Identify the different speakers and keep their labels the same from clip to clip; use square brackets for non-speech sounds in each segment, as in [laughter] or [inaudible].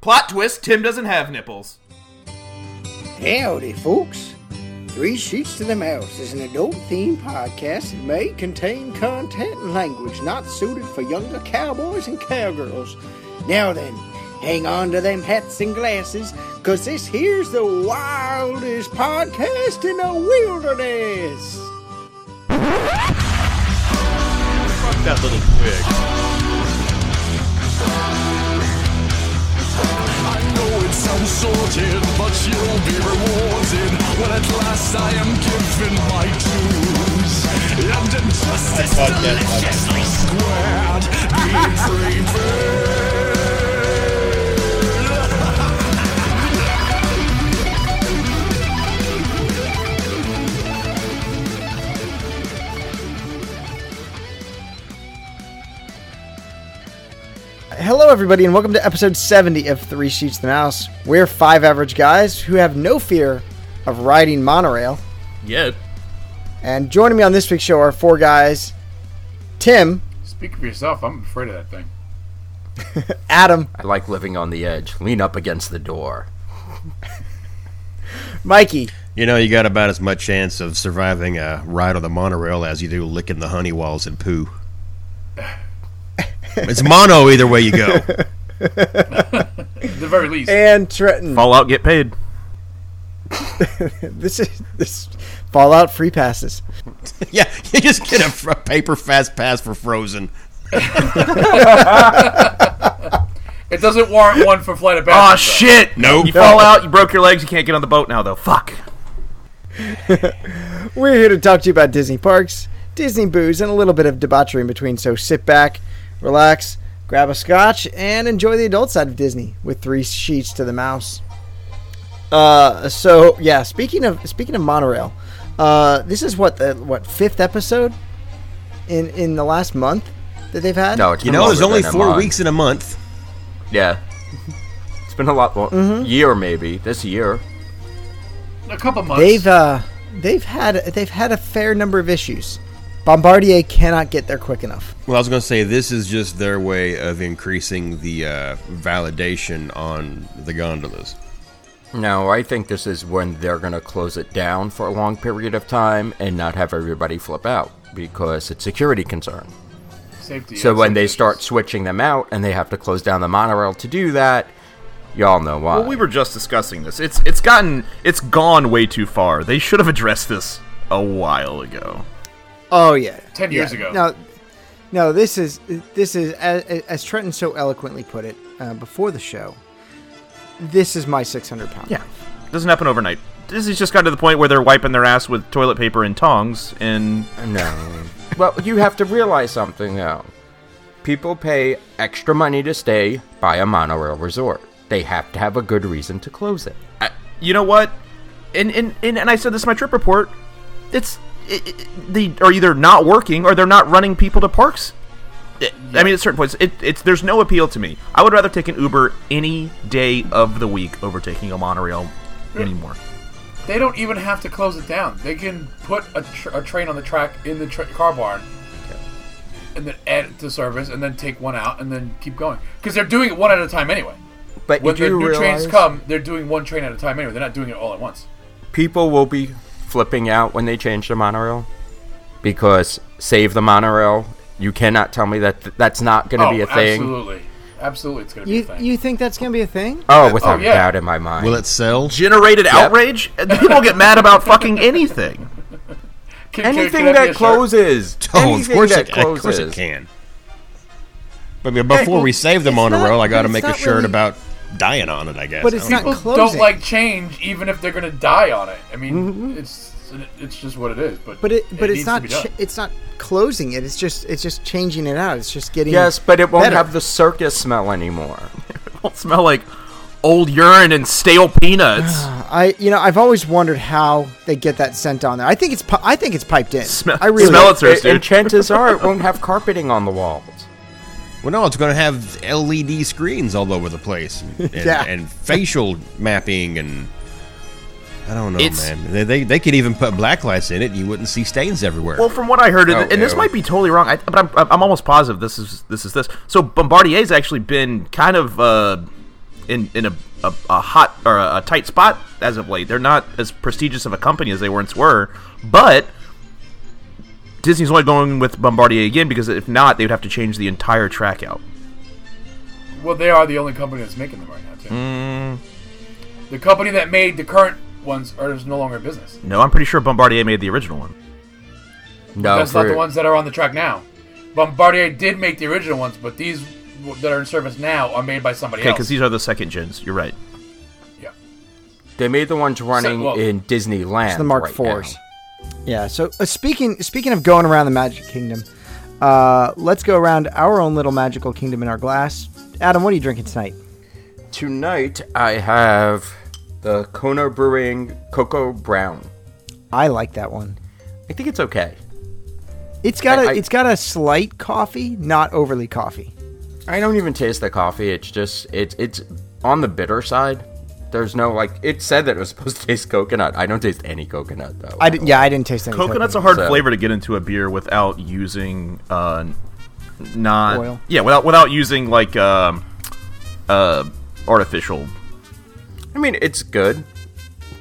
Speaker 1: Plot twist Tim doesn't have nipples.
Speaker 2: Howdy, folks. Three Sheets to the Mouse is an adult themed podcast that may contain content and language not suited for younger cowboys and cowgirls. Now then, hang on to them hats and glasses, because this here's the wildest podcast in the wilderness.
Speaker 3: Fuck that little twig.
Speaker 4: I know it sounds sorted, but you'll be rewarded when at last I am given my dues. And injustice deliciously squared, be prepared.
Speaker 5: Hello, everybody, and welcome to episode 70 of Three Sheets to the Mouse. We're five average guys who have no fear of riding monorail.
Speaker 3: Yet.
Speaker 5: And joining me on this week's show are four guys Tim,
Speaker 6: Speak for yourself. I'm afraid of that thing.
Speaker 5: Adam,
Speaker 7: I like living on the edge. Lean up against the door.
Speaker 5: Mikey,
Speaker 8: You know, you got about as much chance of surviving a ride on the monorail as you do licking the honey walls and [laughs] poo. it's mono either way you [laughs] go.
Speaker 6: At the very least,
Speaker 5: and Trenton.
Speaker 3: Fallout get paid.
Speaker 5: This is this Fallout free passes.
Speaker 8: yeah, you just get a, fr- paper fast pass for Frozen.
Speaker 6: it doesn't warrant one for flight of
Speaker 1: Uh,
Speaker 3: Aw,
Speaker 6: passage.
Speaker 3: Oh, shit!
Speaker 8: Nope.
Speaker 3: You fall out, you broke your legs, you can't get on the boat now, though. Fuck.
Speaker 1: Uh,
Speaker 5: We're here to talk to you about Disney parks, Disney booze, and a little bit of debauchery in between. So sit back, relax, grab a scotch, and enjoy the adult side of Disney with three sheets to the mouse. Uh, so yeah, speaking of speaking of monorail, uh, this is what the what fifth episode in in the last month that they've had.
Speaker 7: No, it's
Speaker 8: You
Speaker 7: been
Speaker 8: know, there's
Speaker 7: longer
Speaker 8: only
Speaker 7: than a
Speaker 8: four
Speaker 7: month.
Speaker 8: weeks in a month.
Speaker 7: Yeah, it's been a lot long
Speaker 8: Mm-hmm.
Speaker 7: year maybe this year.
Speaker 6: A couple months.
Speaker 5: they've uh they've had they've had a fair number of issues. Bombardier cannot get there quick enough.
Speaker 8: Well, I was going to say this is just their way of increasing the uh, validation on the gondolas.
Speaker 7: No, I think this is when they're gonna close it down for a long period of time and not have everybody flip out because it's security concern.
Speaker 6: safety.
Speaker 7: so when they
Speaker 6: issues.
Speaker 7: start switching them out and they have to close down the monorail to do that, y'all know why.
Speaker 3: Well, we were just discussing this. It's it's gotten it's gone way too far. They should have addressed this a while ago.
Speaker 5: Oh yeah,
Speaker 6: 10 years ago.
Speaker 5: No, no, this is this is as, as Trenton so eloquently put it uh, before the show. This is my 600 pound.
Speaker 3: Yeah, doesn't happen overnight. This has just gotten to the point where they're wiping their ass with toilet paper and tongs, and
Speaker 7: No. well, you have to realize something, though. People pay extra money to stay by a monorail resort. They have to have a good reason to close it.
Speaker 3: I, you know what? And and, and and I said this in my trip report. It's it, it, they are either not working or they're not running people to parks. I- I mean, at certain points, it, it's there's no appeal to me. I would rather take an Uber any day of the week over taking a monorail anymore.
Speaker 6: They don't even have to close it down. They can put a, tr- a train on the track in the tra- car barn and then add it to service and then take one out and then keep going. Because they're doing it one at a time anyway.
Speaker 7: But
Speaker 6: When
Speaker 7: you
Speaker 6: the
Speaker 7: do
Speaker 6: new
Speaker 7: realize
Speaker 6: trains come, they're doing one train at a time anyway. They're not doing it all at once.
Speaker 7: people will be flipping out when they change the monorail because save the monorail. You cannot tell me that th- that's not going to
Speaker 6: oh,
Speaker 7: be a thing.
Speaker 6: absolutely. Absolutely, it's going to be a
Speaker 5: You
Speaker 6: thing.
Speaker 5: you think that's gonna be a thing?
Speaker 7: Oh, without
Speaker 6: Oh, yeah.
Speaker 7: a doubt in my mind.
Speaker 8: Will it sell?
Speaker 3: Generated outrage. Uh, People get mad about fucking anything. [laughs]
Speaker 6: Can- can-
Speaker 7: anything
Speaker 6: can that be a
Speaker 7: that
Speaker 6: shirt?
Speaker 7: closes.
Speaker 8: Oh, of
Speaker 7: anything
Speaker 8: course,
Speaker 7: that
Speaker 8: it, of course it
Speaker 7: closes.
Speaker 8: can. But before we save the
Speaker 5: it's not-
Speaker 8: monorail, I got to
Speaker 5: it's
Speaker 8: make a
Speaker 5: not
Speaker 8: shirt
Speaker 5: really-
Speaker 8: about dying on it. I guess.
Speaker 5: But
Speaker 8: I
Speaker 5: it's
Speaker 8: don't
Speaker 5: not
Speaker 8: know.
Speaker 6: People
Speaker 5: closing.
Speaker 6: don't like change, even if they're going to die on it. I mean, it's it's just what it is. But
Speaker 5: But it but it's
Speaker 6: needs to
Speaker 5: not
Speaker 6: be done.
Speaker 5: ch- it's not closing it. It's just it's just changing it out. It's just getting
Speaker 7: Yes, but it won't
Speaker 5: better.
Speaker 7: have the circus smell anymore.
Speaker 3: Don't smell like old urine and stale peanuts.
Speaker 5: Uh, I you know I've always wondered how they get that scent on there. I think it's pi- I think it's piped in.
Speaker 3: Smell-
Speaker 5: I really
Speaker 3: smell it, sir. Upstairs, dude.
Speaker 7: and chances are it won't have carpeting on the walls.
Speaker 8: Well, no, it's going to have LED screens all over the place,
Speaker 5: [laughs]
Speaker 8: and,
Speaker 5: Yeah.
Speaker 8: and facial mapping, and I don't know,
Speaker 3: It's-
Speaker 8: man. They, they they could even put blacklights in it, and you wouldn't see stains everywhere.
Speaker 3: Well, from what I heard,
Speaker 7: Oh,
Speaker 3: and this
Speaker 7: ew.
Speaker 3: might be totally wrong, I, but I'm, I'm almost positive this is this is this. So Bombardier's actually been kind of uh, in in a, a, a hot or a, a tight spot as of late. They're not as prestigious of a company as they once were, but Disney's only going with Bombardier again because if not, they'd have to change the entire track out.
Speaker 6: Well, they are the only company that's making them right now, too. The company that made the current ones are is no longer in business.
Speaker 3: No, I'm pretty sure Bombardier made the original one.
Speaker 7: No,
Speaker 6: that's
Speaker 7: for,
Speaker 6: not the ones that are on the track now. Bombardier did make the original ones, but these w- that are in service now are made by somebody
Speaker 3: Okay,
Speaker 6: else.
Speaker 3: because these are the second gens. You're right.
Speaker 6: yeah.
Speaker 7: They made the ones running
Speaker 6: well-
Speaker 7: in Disneyland.
Speaker 5: It's the Mark
Speaker 7: right
Speaker 5: Fours.
Speaker 7: now.
Speaker 5: Yeah. So uh, speaking speaking of going around the Magic Kingdom, uh, let's go around our own little magical kingdom in our glass. Adam, what are you drinking tonight?
Speaker 7: Tonight I have the Kona Brewing Cocoa Brown.
Speaker 5: I like that one.
Speaker 7: I think it's okay.
Speaker 5: It's got a
Speaker 7: I- I-
Speaker 5: it's got a slight coffee, not overly coffee.
Speaker 7: I don't even taste the coffee. It's just it's it's on the bitter side. There's no like it said that it was supposed to taste coconut. I don't taste any coconut though.
Speaker 5: I didn't. Yeah, I didn't taste any
Speaker 3: Coconut's a
Speaker 5: coconut.
Speaker 3: hard
Speaker 7: So-
Speaker 3: flavor to get into a beer without using uh, not
Speaker 5: Oil.
Speaker 3: yeah without without using like um, uh, artificial.
Speaker 7: I mean, it's good,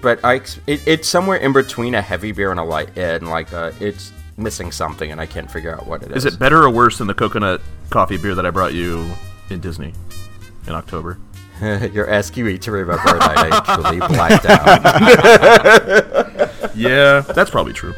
Speaker 7: but I ex- it, it's somewhere in between a heavy beer and a light and like uh, it's missing something and I can't figure out what it
Speaker 3: Is
Speaker 7: is.
Speaker 3: it better or worse than the coconut coffee beer that I brought you in Disney in October?
Speaker 7: [laughs] You're asking me E to remember that I actually [laughs] blacked out.
Speaker 3: Yeah, [laughs] that's probably true.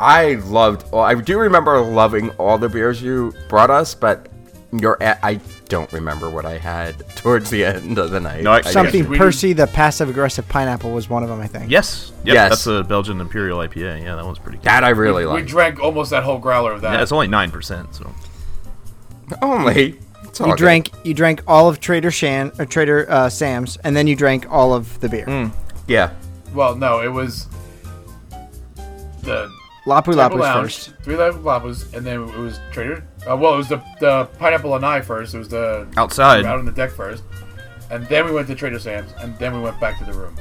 Speaker 7: I loved. Well, I do remember loving all the beers you brought us, but you're. a I don't remember what I had [laughs] towards the end of the night.
Speaker 3: No, I-
Speaker 5: Something
Speaker 3: We-
Speaker 5: Percy, the passive aggressive pineapple, was one of them. I think.
Speaker 3: Yes, yep,
Speaker 7: Yes.
Speaker 3: That's a Belgian Imperial IPA. Yeah, that one's pretty. good.
Speaker 7: that I really
Speaker 6: We
Speaker 7: liked.
Speaker 6: drank almost that whole growler of that.
Speaker 3: Yeah, it's only nine percent. So
Speaker 7: Only it's all
Speaker 5: You
Speaker 7: good.
Speaker 5: drank you drank all of Trader Shan or Trader uh, Sam's, and then you drank all of the beer.
Speaker 7: Yeah,
Speaker 6: Well, no, it was the
Speaker 5: Lapu
Speaker 6: Temple
Speaker 5: Lapu's
Speaker 6: Lounge,
Speaker 5: first.
Speaker 6: three Lapu Lapus, and then it was Trader. Uh, well, it was the the pineapple and I first. It was the
Speaker 3: outside,
Speaker 6: out on the deck first, and then we went to Trader Sam's, and then we went back to the room.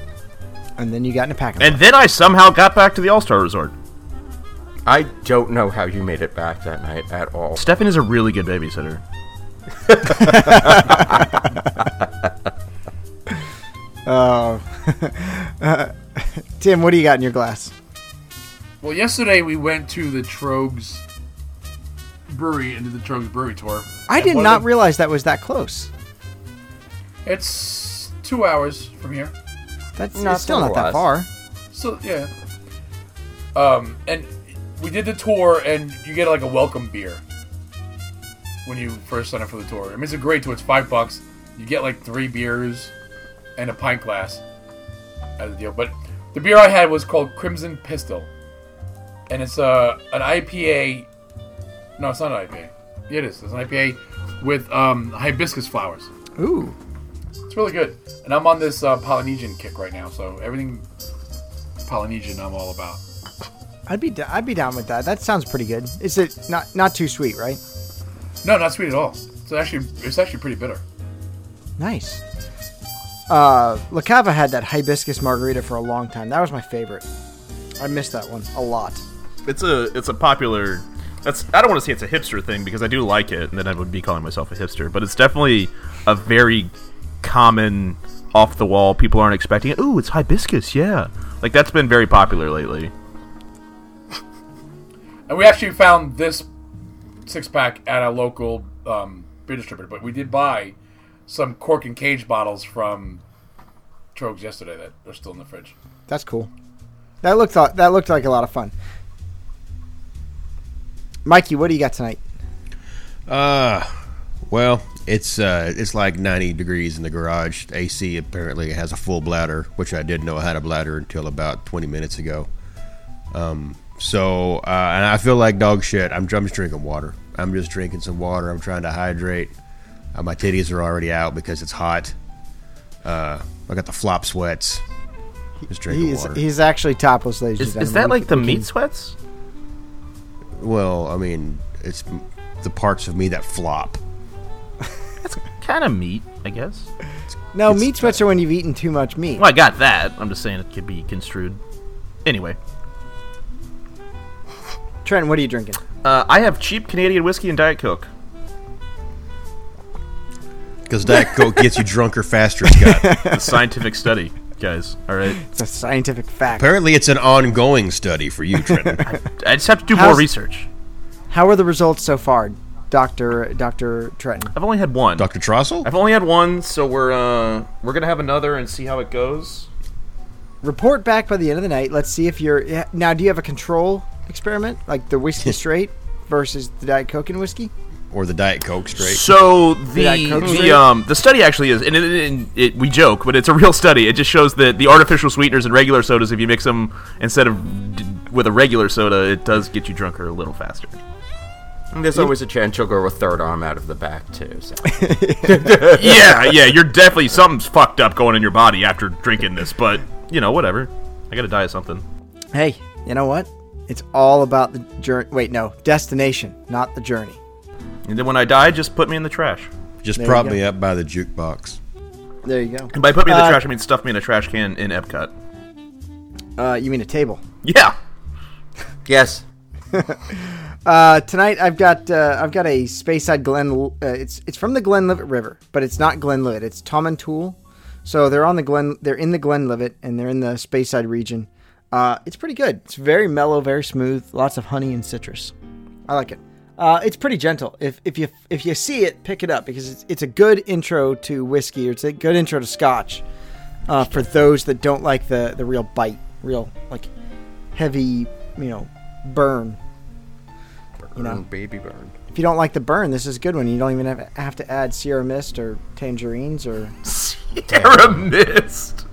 Speaker 5: and then you got in a pack. of
Speaker 3: and then I somehow got back to the All Star Resort.
Speaker 7: I don't know how you made it back that night at all.
Speaker 3: Stefan is a really good babysitter.
Speaker 5: Uh, [laughs] Tim, what do you got in your glass?
Speaker 6: Well, yesterday we went to the Trogs Brewery and did the Trogs Brewery tour.
Speaker 5: I
Speaker 6: And
Speaker 5: did
Speaker 6: one of
Speaker 5: not
Speaker 6: the-
Speaker 5: realize that was that close.
Speaker 6: It's two hours from here.
Speaker 5: That's
Speaker 7: Not
Speaker 5: it's still not that
Speaker 7: otherwise.
Speaker 5: far.
Speaker 6: So yeah. Um, and we did the tour, and you get like a welcome beer when you first sign up for the tour. I mean, it's a great tour. It's five bucks. You get like three beers and a pint glass as a deal. But the beer I had was called Crimson Pistol, and it's uh, an IPA. No, it's not an IPA. Yeah, it is. It's an IPA with um, hibiscus flowers.
Speaker 5: Ooh,
Speaker 6: It's really good. And I'm on this uh, Polynesian kick right now, so everything Polynesian I'm all about.
Speaker 5: I'd be d- I'd be down with that. That sounds pretty good. Is it not not too sweet, right?
Speaker 6: No, not sweet at all. It's actually it's actually pretty bitter.
Speaker 5: Nice. Uh, La Cava had that hibiscus margarita for a long time. That was my favorite. I missed that one a lot.
Speaker 3: It's a it's a popular. That's I don't want to say it's a hipster thing because I do like it, and then I would be calling myself a hipster. But it's definitely a very common off the wall. People aren't expecting it. Ooh, it's hibiscus. Yeah, like that's been very popular lately.
Speaker 6: And we actually found this six pack at a local um, beer distributor, but we did buy some cork and cage bottles from Trogs yesterday that are still in the fridge.
Speaker 5: That's cool. That looked like, that looked like a lot of fun. Mikey, what do you got tonight?
Speaker 8: Uh, well, it's uh, it's like 90 degrees in the garage. AC apparently has a full bladder, which I didn't know I had a bladder until about 20 minutes ago. Um, so uh, and I feel like dog shit. I'm, I'm just drinking water. I'm just drinking some water. I'm trying to hydrate. Uh, my titties are already out because it's hot. Uh, I got the flop sweats. Just drinking
Speaker 5: He is
Speaker 8: water.
Speaker 5: he's actually topless, ladies
Speaker 3: Is,
Speaker 5: and
Speaker 3: is that
Speaker 5: gentlemen.
Speaker 3: like the meat sweats?
Speaker 8: Well, I mean, it's m- the parts of me that flop.
Speaker 3: That's kind of meat, I guess.
Speaker 5: No,
Speaker 8: it's-
Speaker 5: meat sweats are when you've eaten too much meat.
Speaker 3: Well, I got that. I'm just saying it could be construed. Anyway,
Speaker 5: Trent, what are you drinking?
Speaker 3: uh, I have cheap Canadian whiskey and diet coke.
Speaker 8: Because Diet Coke gets you drunker faster, Scott.
Speaker 3: A [laughs] scientific study, guys. All right,
Speaker 5: It's a scientific fact.
Speaker 8: Apparently, it's an ongoing study for you, Trenton. [laughs]
Speaker 3: I just have to do more
Speaker 5: How's-
Speaker 3: research.
Speaker 5: How are the results so far, Doctor Doctor Trenton?
Speaker 3: I've only had one.
Speaker 8: Dr. Trossel?
Speaker 3: I've only had one, so we're uh we're gonna have another and see how it goes.
Speaker 5: Report back by the end of the night. Let's see if you're yeah, now. Do you have a control experiment like the [laughs] whiskey straight versus the Diet Coke and whiskey?
Speaker 8: Or the Diet Coke straight?
Speaker 3: So the
Speaker 5: Did I coach
Speaker 3: the
Speaker 5: you?
Speaker 3: um the study actually is, and it, it, it, we joke, but it's a real study. It just shows that the artificial sweeteners in regular sodas, if you mix them instead of d- with a regular soda, it does get you drunker a little faster.
Speaker 7: And there's always a chance you'll grow a third arm out of the back too. So.
Speaker 3: yeah, yeah, you're definitely something's fucked up going in your body after drinking this, but you know whatever. I gotta die of something.
Speaker 5: Hey, you know what? It's all about the journey. Wait, no, destination, not the journey.
Speaker 3: And then when I die, just put me in the trash.
Speaker 8: Just
Speaker 5: There
Speaker 8: prop
Speaker 5: you go.
Speaker 8: me up by the jukebox.
Speaker 5: There you go.
Speaker 3: And by put me in the
Speaker 5: Uh,
Speaker 3: trash, I mean stuff me in a trash can in Epcot.
Speaker 5: Uh, you mean a table?
Speaker 3: Yeah.
Speaker 7: yes.
Speaker 5: Uh, tonight I've got uh, I've got a Speyside Glen. Uh, it's it's from the Glenlivet River, but it's not Glenlivet. It's Tomontoul. So they're on the Glen. They're in the Glenlivet and they're in the Speyside region. Uh, it's pretty good. It's very mellow, very smooth. Lots of honey and citrus. I like it. Uh, it's pretty gentle. If if you if you see it, pick it up because it's it's a good intro to whiskey or it's a good intro to Scotch. Uh, for those that don't like the the real bite, real like heavy, you know, burn
Speaker 7: Burn,
Speaker 5: know.
Speaker 7: Mm, baby burn.
Speaker 5: if you don't like the burn, this is a good one. You don't even have, have to add Sierra Mist or tangerines or
Speaker 3: Sierra Mist.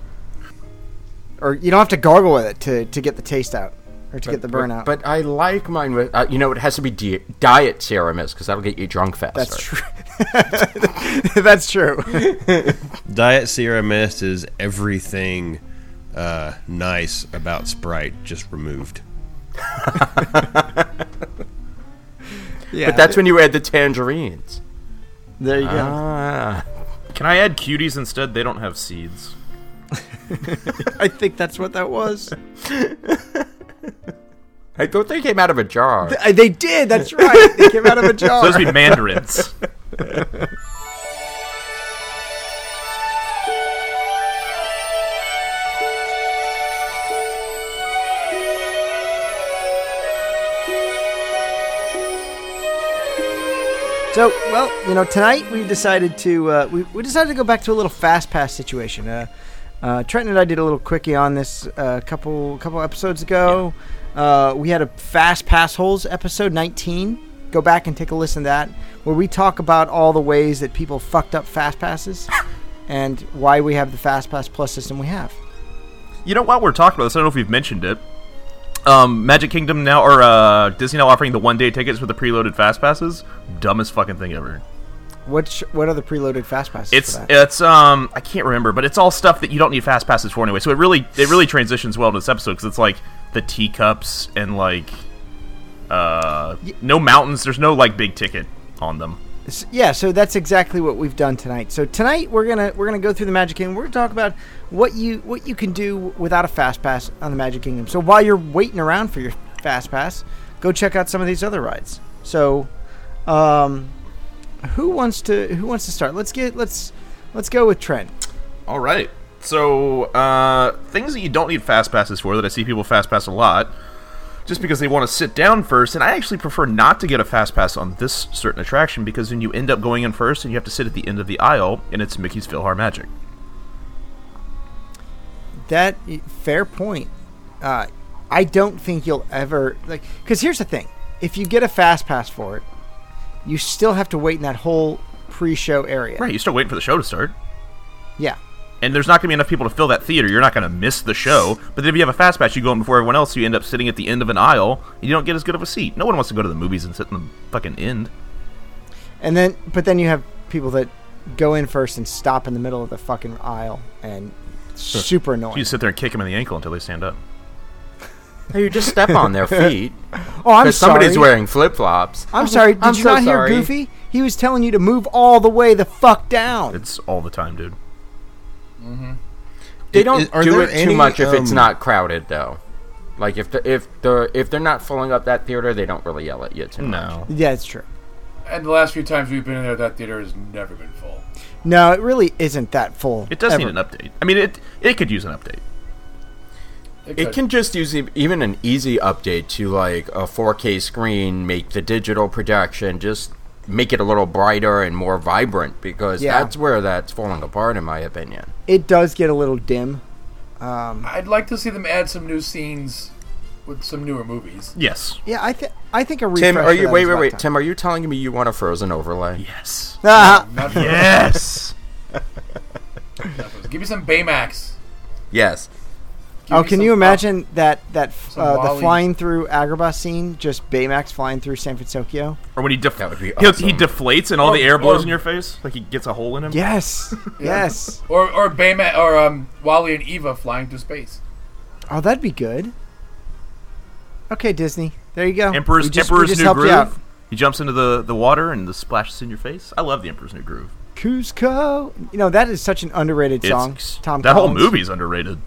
Speaker 5: or you don't have to gargle with it to, to get the taste out or to get the burn out.
Speaker 7: But I like mine with, uh, you know, it has to be di- diet serum because that'll get you drunk faster.
Speaker 5: that's true. [laughs] That's true.
Speaker 8: Diet Sierra Mist is everything uh, nice about Sprite, just removed.
Speaker 5: Yeah,
Speaker 7: But that's when you add the tangerines.
Speaker 5: there you go.
Speaker 7: Ah.
Speaker 3: Can I add cuties instead? They don't have seeds.
Speaker 5: I think that's what that was.
Speaker 7: I thought they came out of a jar.
Speaker 5: Uh, they did. That's right. They came
Speaker 7: [laughs]
Speaker 5: out of a jar.
Speaker 3: Those be mandarins.
Speaker 5: So, well, you know, tonight we decided to uh, we, we decided to go back to a little fast pass situation. Uh, uh, Trenton and I did a little quickie on this a uh, couple couple episodes ago. Uh, we had a fast pass holes episode 19. Go back and take a listen to that, where we talk about all the ways that people fucked up fast passes and why we have the fast pass plus system we have.
Speaker 3: [laughs] You know, while we're talking about this, I don't know if we've mentioned it. Um, Magic Kingdom now or uh, Disney now offering the one day tickets with the preloaded fast passes. Dumbest fucking thing ever.
Speaker 5: Which what are the preloaded fast passes?
Speaker 3: It's
Speaker 5: for that?
Speaker 3: it's um I can't remember, but it's all stuff that you don't need fast passes for anyway. So it really it really transitions well to this episode because it's like the teacups and like uh no mountains. There's no like big ticket on them.
Speaker 5: S- yeah so that's exactly what we've done tonight so tonight we're gonna we're gonna go through the magic kingdom we're gonna talk about what you what you can do without a fast pass on the magic kingdom so while you're waiting around for your fast pass go check out some of these other rides so um who wants to who wants to start let's get let's let's go with trent
Speaker 3: All right. So uh, things that you don't need fast passes for that I see people fast pass a lot, just because they want to sit down first. And I actually prefer not to get a fast pass on this certain attraction because then you end up going in first and you have to sit at the end of the aisle, and it's Mickey's Philhar Magic.
Speaker 5: that fair point uh i don't think you'll ever like because here's the thing if you get a fast pass for it you still have to wait in that whole pre-show area
Speaker 3: Right. You're still waiting for the show to start,
Speaker 5: yeah
Speaker 3: and there's not going to be enough people to fill that theater. You're not going to miss the show. But then if you have a fast pass, you go in before everyone else. You end up sitting at the end of an aisle. And you don't get as good of a seat. No one wants to go to the movies and sit in the fucking end.
Speaker 5: And then, but then you have people that go in first and stop in the middle of the fucking aisle and super annoying.
Speaker 3: You just sit there and kick them in the ankle until they stand up.
Speaker 7: you just step
Speaker 5: [laughs]
Speaker 7: on their feet.
Speaker 5: Oh, I'm
Speaker 7: Because somebody's
Speaker 5: sorry.
Speaker 7: wearing flip flops.
Speaker 5: I'm sorry. Did
Speaker 7: I'm
Speaker 5: you
Speaker 7: so
Speaker 5: not
Speaker 7: sorry.
Speaker 5: hear Goofy? He was telling you to move all the way the fuck down.
Speaker 3: It's all the time, dude.
Speaker 7: They don't
Speaker 8: Are
Speaker 7: do
Speaker 8: there
Speaker 7: it too
Speaker 8: any,
Speaker 7: much if it's
Speaker 8: um,
Speaker 7: not crowded, though. Like if the, if the if they're not filling up that theater, they don't really yell at you too much.
Speaker 5: Yeah, it's true.
Speaker 6: And the last few times we've been in there, that theater has never been full.
Speaker 5: No, it really isn't that full.
Speaker 3: It does
Speaker 5: ever.
Speaker 3: need an update. I mean, it it could use an update.
Speaker 7: It
Speaker 6: could-
Speaker 7: can just use e- even an easy update to like a 4K screen, make the digital projection just make it a little brighter and more vibrant because
Speaker 5: Yeah.
Speaker 7: that's where that's falling apart, in my opinion.
Speaker 5: It does get a little dim.
Speaker 6: I'd like to see them add some new scenes with some newer movies.
Speaker 3: Yes.
Speaker 5: Yeah, I think I think a refresh.
Speaker 7: Tim, are
Speaker 5: for
Speaker 7: you
Speaker 5: that
Speaker 7: wait,
Speaker 5: is
Speaker 7: wait,
Speaker 5: about
Speaker 7: wait?
Speaker 5: time.
Speaker 7: Tim, are you telling me you want a frozen overlay?
Speaker 3: Yes.
Speaker 5: [laughs] Ah,
Speaker 6: Not
Speaker 5: [laughs]
Speaker 6: for
Speaker 3: Yes.
Speaker 6: Give me some Baymax.
Speaker 7: Yes.
Speaker 5: oh,
Speaker 6: me
Speaker 5: can
Speaker 6: some
Speaker 5: you
Speaker 6: fun.
Speaker 5: imagine that that
Speaker 6: Some
Speaker 5: uh, the
Speaker 6: Wall-E.
Speaker 5: flying through Agrabah scene? Just Baymax flying through San Francisco.
Speaker 3: Or when he def-
Speaker 7: That would be
Speaker 3: he- he,
Speaker 7: awesome.
Speaker 3: deflates and all the
Speaker 6: Or-
Speaker 3: air blows
Speaker 6: or-
Speaker 3: in your face, like he gets a hole in him.
Speaker 5: Yes,
Speaker 7: [laughs]
Speaker 5: yes.
Speaker 6: Or or Baymax or um Wally and Eva flying through space.
Speaker 5: Oh, that'd be good. Okay, Disney. There you go.
Speaker 3: Emperor's
Speaker 5: We just- we
Speaker 3: Emperor's
Speaker 5: just
Speaker 3: New
Speaker 5: helped you out.
Speaker 3: Groove. He jumps into the, the water and the splashes in your face. I love the Emperor's New Groove.
Speaker 5: Cusco. You know that is such an underrated
Speaker 3: It's,
Speaker 5: song. Tom.
Speaker 3: that whole
Speaker 5: Collins.
Speaker 3: movie's underrated.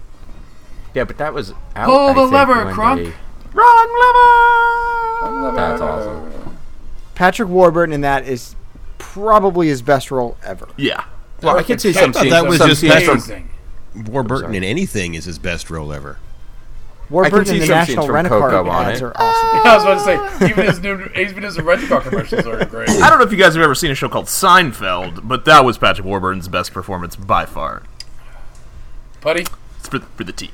Speaker 7: Yeah, but that was out,
Speaker 6: Pull
Speaker 7: I
Speaker 6: the
Speaker 7: think,
Speaker 6: lever,
Speaker 7: when
Speaker 6: Kronk.
Speaker 7: they-
Speaker 3: Wrong lever.
Speaker 7: That's awesome.
Speaker 5: Patrick Warburton in that is probably his best role ever.
Speaker 3: Yeah.
Speaker 7: Well, I could see some
Speaker 8: thought
Speaker 7: scenes.
Speaker 8: that was
Speaker 7: some
Speaker 8: just
Speaker 7: scenes
Speaker 8: Patrick-
Speaker 7: from,
Speaker 6: Amazing.
Speaker 8: Warburton in anything is his best role ever.
Speaker 5: Warburton
Speaker 7: see
Speaker 5: and the
Speaker 7: some scenes
Speaker 5: National
Speaker 7: from
Speaker 5: Rent a Car
Speaker 7: Coco on
Speaker 5: ads
Speaker 7: it.
Speaker 5: are
Speaker 3: Ah!
Speaker 5: awesome.
Speaker 6: [laughs] I was about to say even his new even his red car commercials are great.
Speaker 3: I don't know if you guys have ever seen a show called Seinfeld, but that was Patrick Warburton's best performance by far.
Speaker 6: Putty,
Speaker 3: It's for, for the team.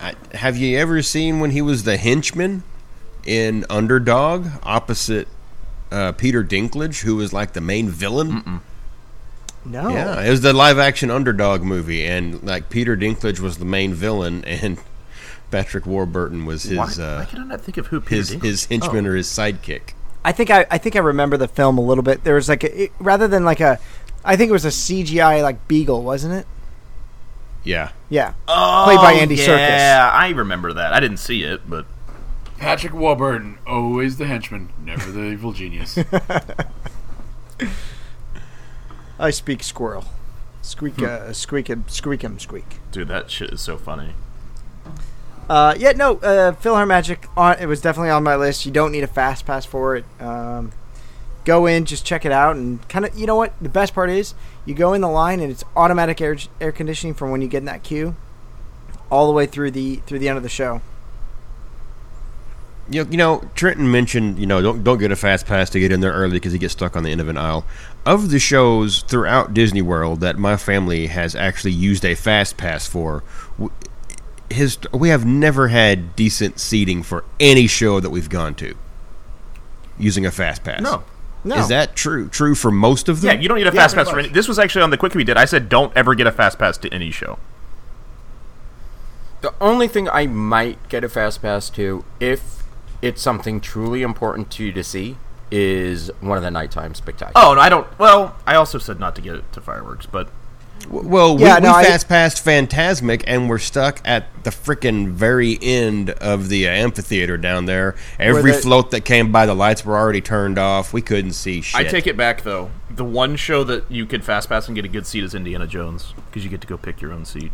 Speaker 8: I, have you ever seen when he was the henchman in Underdog opposite uh, Peter Dinklage, who was like the main villain?
Speaker 5: No.
Speaker 8: Yeah, it was the live action Underdog movie, and like Peter Dinklage was the main villain, [laughs] and Patrick Warburton was
Speaker 3: Why,
Speaker 8: his
Speaker 3: why
Speaker 8: uh,
Speaker 3: can I not think of who Peter
Speaker 8: his
Speaker 3: Dinklage- Oh.
Speaker 8: his henchman or his sidekick.
Speaker 5: I think I, I think I remember the film a little bit. There was like a, it- rather than like a, I think it was a CGI like beagle, wasn't it?
Speaker 8: Yeah,
Speaker 5: Yeah.
Speaker 3: Oh,
Speaker 5: Played by Andy
Speaker 3: yeah,
Speaker 5: Serkis.
Speaker 3: I remember that. I didn't see it, but
Speaker 6: Patrick Warburton, always the henchman, never the evil genius.
Speaker 5: I speak squirrel. Squeak, uh, squeak, and squeak 'em, squeak.
Speaker 3: dude, that shit is so funny.
Speaker 5: Uh, yeah, no, uh, PhilharMagic, on, it was definitely on my list. You don't need a fast pass for it. Um, go in, just check it out, and kind of, you know what? The best part is you go in the line, and it's automatic air, air conditioning from when you get in that queue, all the way through the through the end of the show.
Speaker 8: You you know, Trenton mentioned you know don't don't get a fast pass to get in there early because he gets stuck on the end of an aisle. Of the shows throughout Disney World that my family has actually used a fast pass for, w- his we have never had decent seating for any show that we've gone to using a fast pass.
Speaker 3: No.
Speaker 5: No,
Speaker 8: is that true? True for most of
Speaker 3: Yeah,
Speaker 8: them.
Speaker 3: you don't need a fast pass for any. This was actually on the quickie we did. I said don't ever get a fast pass to any show.
Speaker 7: The only thing I might get a fast pass to, if it's something truly important to you to see, is one of the nighttime spectacles.
Speaker 3: Oh no, I don't. Well, I also said not to get it to fireworks, but
Speaker 8: W- Well, we,
Speaker 5: Yeah, no, I-
Speaker 8: we fast passed Phantasmic and we're stuck at the freaking very end of the uh, amphitheater down there. Every
Speaker 5: the-
Speaker 8: float that came by, the lights were already turned off. We couldn't see shit.
Speaker 3: I take it back though. The one show that you could fast pass and get a good seat is Indiana Jones because you get to go pick your own seat.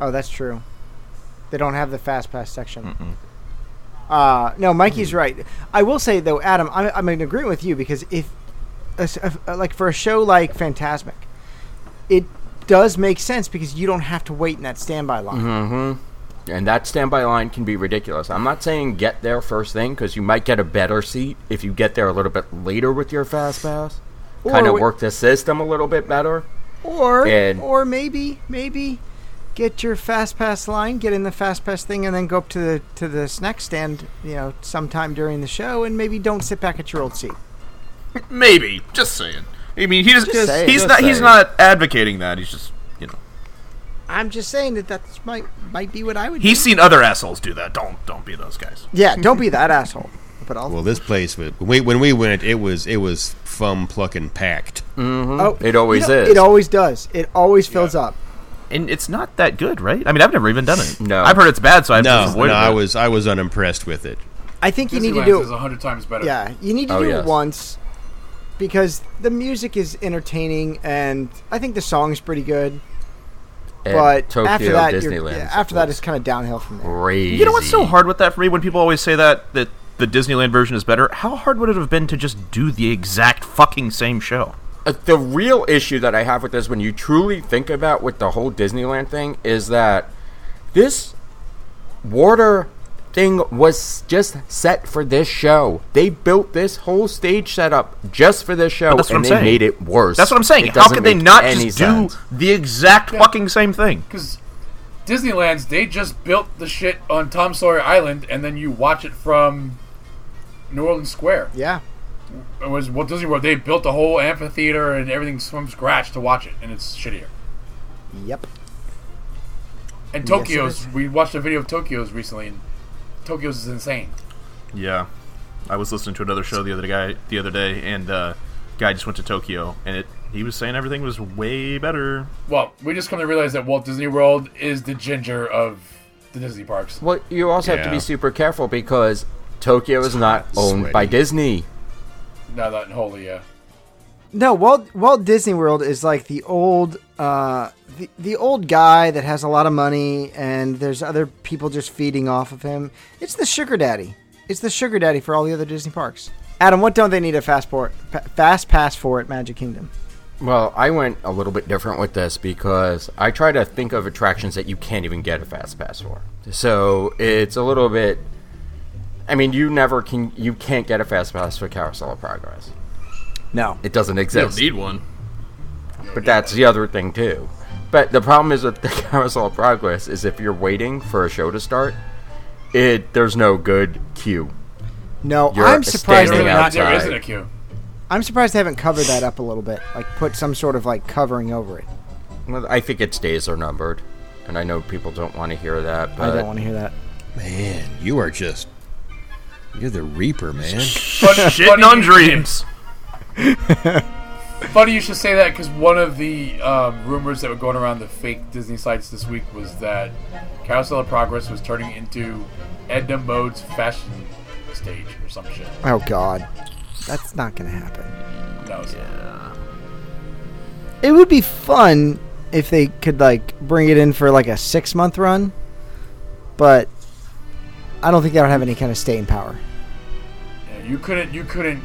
Speaker 5: Oh, that's true. They don't have the fast pass section. Uh, no, Mikey's right. I will say though, Adam, I'm, I'm in agreement with you because if, as- if- like for a show like Fantasmic, it does make sense because you don't have to wait in that standby line.
Speaker 7: And that standby line can be ridiculous. I'm not saying get there first thing because you might get a better seat if you get there a little bit later with your fast pass.
Speaker 5: Or
Speaker 7: Kind of
Speaker 5: wi-
Speaker 7: work the system a little bit better.
Speaker 5: Or
Speaker 7: And-
Speaker 5: or maybe maybe get your fast pass line, get in the fast pass thing, and then go up to the to the snack stand. You know, sometime during the show, and maybe don't sit back at your old seat.
Speaker 3: Maybe, just saying. I mean, he just,
Speaker 7: saying,
Speaker 3: he's
Speaker 7: just
Speaker 3: not he's
Speaker 7: saying.
Speaker 3: not advocating that. He's just you know
Speaker 5: I'm just saying that that's might might be what I would. do.
Speaker 3: he's seen other assholes do that. Don't don't be those guys.
Speaker 5: Yeah, don't be that asshole. But I'll.
Speaker 8: Well, this place wa- when we, when we went, it was it was fun plucking packed.
Speaker 5: oh,
Speaker 7: It always
Speaker 5: you know,
Speaker 7: is.
Speaker 5: It always does. It always fills up.
Speaker 3: And it's not that good, right? I mean, I've never even done it.
Speaker 7: No.
Speaker 3: I've heard it's bad, so I've
Speaker 8: No,
Speaker 3: just
Speaker 8: no,
Speaker 3: avoided
Speaker 8: I
Speaker 3: it.
Speaker 8: was I was unimpressed with it.
Speaker 5: I think you need to
Speaker 6: Disneyland
Speaker 5: do
Speaker 6: is
Speaker 5: it.
Speaker 6: a hundred times better.
Speaker 5: Yeah, you need to
Speaker 7: Oh,
Speaker 5: do
Speaker 7: yes.
Speaker 5: it once because the music is entertaining, and I think the song's pretty good.
Speaker 7: And
Speaker 5: But
Speaker 7: Tokyo
Speaker 5: after that, you're,
Speaker 7: Disneyland.
Speaker 5: yeah, after that,
Speaker 7: was
Speaker 5: it's kind of downhill from there.
Speaker 7: crazy.
Speaker 3: You know what's so hard with that for me when people always say that that the Disneyland version is better? How hard would it have been to just do the exact fucking same show?
Speaker 7: uh, the real issue that I have with this, when you truly think about with the whole Disneyland thing, is that this water thing was just set for this show. They built this whole stage setup just for this show,
Speaker 9: that's what
Speaker 7: and
Speaker 9: I'm
Speaker 7: they
Speaker 9: saying.
Speaker 7: made it worse.
Speaker 9: That's what I'm saying.
Speaker 7: It
Speaker 9: How
Speaker 7: doesn't
Speaker 9: could they
Speaker 7: make
Speaker 9: not
Speaker 7: any
Speaker 9: just
Speaker 7: sense.
Speaker 9: do the exact fucking same thing?
Speaker 6: Because Disneyland's, they just built the shit on Tom Sawyer Island, and then you watch it from New Orleans Square.
Speaker 5: Yeah.
Speaker 6: It was Walt Disney World. They built the whole amphitheater and everything from scratch to watch it, and it's shittier.
Speaker 5: Yep.
Speaker 6: And
Speaker 5: Yes, it
Speaker 6: Tokyo's, we watched a video of Tokyo's recently, and Tokyo's is insane.
Speaker 3: Yeah, I was listening to another show the other guy the other day, and uh, guy just went to Tokyo, and it he was saying everything was way better.
Speaker 6: Well, we just come to realize that Walt Disney World is the ginger of the Disney parks.
Speaker 7: Well, you also have to
Speaker 8: Yeah.
Speaker 7: be super careful because Tokyo is not owned by
Speaker 8: Sweaty.
Speaker 7: Disney.
Speaker 6: Now that holy, yeah.
Speaker 5: No, Walt Walt Disney World is like the old uh the, the old guy that has a lot of money and there's other people just feeding off of him. It's the sugar daddy. It's the sugar daddy for all the other Disney parks. Adam, what don't they need a fast port, pa- fast pass for at Magic Kingdom?
Speaker 7: Well, I went a little bit different with this because I try to think of attractions that you can't even get a fast pass for. So it's a little bit. I mean, you never can. You can't get a fast pass for Carousel of Progress.
Speaker 5: No.
Speaker 7: It doesn't
Speaker 10: You don't
Speaker 7: exist.
Speaker 10: need one.
Speaker 7: But that's the other thing too. But the problem is with the [laughs] carousel of progress is if you're waiting for a show to start, it there's no good queue.
Speaker 5: No,
Speaker 7: You're
Speaker 5: I'm surprised
Speaker 7: standing
Speaker 5: they,
Speaker 7: Thing
Speaker 6: Not- there
Speaker 7: outside.
Speaker 6: isn't a queue.
Speaker 5: I'm surprised they haven't covered that up a little bit. Like put some sort of like covering over it.
Speaker 7: Well, I think its days are numbered, and I know people don't want to hear that. But
Speaker 5: I don't want to hear that.
Speaker 8: Man, you are just. You're the Reaper, man.
Speaker 9: Shitting on dreams.
Speaker 6: [laughs] Funny you should say that because one of the um, rumors that were going around the fake Disney sites this week was that Carousel of Progress was turning into Edna Mode's fashion stage or some shit.
Speaker 5: Oh God, that's not gonna happen.
Speaker 6: No, it's-
Speaker 5: It would be fun if they could like bring it in for like a six month run, but I don't think that would have any kind of staying power.
Speaker 6: yeah, you couldn't you couldn't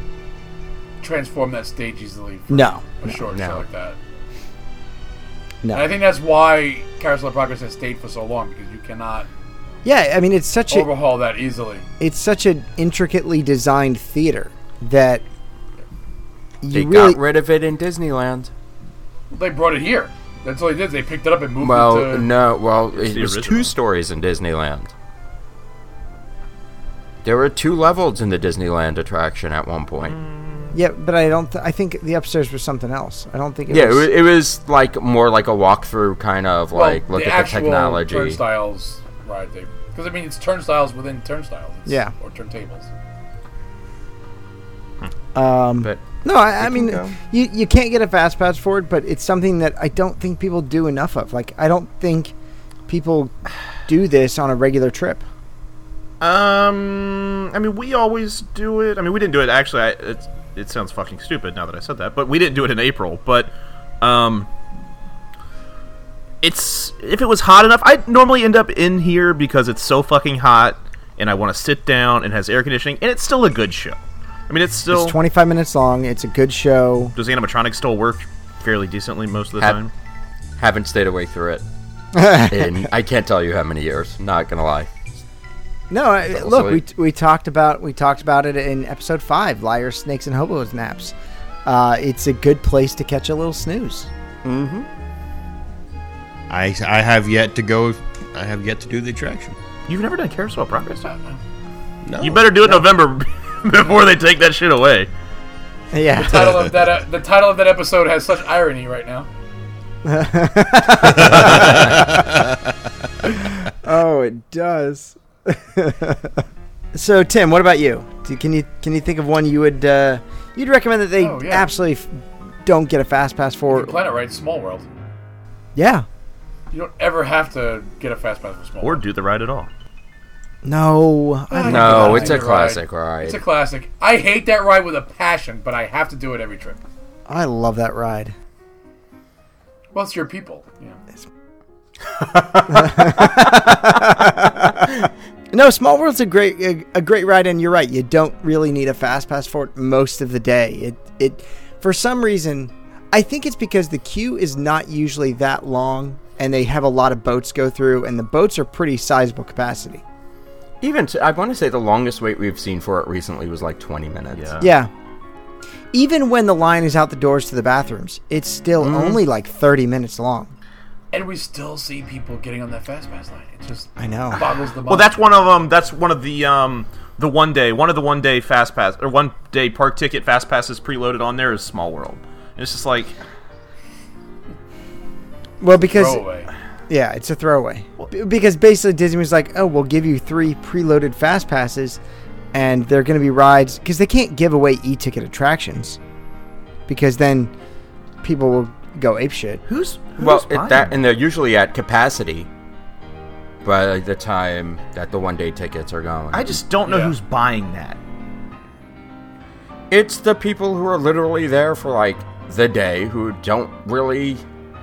Speaker 6: transform that stage easily for
Speaker 5: No,
Speaker 6: a short show
Speaker 7: no.
Speaker 6: like that. And I
Speaker 5: no.
Speaker 6: think that's why Carousel of Progress has stayed for so long because you cannot
Speaker 5: Yeah, I mean it's such a
Speaker 6: overhaul that easily.
Speaker 5: it's such an intricately designed theater that
Speaker 7: they
Speaker 5: you really
Speaker 7: got rid of it in Disneyland.
Speaker 6: They brought it here. That's all they did. They picked it up and moved it
Speaker 7: [laughs] Well,
Speaker 6: to.
Speaker 7: no, well, it
Speaker 10: the
Speaker 7: was two
Speaker 10: original.
Speaker 7: stories in Disneyland. There were two levels in the Disneyland attraction at one point.
Speaker 5: yeah, but I don't. Th- I think the upstairs was something else. I don't think it
Speaker 7: Yeah, it
Speaker 5: was.
Speaker 7: was, it was like more like a walkthrough kind of
Speaker 6: Well,
Speaker 7: like look at the
Speaker 6: actual
Speaker 7: technology.
Speaker 6: Turnstiles ride thing. Because I mean, it's turnstiles within turnstiles. It's-
Speaker 5: Yeah.
Speaker 6: Or turntables.
Speaker 5: um,
Speaker 7: But
Speaker 5: No, I, I
Speaker 7: can
Speaker 5: mean,
Speaker 7: go.
Speaker 5: you, you can't get a fast pass for it, but it's something that I don't think people do enough of. Like, I don't think people do this on a regular trip.
Speaker 3: Um, I mean, we always do it. I mean, we didn't do it. Actually, I, it it sounds fucking stupid now that I said that, but we didn't do it in April. But, um, it's if it was hot enough, I'd normally end up in here because it's so fucking hot, and I want to sit down and it has air conditioning, and it's still a good show. I mean, it's still
Speaker 5: It's 25 minutes long. It's a good show.
Speaker 3: does the animatronics still work fairly decently most of the
Speaker 7: Have-
Speaker 3: time?
Speaker 7: haven't stayed awake through it, and I can't tell you how many years. Not gonna lie.
Speaker 5: No, I,
Speaker 7: Sounds
Speaker 5: look, we,
Speaker 7: like-
Speaker 5: we talked about we talked about it in episode five, liars, snakes, and hobos naps. Uh, it's a good place to catch a little snooze. [laughs]
Speaker 8: I, I have yet to go. I have yet to do the attraction.
Speaker 3: You've never done Carousel of Progress.
Speaker 8: No.
Speaker 3: You better do it November [laughs] before they take that shit away.
Speaker 5: Yeah,
Speaker 6: title of that uh, the title of that episode has such irony right now.
Speaker 5: Oh, it does. [laughs] so, Tim, what about you? Do, can you can you think of one you would uh, you'd recommend that they
Speaker 6: Oh, yeah.
Speaker 5: absolutely f- don't get a fast pass for?
Speaker 6: Planet right, Small World.
Speaker 5: Yeah.
Speaker 6: You don't ever have to get a fast pass for Small
Speaker 3: Or
Speaker 6: World.
Speaker 3: do the ride at all.
Speaker 5: No. I
Speaker 6: Ah,
Speaker 5: don't-
Speaker 7: No,
Speaker 6: God,
Speaker 7: it's a
Speaker 6: you're right.
Speaker 7: classic ride.
Speaker 6: It's a classic. I hate that ride with a passion, but I have to do it every trip.
Speaker 5: I love that ride.
Speaker 6: Well, it's your people. Yeah.
Speaker 5: No, Small World's a great a, a great ride, and you're right. You don't really need a fast pass for it most of the day. It it for some reason I think it's because the queue is not usually that long, and they have a lot of boats go through, and the boats are pretty sizable capacity.
Speaker 7: Even t- I want to say the longest wait we've seen for it recently was like 20 minutes.
Speaker 3: Yeah.
Speaker 5: Yeah. Even when the line is out the doors to the bathrooms, it's still only like 30 minutes long.
Speaker 6: and we still see people getting on that fast pass line. It just
Speaker 5: I know.
Speaker 6: boggles the mind.
Speaker 3: Well, that's one of them. That's one of the um the one day one of the one day fast pass or one day park ticket fast passes preloaded on there is Small World, and it's just like
Speaker 5: Well, because
Speaker 6: throwaway.
Speaker 5: yeah, it's a throwaway. B- because basically Disney was like, "Oh, we'll give you three preloaded fast passes, and they're going to be rides because they can't give away e-ticket attractions, because then people will go apeshit."
Speaker 3: who's, who's
Speaker 7: Well, it,
Speaker 3: buying
Speaker 7: that and they're usually at capacity by the time that the one day tickets are going.
Speaker 3: I just don't know
Speaker 6: Yeah.
Speaker 3: who's buying that.
Speaker 7: it's the people who are literally there for like the day who don't really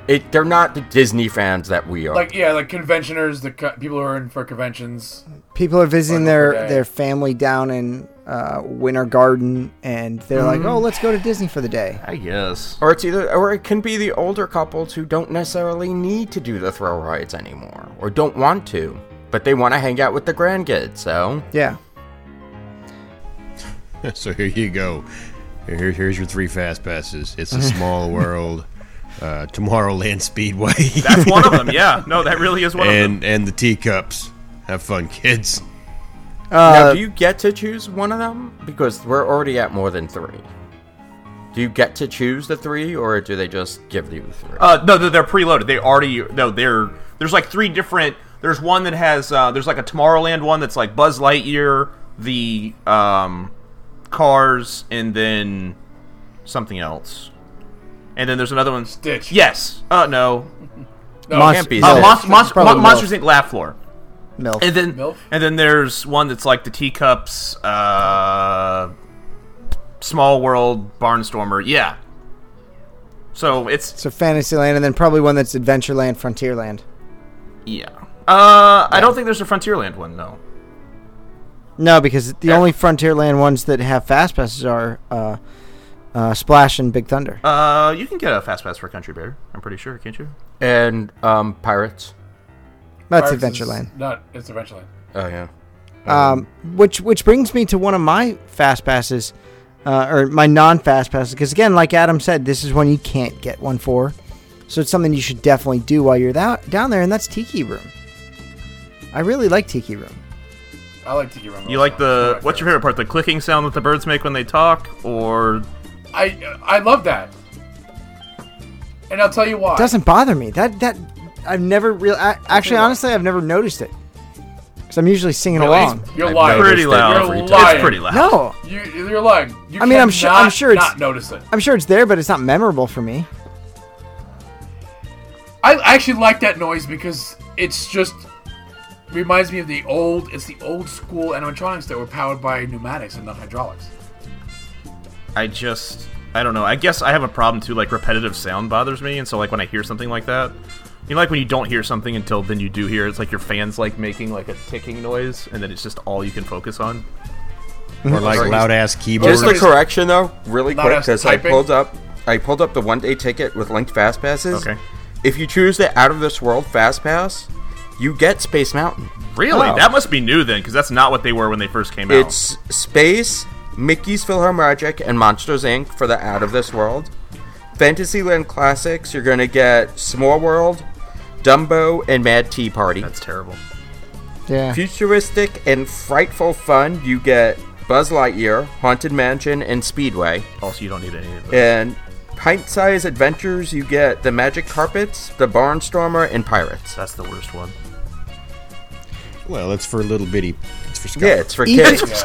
Speaker 7: it they're not the Disney fans that we are.
Speaker 6: Like yeah, like conventioners, the co- people who are in for conventions.
Speaker 5: People are visiting
Speaker 6: Or
Speaker 5: their
Speaker 6: okay.
Speaker 5: their family down in uh, Winter Garden, and they're like, "Oh, let's go to Disney for the day."
Speaker 3: I guess.
Speaker 7: or it's either or it can be the older couples who don't necessarily need to do the thrill rides anymore or don't want to, but they want to hang out with the grandkids, so
Speaker 5: Yeah,
Speaker 8: [laughs] so here you go. Here, here's your three fast passes. It's a small world, uh, Tomorrowland Speedway,
Speaker 3: That's one of them.
Speaker 7: [laughs]
Speaker 3: Yeah. No, that really is one of them.
Speaker 8: and and the teacups. Have fun, kids.
Speaker 7: now do you get to choose one of them? Because we're already at more than three. Do you get to choose the three or do they just give you the three?
Speaker 3: Uh, no, they're, they're preloaded. They already no. They're there's like three different. There's one that has uh, there's like a Tomorrowland one that's like Buzz Lightyear, the um, Cars, and then something else. And then there's another one.
Speaker 6: Stitch.
Speaker 3: Yes. Uh, no.
Speaker 6: No,
Speaker 5: Monst-
Speaker 7: can't be.
Speaker 3: Uh,
Speaker 7: Milf.
Speaker 3: Monst- Monst-
Speaker 5: Probably
Speaker 3: Mon-
Speaker 5: Milf.
Speaker 3: Monsters Inc. Laugh Floor.
Speaker 5: milk.
Speaker 3: And then
Speaker 6: Milf?
Speaker 3: and then there's one that's like the teacups, uh, Small World, Barnstormer. Yeah. So it's
Speaker 5: So Fantasyland, and then probably one that's Adventureland, Frontierland.
Speaker 3: yeah. Uh, I don't think there's a Frontierland one though.
Speaker 5: No, because the only Frontierland ones that have fast passes are uh, uh, Splash and Big Thunder.
Speaker 3: Uh, you can get a fast pass for Country Bear. I'm pretty sure, can't you?
Speaker 7: and um pirates.
Speaker 5: That's
Speaker 6: Pirates is
Speaker 5: Adventureland.
Speaker 6: Not it's Adventureland.
Speaker 7: Oh yeah.
Speaker 5: Um, which which brings me to one of my fast passes, uh, or my non fast passes, because again, like Adam said, this is one you can't get one for. So it's something you should definitely do while you're thou- down there, and that's Tiki Room. I really like Tiki Room.
Speaker 6: I like Tiki Room.
Speaker 3: You like the what's your favorite part? The clicking sound that the birds make when they talk, or
Speaker 6: I I love that. And I'll tell you why.
Speaker 5: doesn't bother me. That that I've never real. I, actually, honestly, I've never noticed it because I'm usually singing
Speaker 3: Really?
Speaker 5: along.
Speaker 6: You're
Speaker 7: I've
Speaker 6: lying.
Speaker 3: pretty
Speaker 7: noticed that
Speaker 3: loud?
Speaker 7: every
Speaker 3: It's
Speaker 6: time.
Speaker 3: pretty loud.
Speaker 5: No,
Speaker 6: You, you're lying. You
Speaker 5: I mean, I'm su- I'm
Speaker 6: cannot
Speaker 5: sure it's-
Speaker 6: not notice it.
Speaker 5: I'm sure it's there, but it's not memorable for me.
Speaker 6: I actually like that noise because it's just reminds me of the old. It's the old school animatronics that were powered by pneumatics and not hydraulics.
Speaker 3: I just I don't know. I guess I have a problem too. Like repetitive sound bothers me, and so like when I hear something like that, you know, like when you don't hear something until then you do hear. It's like your fans like making like a ticking noise, and then it's just all you can focus
Speaker 7: [laughs]
Speaker 3: on.
Speaker 8: Or like loud ass keyboards.
Speaker 7: Just a correction though, really
Speaker 6: Not
Speaker 7: quick,
Speaker 6: us
Speaker 7: because I
Speaker 6: typing.
Speaker 7: pulled up, I pulled up the one day ticket with linked fast passes.
Speaker 3: Okay.
Speaker 7: If you choose the out of this world fast pass, you get Space Mountain.
Speaker 3: Really,
Speaker 7: Oh.
Speaker 3: that must be new then, because that's not what they were when they first came out.
Speaker 7: It's Space, Mickey's PhilharMagic, and Monsters Inc. for the out of this world. Fantasyland Classics, you're gonna get Small World, Dumbo, and Mad Tea Party.
Speaker 3: That's terrible.
Speaker 5: Yeah.
Speaker 7: Futuristic and frightful fun, you get Buzz Lightyear, Haunted Mansion, and Speedway.
Speaker 3: Also, you don't need any of those.
Speaker 7: And pint size adventures, you get the magic carpets, the barnstormer, and pirates.
Speaker 3: That's the worst one.
Speaker 8: Well, it's for a little bitty. It's for Scott.
Speaker 7: Yeah, it's for
Speaker 5: Even-
Speaker 7: kids.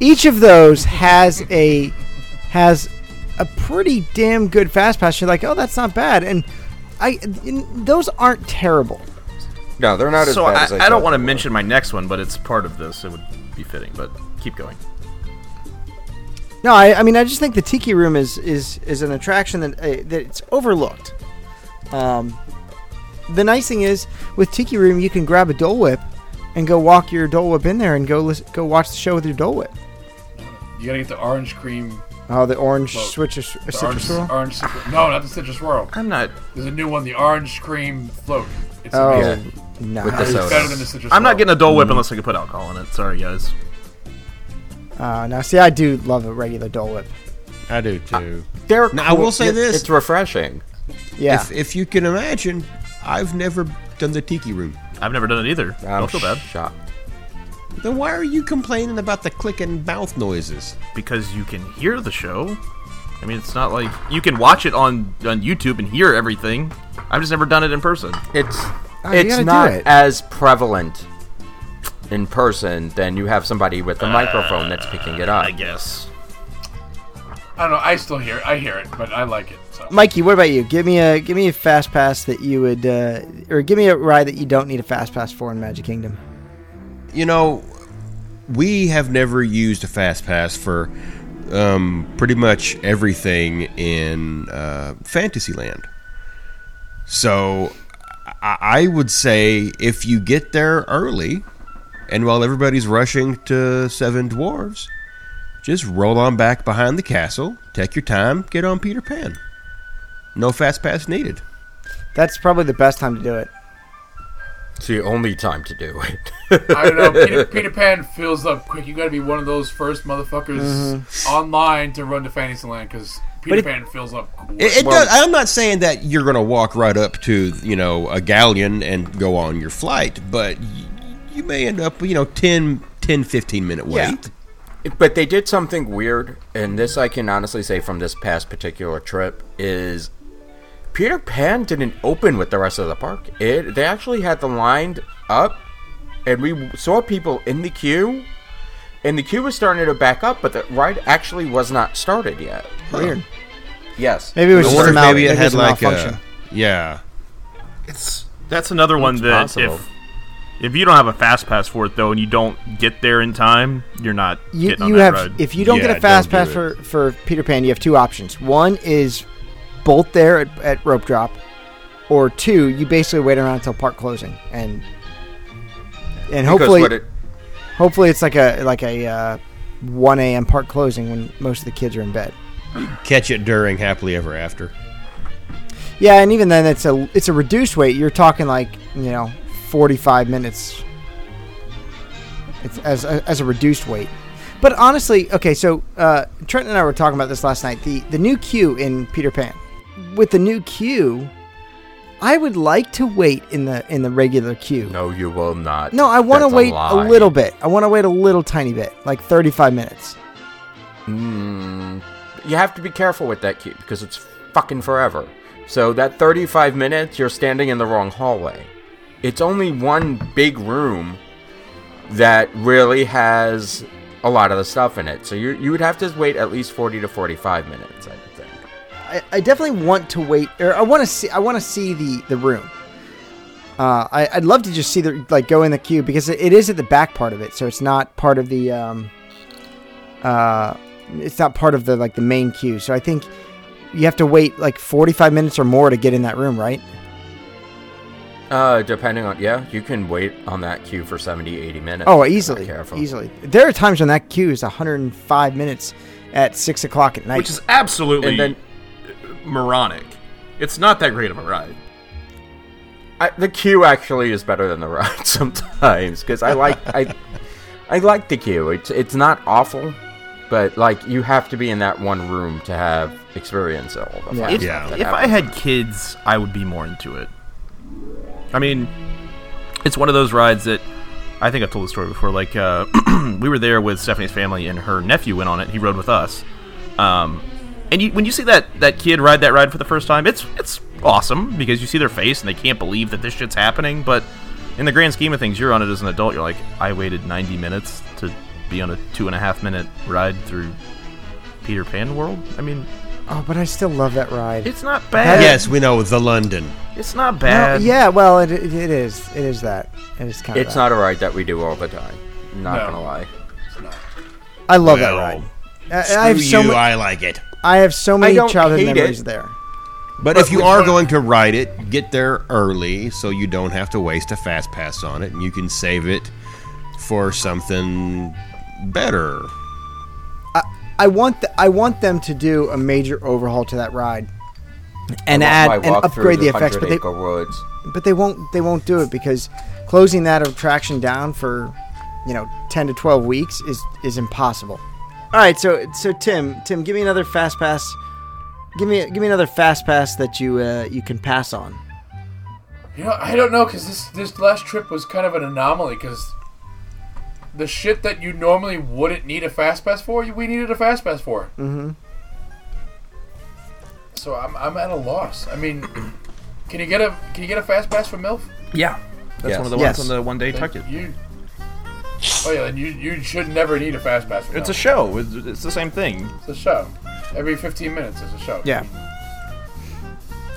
Speaker 5: each of those has a has a pretty damn good fast pass. You're like, oh, that's not bad, and I and those aren't terrible.
Speaker 7: No, they're not as
Speaker 3: So
Speaker 7: bad
Speaker 3: I,
Speaker 7: as I,
Speaker 3: I don't
Speaker 7: thought
Speaker 3: want to
Speaker 7: they were.
Speaker 3: mention my next one, but it's part of this. It would be fitting, but keep going.
Speaker 5: No, I, I mean, I just think the Tiki Room is is is an attraction that uh, that it's overlooked. Um, the nice thing is with Tiki Room, you can grab a Dole Whip and go walk your Dole Whip in there and go lis- go watch the show with your Dole Whip.
Speaker 6: You gotta get the orange cream
Speaker 5: Oh, the orange
Speaker 6: Well,
Speaker 5: switch is
Speaker 6: The
Speaker 5: citrus swirl.
Speaker 6: orange, orange citrus. No, not the citrus swirl.
Speaker 3: I'm not.
Speaker 6: There's a new one, the orange cream float. It's
Speaker 5: Oh,
Speaker 6: amazing.
Speaker 5: nice.
Speaker 7: With the
Speaker 6: It's
Speaker 7: soda.
Speaker 6: better than the citrus.
Speaker 3: I'm not
Speaker 6: swirl.
Speaker 3: getting a Dole
Speaker 7: Mm-hmm.
Speaker 3: Whip unless I can put alcohol in it. Sorry, guys.
Speaker 5: Uh, now, see, I do love a regular Dole Whip.
Speaker 8: I do too.
Speaker 7: They're
Speaker 8: Now, I will say
Speaker 7: it-
Speaker 8: this.
Speaker 7: It's refreshing.
Speaker 5: Yeah.
Speaker 8: If, if you can imagine, I've never done the tiki room.
Speaker 3: I've never done it either.
Speaker 7: I'm
Speaker 3: Don't feel bad
Speaker 7: shocked.
Speaker 8: Then why are you complaining about the clicking mouth noises?
Speaker 3: because you can hear the show. I mean, it's not like you can watch it on on YouTube and hear everything. I've just never done it in person.
Speaker 7: It's
Speaker 8: Oh,
Speaker 5: you
Speaker 7: it's
Speaker 5: gotta do
Speaker 7: not
Speaker 5: it.
Speaker 7: as prevalent in person than you have somebody with a microphone that's picking it up.
Speaker 3: I guess.
Speaker 6: I don't know. I still hear. It. I hear it, but I like it. So.
Speaker 5: Mikey, what about you? Give me a give me a fast pass that you would, uh, or give me a ride that you don't need a fast pass for in Magic Kingdom.
Speaker 8: You know, we have never used a fast pass for um, pretty much everything in uh, Fantasyland. So I-, I would say if you get there early and while everybody's rushing to Seven Dwarves, just roll on back behind the castle, take your time, get on Peter Pan. No fast pass needed.
Speaker 5: That's probably the best time to do it.
Speaker 7: It's the only time to do it. [laughs]
Speaker 6: I don't know. Peter, Peter Pan fills up quick. You got to be one of those first motherfuckers online to run to Fantasyland because Peter
Speaker 5: it-
Speaker 6: Pan fills up. Quick.
Speaker 8: It, it does, I'm not saying that you're going to walk right up to you know a galleon and go on your flight, but you, you may end up you know 10, 10 15 minute wait.
Speaker 5: Yeah.
Speaker 7: But they did something weird, and this I can honestly say from this past particular trip is Peter Pan didn't open with the rest of the park. It they actually had the lined up, and we saw people in the queue, and the queue was starting to back up, but the ride actually was not started yet.
Speaker 5: Weird.
Speaker 7: Yes,
Speaker 5: Maybe it was
Speaker 8: I
Speaker 5: just
Speaker 8: wonder
Speaker 5: a
Speaker 8: if
Speaker 5: mal-
Speaker 8: maybe it
Speaker 5: maybe
Speaker 8: had
Speaker 5: it's a
Speaker 8: like a
Speaker 5: malfunction.
Speaker 8: yeah.
Speaker 3: It's that's another one
Speaker 7: It's
Speaker 3: that
Speaker 7: possible.
Speaker 3: if if you don't have a fast pass for it though, and you don't get there in time, you're not
Speaker 5: You,
Speaker 3: getting on
Speaker 5: you
Speaker 3: that
Speaker 5: have
Speaker 3: ride.
Speaker 5: if you don't
Speaker 8: Yeah,
Speaker 5: get a fast
Speaker 8: don't
Speaker 5: pass
Speaker 8: do
Speaker 5: for, for Peter Pan, you have two options. One is bolt there at, at rope drop, or two, you basically wait around until park closing and and hopefully
Speaker 7: what it,
Speaker 5: hopefully it's like a like a uh, one a.m. park closing when most of the kids are in bed.
Speaker 8: Catch it during happily ever after.
Speaker 5: Yeah, and even then, it's a it's a reduced weight. You're talking like you know, forty five minutes. It's as a, as a reduced weight, but honestly, okay. So uh, Trent and I were talking about this last night. The the new queue in Peter Pan, with the new queue, I would like to wait in the in the regular queue.
Speaker 7: no, you will not.
Speaker 5: No, I want to
Speaker 7: That's
Speaker 5: wait a,
Speaker 7: lie.
Speaker 5: little bit. I want to wait a little tiny bit, like thirty five minutes.
Speaker 7: Mm, you have to be careful with that queue because it's fucking forever. So that 35 minutes, you're standing in the wrong hallway. It's only one big room that really has a lot of the stuff in it. So you you would have to wait at least 40 to 45 minutes, I would think.
Speaker 5: I, I definitely want to wait, or I want to see. I want to see the the room. Uh, I, I'd love to just see the like go in the queue because it, it is at the back part of it, so it's not part of the um, uh, it's not part of the like the main queue. So I think you have to wait like forty five minutes or more to get in that room, right?
Speaker 7: Uh, depending on yeah, you can wait on that queue for 70, 80 minutes.
Speaker 5: Oh,
Speaker 7: if you're
Speaker 5: easily,
Speaker 7: careful.
Speaker 5: easily. There are times when that queue is one hundred and five minutes at six o'clock at night.
Speaker 3: which is absolutely
Speaker 7: And then
Speaker 3: moronic. It's not that great of a ride.
Speaker 7: I, the queue actually is better than the ride [laughs] sometimes because I like
Speaker 5: [laughs]
Speaker 7: I I like the queue. It's it's not awful, but like you have to be in that one room to have experience all the fun
Speaker 3: If,
Speaker 8: Yeah.
Speaker 7: stuff that
Speaker 3: if I had
Speaker 7: happens.
Speaker 3: kids, I would be more into it. I mean, it's one of those rides that I think I've told the story before. Like, uh, [clears throat] we were there with Stephanie's family, and her nephew went on it. He rode with us. Um, and you, when you see that, that kid ride that ride for the first time, it's it's awesome because you see their face and they can't believe that this shit's happening. But in the grand scheme of things, you're on it as an adult. You're like, I waited 90 minutes to be on a two and a half minute ride through Peter Pan World. I mean,
Speaker 5: oh, but I still love that ride.
Speaker 3: it's not bad.
Speaker 8: Yes, we know the London.
Speaker 3: It's not
Speaker 5: No,
Speaker 3: bad.
Speaker 5: yeah, well, it, it, it is. It is that. It is kind of.
Speaker 7: it's not a ride that we do all the time. Not
Speaker 6: No.
Speaker 7: gonna lie.
Speaker 5: I love Oh, that
Speaker 8: Well,
Speaker 5: ride. I, I have
Speaker 8: screw
Speaker 5: so
Speaker 8: you,
Speaker 5: many.
Speaker 8: I like it.
Speaker 5: I have so many
Speaker 7: don't
Speaker 5: childhood
Speaker 7: hate
Speaker 5: memories
Speaker 7: it.
Speaker 5: there.
Speaker 8: But if you are going to ride it, get there early so you don't have to waste a fast pass on it, and you can save it for something better.
Speaker 5: I want the, I want them to do a major overhaul to that ride, and
Speaker 7: Walk
Speaker 5: add
Speaker 7: my
Speaker 5: and
Speaker 7: walk through
Speaker 5: upgrade the effects.
Speaker 7: 100
Speaker 5: But they
Speaker 7: acre woods.
Speaker 5: but they won't they won't do it because closing that attraction down for you know ten to twelve weeks is is impossible. All right, so so Tim Tim, give me another fast pass. Give me give me another fast pass that you uh, you can pass on.
Speaker 6: You know, I don't know because this this last trip was kind of an anomaly because the shit that you normally wouldn't need a fast pass for, we needed a fast pass for. Mm-hmm. So I'm, I'm at a loss. I mean, can you get a can you get a fast pass for MILF?
Speaker 3: Yeah. That's
Speaker 7: Yes.
Speaker 3: one of the ones
Speaker 5: Yes.
Speaker 3: on the one day ticket.
Speaker 6: You. Oh yeah, and you you should never need a fast pass. For
Speaker 3: It's
Speaker 6: MILF.
Speaker 3: a show. It's, it's the same thing.
Speaker 6: It's a show. Every 15 minutes is a show.
Speaker 5: Yeah,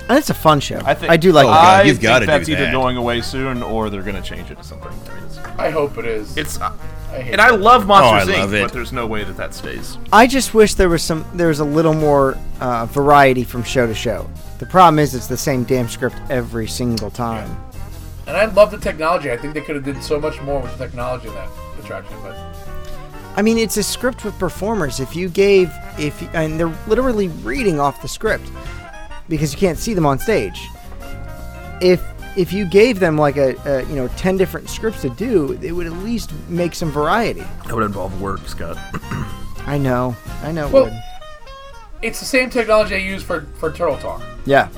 Speaker 5: and it's a fun show.
Speaker 3: I think
Speaker 5: I do like.
Speaker 8: Oh,
Speaker 5: that.
Speaker 8: God,
Speaker 3: I
Speaker 8: you've
Speaker 3: think
Speaker 8: gotta do
Speaker 3: that's either
Speaker 8: that.
Speaker 3: going away soon or they're going to change it to something. I mean, it's,
Speaker 6: I hope it is.
Speaker 3: it's uh,
Speaker 6: I hate
Speaker 3: and I love Monsters
Speaker 8: Oh, I
Speaker 3: Inc.
Speaker 8: love it.
Speaker 3: But there's no way that that stays.
Speaker 5: I just wish there was some there was a little more uh, variety from show to show. The problem is it's the same damn script every single time.
Speaker 6: And I love the technology. I think they could have did so much more with the technology in that attraction, but
Speaker 5: I mean, it's a script with performers. If you gave, if and they're literally reading off the script because you can't see them on stage. If if you gave them like a, a you know ten different scripts to do, it would at least make some variety.
Speaker 3: That would involve work, [laughs] Scott.
Speaker 5: I know, I know. it
Speaker 6: Well-
Speaker 5: would.
Speaker 6: it's the same technology I use for, for Turtle Talk.
Speaker 5: yeah,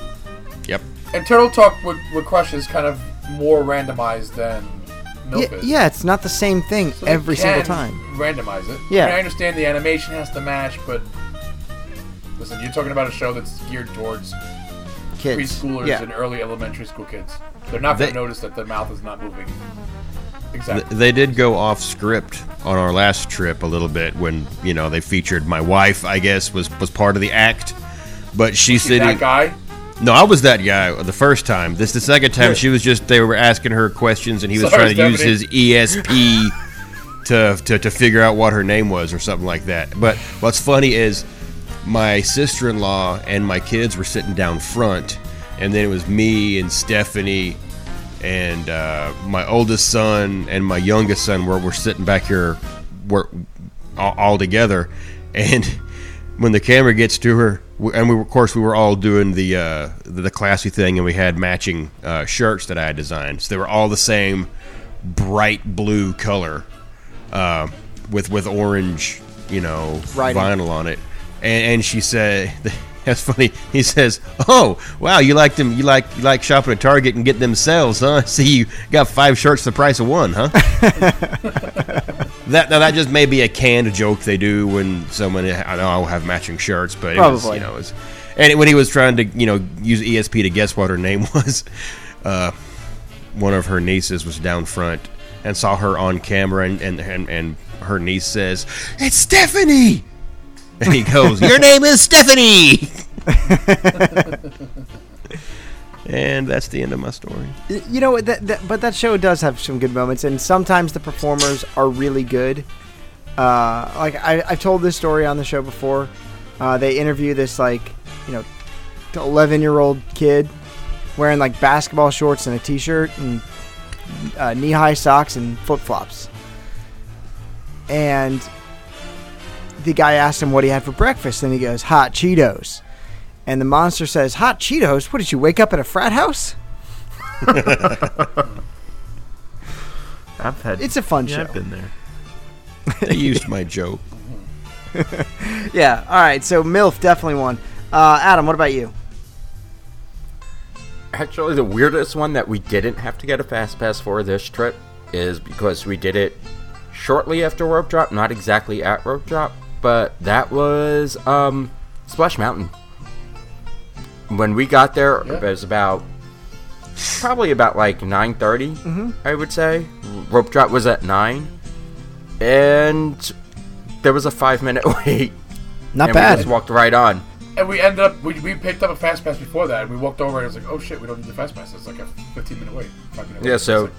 Speaker 8: Yep.
Speaker 6: And Turtle Talk with, with Crush is kind of more randomized than Milk
Speaker 5: yeah,
Speaker 6: is.
Speaker 5: yeah. It's not the same thing
Speaker 6: So they
Speaker 5: every single
Speaker 6: can
Speaker 5: time.
Speaker 6: Randomize it.
Speaker 5: Yeah.
Speaker 6: I, mean, I understand the animation has to match, but listen, you're talking about a show that's geared towards
Speaker 5: Kids,
Speaker 6: preschoolers
Speaker 5: yeah.
Speaker 6: and early elementary school kids. They're not going
Speaker 8: They-
Speaker 6: to notice that their mouth is not moving.
Speaker 8: Th-
Speaker 6: Exactly.
Speaker 8: They did go off script on our last trip a little bit when you know they featured my wife. I guess was was part of the act, but she
Speaker 6: See that
Speaker 8: sitting.
Speaker 6: guy?
Speaker 8: No, I was that guy the first time. This the second time she was just they were asking her questions and he was
Speaker 6: Sorry,
Speaker 8: trying to
Speaker 6: Stephanie.
Speaker 8: use his ESP to, to to figure out what her name was or something like that. But what's funny is my sister-in-law and my kids were sitting down front and then it was me and Stephanie and uh, my oldest son and my youngest son were, were sitting back here were all, all together and [laughs] when the camera gets to her we- and we were, of course we were all doing the uh, the classy thing and we had matching uh, shirts that I had designed so they were all the same bright blue color uh, with with orange, you know,
Speaker 5: Writing.
Speaker 8: vinyl on it. And, and she said, [laughs] "That's funny." He says, "Oh, wow, you like them? You like you like shopping at Target and getting them sales, huh? [laughs] See, you got five shirts the price of one, huh?" that now that just may be a canned joke they do when someone I know I'll have matching shirts, but it was,
Speaker 5: Probably.
Speaker 8: you know, it was, and when he was trying to you know use ESP to guess what her name [laughs] was, uh, one of her nieces was down front and saw her on camera and, and, and, and her niece says it's stephanie and he goes your name is stephanie [laughs] and that's the end of my story
Speaker 5: You know, what, that, that, but that show does have some good moments, and sometimes the performers are really good. Uh, like I, I've told this story on the show before. Uh, they interview this like, you know, eleven-year-old kid wearing like basketball shorts and a t-shirt and uh, knee-high socks and flip-flops, and the guy asked him what he had for breakfast, and he goes, "Hot Cheetos." And the monster says, "Hot Cheetos? What did you wake up at a frat house?"
Speaker 3: I've had.
Speaker 5: It's a fun
Speaker 3: yeah,
Speaker 5: show.
Speaker 3: I've been there.
Speaker 8: they used my joke
Speaker 5: Yeah. All right. So MILF definitely won. Uh, Adam, what about you?
Speaker 7: Actually, the weirdest one that we didn't have to get a fast pass for this trip is because we did it shortly after rope drop, not exactly at rope drop, but that was um, Splash Mountain. When we got there,
Speaker 6: Yeah.
Speaker 7: it was about probably about like 9:30, I would say. Rope drop was at 9, and there was a 5-minute [laughs] wait.
Speaker 5: Not
Speaker 7: and we
Speaker 5: bad.
Speaker 7: just walked right on.
Speaker 6: And we ended up, we, we picked up a fast pass before that, and we walked over, and it was like, oh shit, we don't need the fast pass. It's like a 15 minute wait. five minute wait.
Speaker 7: Yeah, so
Speaker 6: It's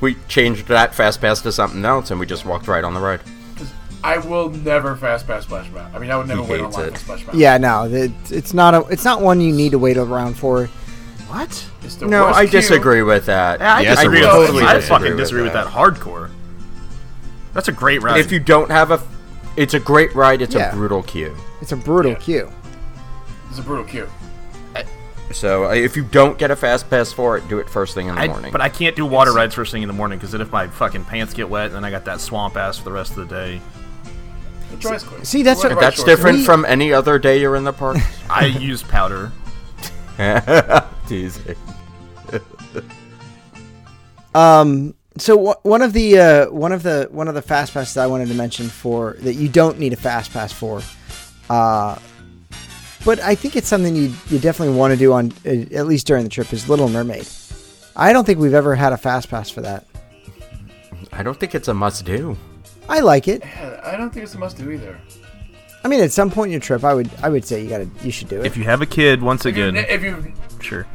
Speaker 7: we changed that fast pass to something else, and we just walked right on the road.
Speaker 6: like- 'cause I will never fast pass Splash Mountain. I mean, I would never
Speaker 7: He
Speaker 6: wait
Speaker 7: hates
Speaker 6: online
Speaker 7: it.
Speaker 6: for Splash Mountain.
Speaker 5: Yeah. No. It, it's not a. It's not one you need to wait around for.
Speaker 3: What?
Speaker 6: It's the
Speaker 7: No,
Speaker 6: worst
Speaker 7: I
Speaker 6: queue.
Speaker 7: disagree with that.
Speaker 3: I
Speaker 8: Yes,
Speaker 3: disagree. with
Speaker 8: I would.
Speaker 3: that.
Speaker 7: Totally
Speaker 3: I
Speaker 7: disagree
Speaker 3: fucking
Speaker 7: with
Speaker 3: disagree with
Speaker 7: that.
Speaker 3: that hardcore. That's a great ride.
Speaker 7: If you don't have a It's a great ride. It's
Speaker 5: Yeah.
Speaker 7: a brutal queue.
Speaker 5: It's a brutal
Speaker 6: Yeah.
Speaker 5: queue.
Speaker 6: It's a brutal queue.
Speaker 7: So uh, if you don't get a fast pass for it, do it first thing in the
Speaker 3: I,
Speaker 7: morning.
Speaker 3: but I can't do water rides first thing in the morning because then if my fucking pants get wet, then I got that swamp ass for the rest of the day.
Speaker 6: The dries quick.
Speaker 5: See, that's
Speaker 6: Right,
Speaker 5: what-
Speaker 6: right,
Speaker 7: That's
Speaker 6: short.
Speaker 7: different
Speaker 5: We-
Speaker 7: from any other day you're in the [laughs] park.
Speaker 3: [laughs] I use powder.
Speaker 7: Teasing.
Speaker 5: Um, so wha- one of the uh, one of the one of the fast passes I wanted to mention for that you don't need a fast pass for, uh, but I think it's something you you definitely want to do on uh, at least during the trip is Little Mermaid. I don't think we've ever had a fast pass for that.
Speaker 7: I don't think it's a must do.
Speaker 5: I like it.
Speaker 6: Yeah, I don't think it's a must do either.
Speaker 5: I mean, at some point in your trip, I would I would say you gotta you should do it.
Speaker 3: If you have a kid, once
Speaker 6: If you,
Speaker 3: again,
Speaker 6: if you
Speaker 3: sure.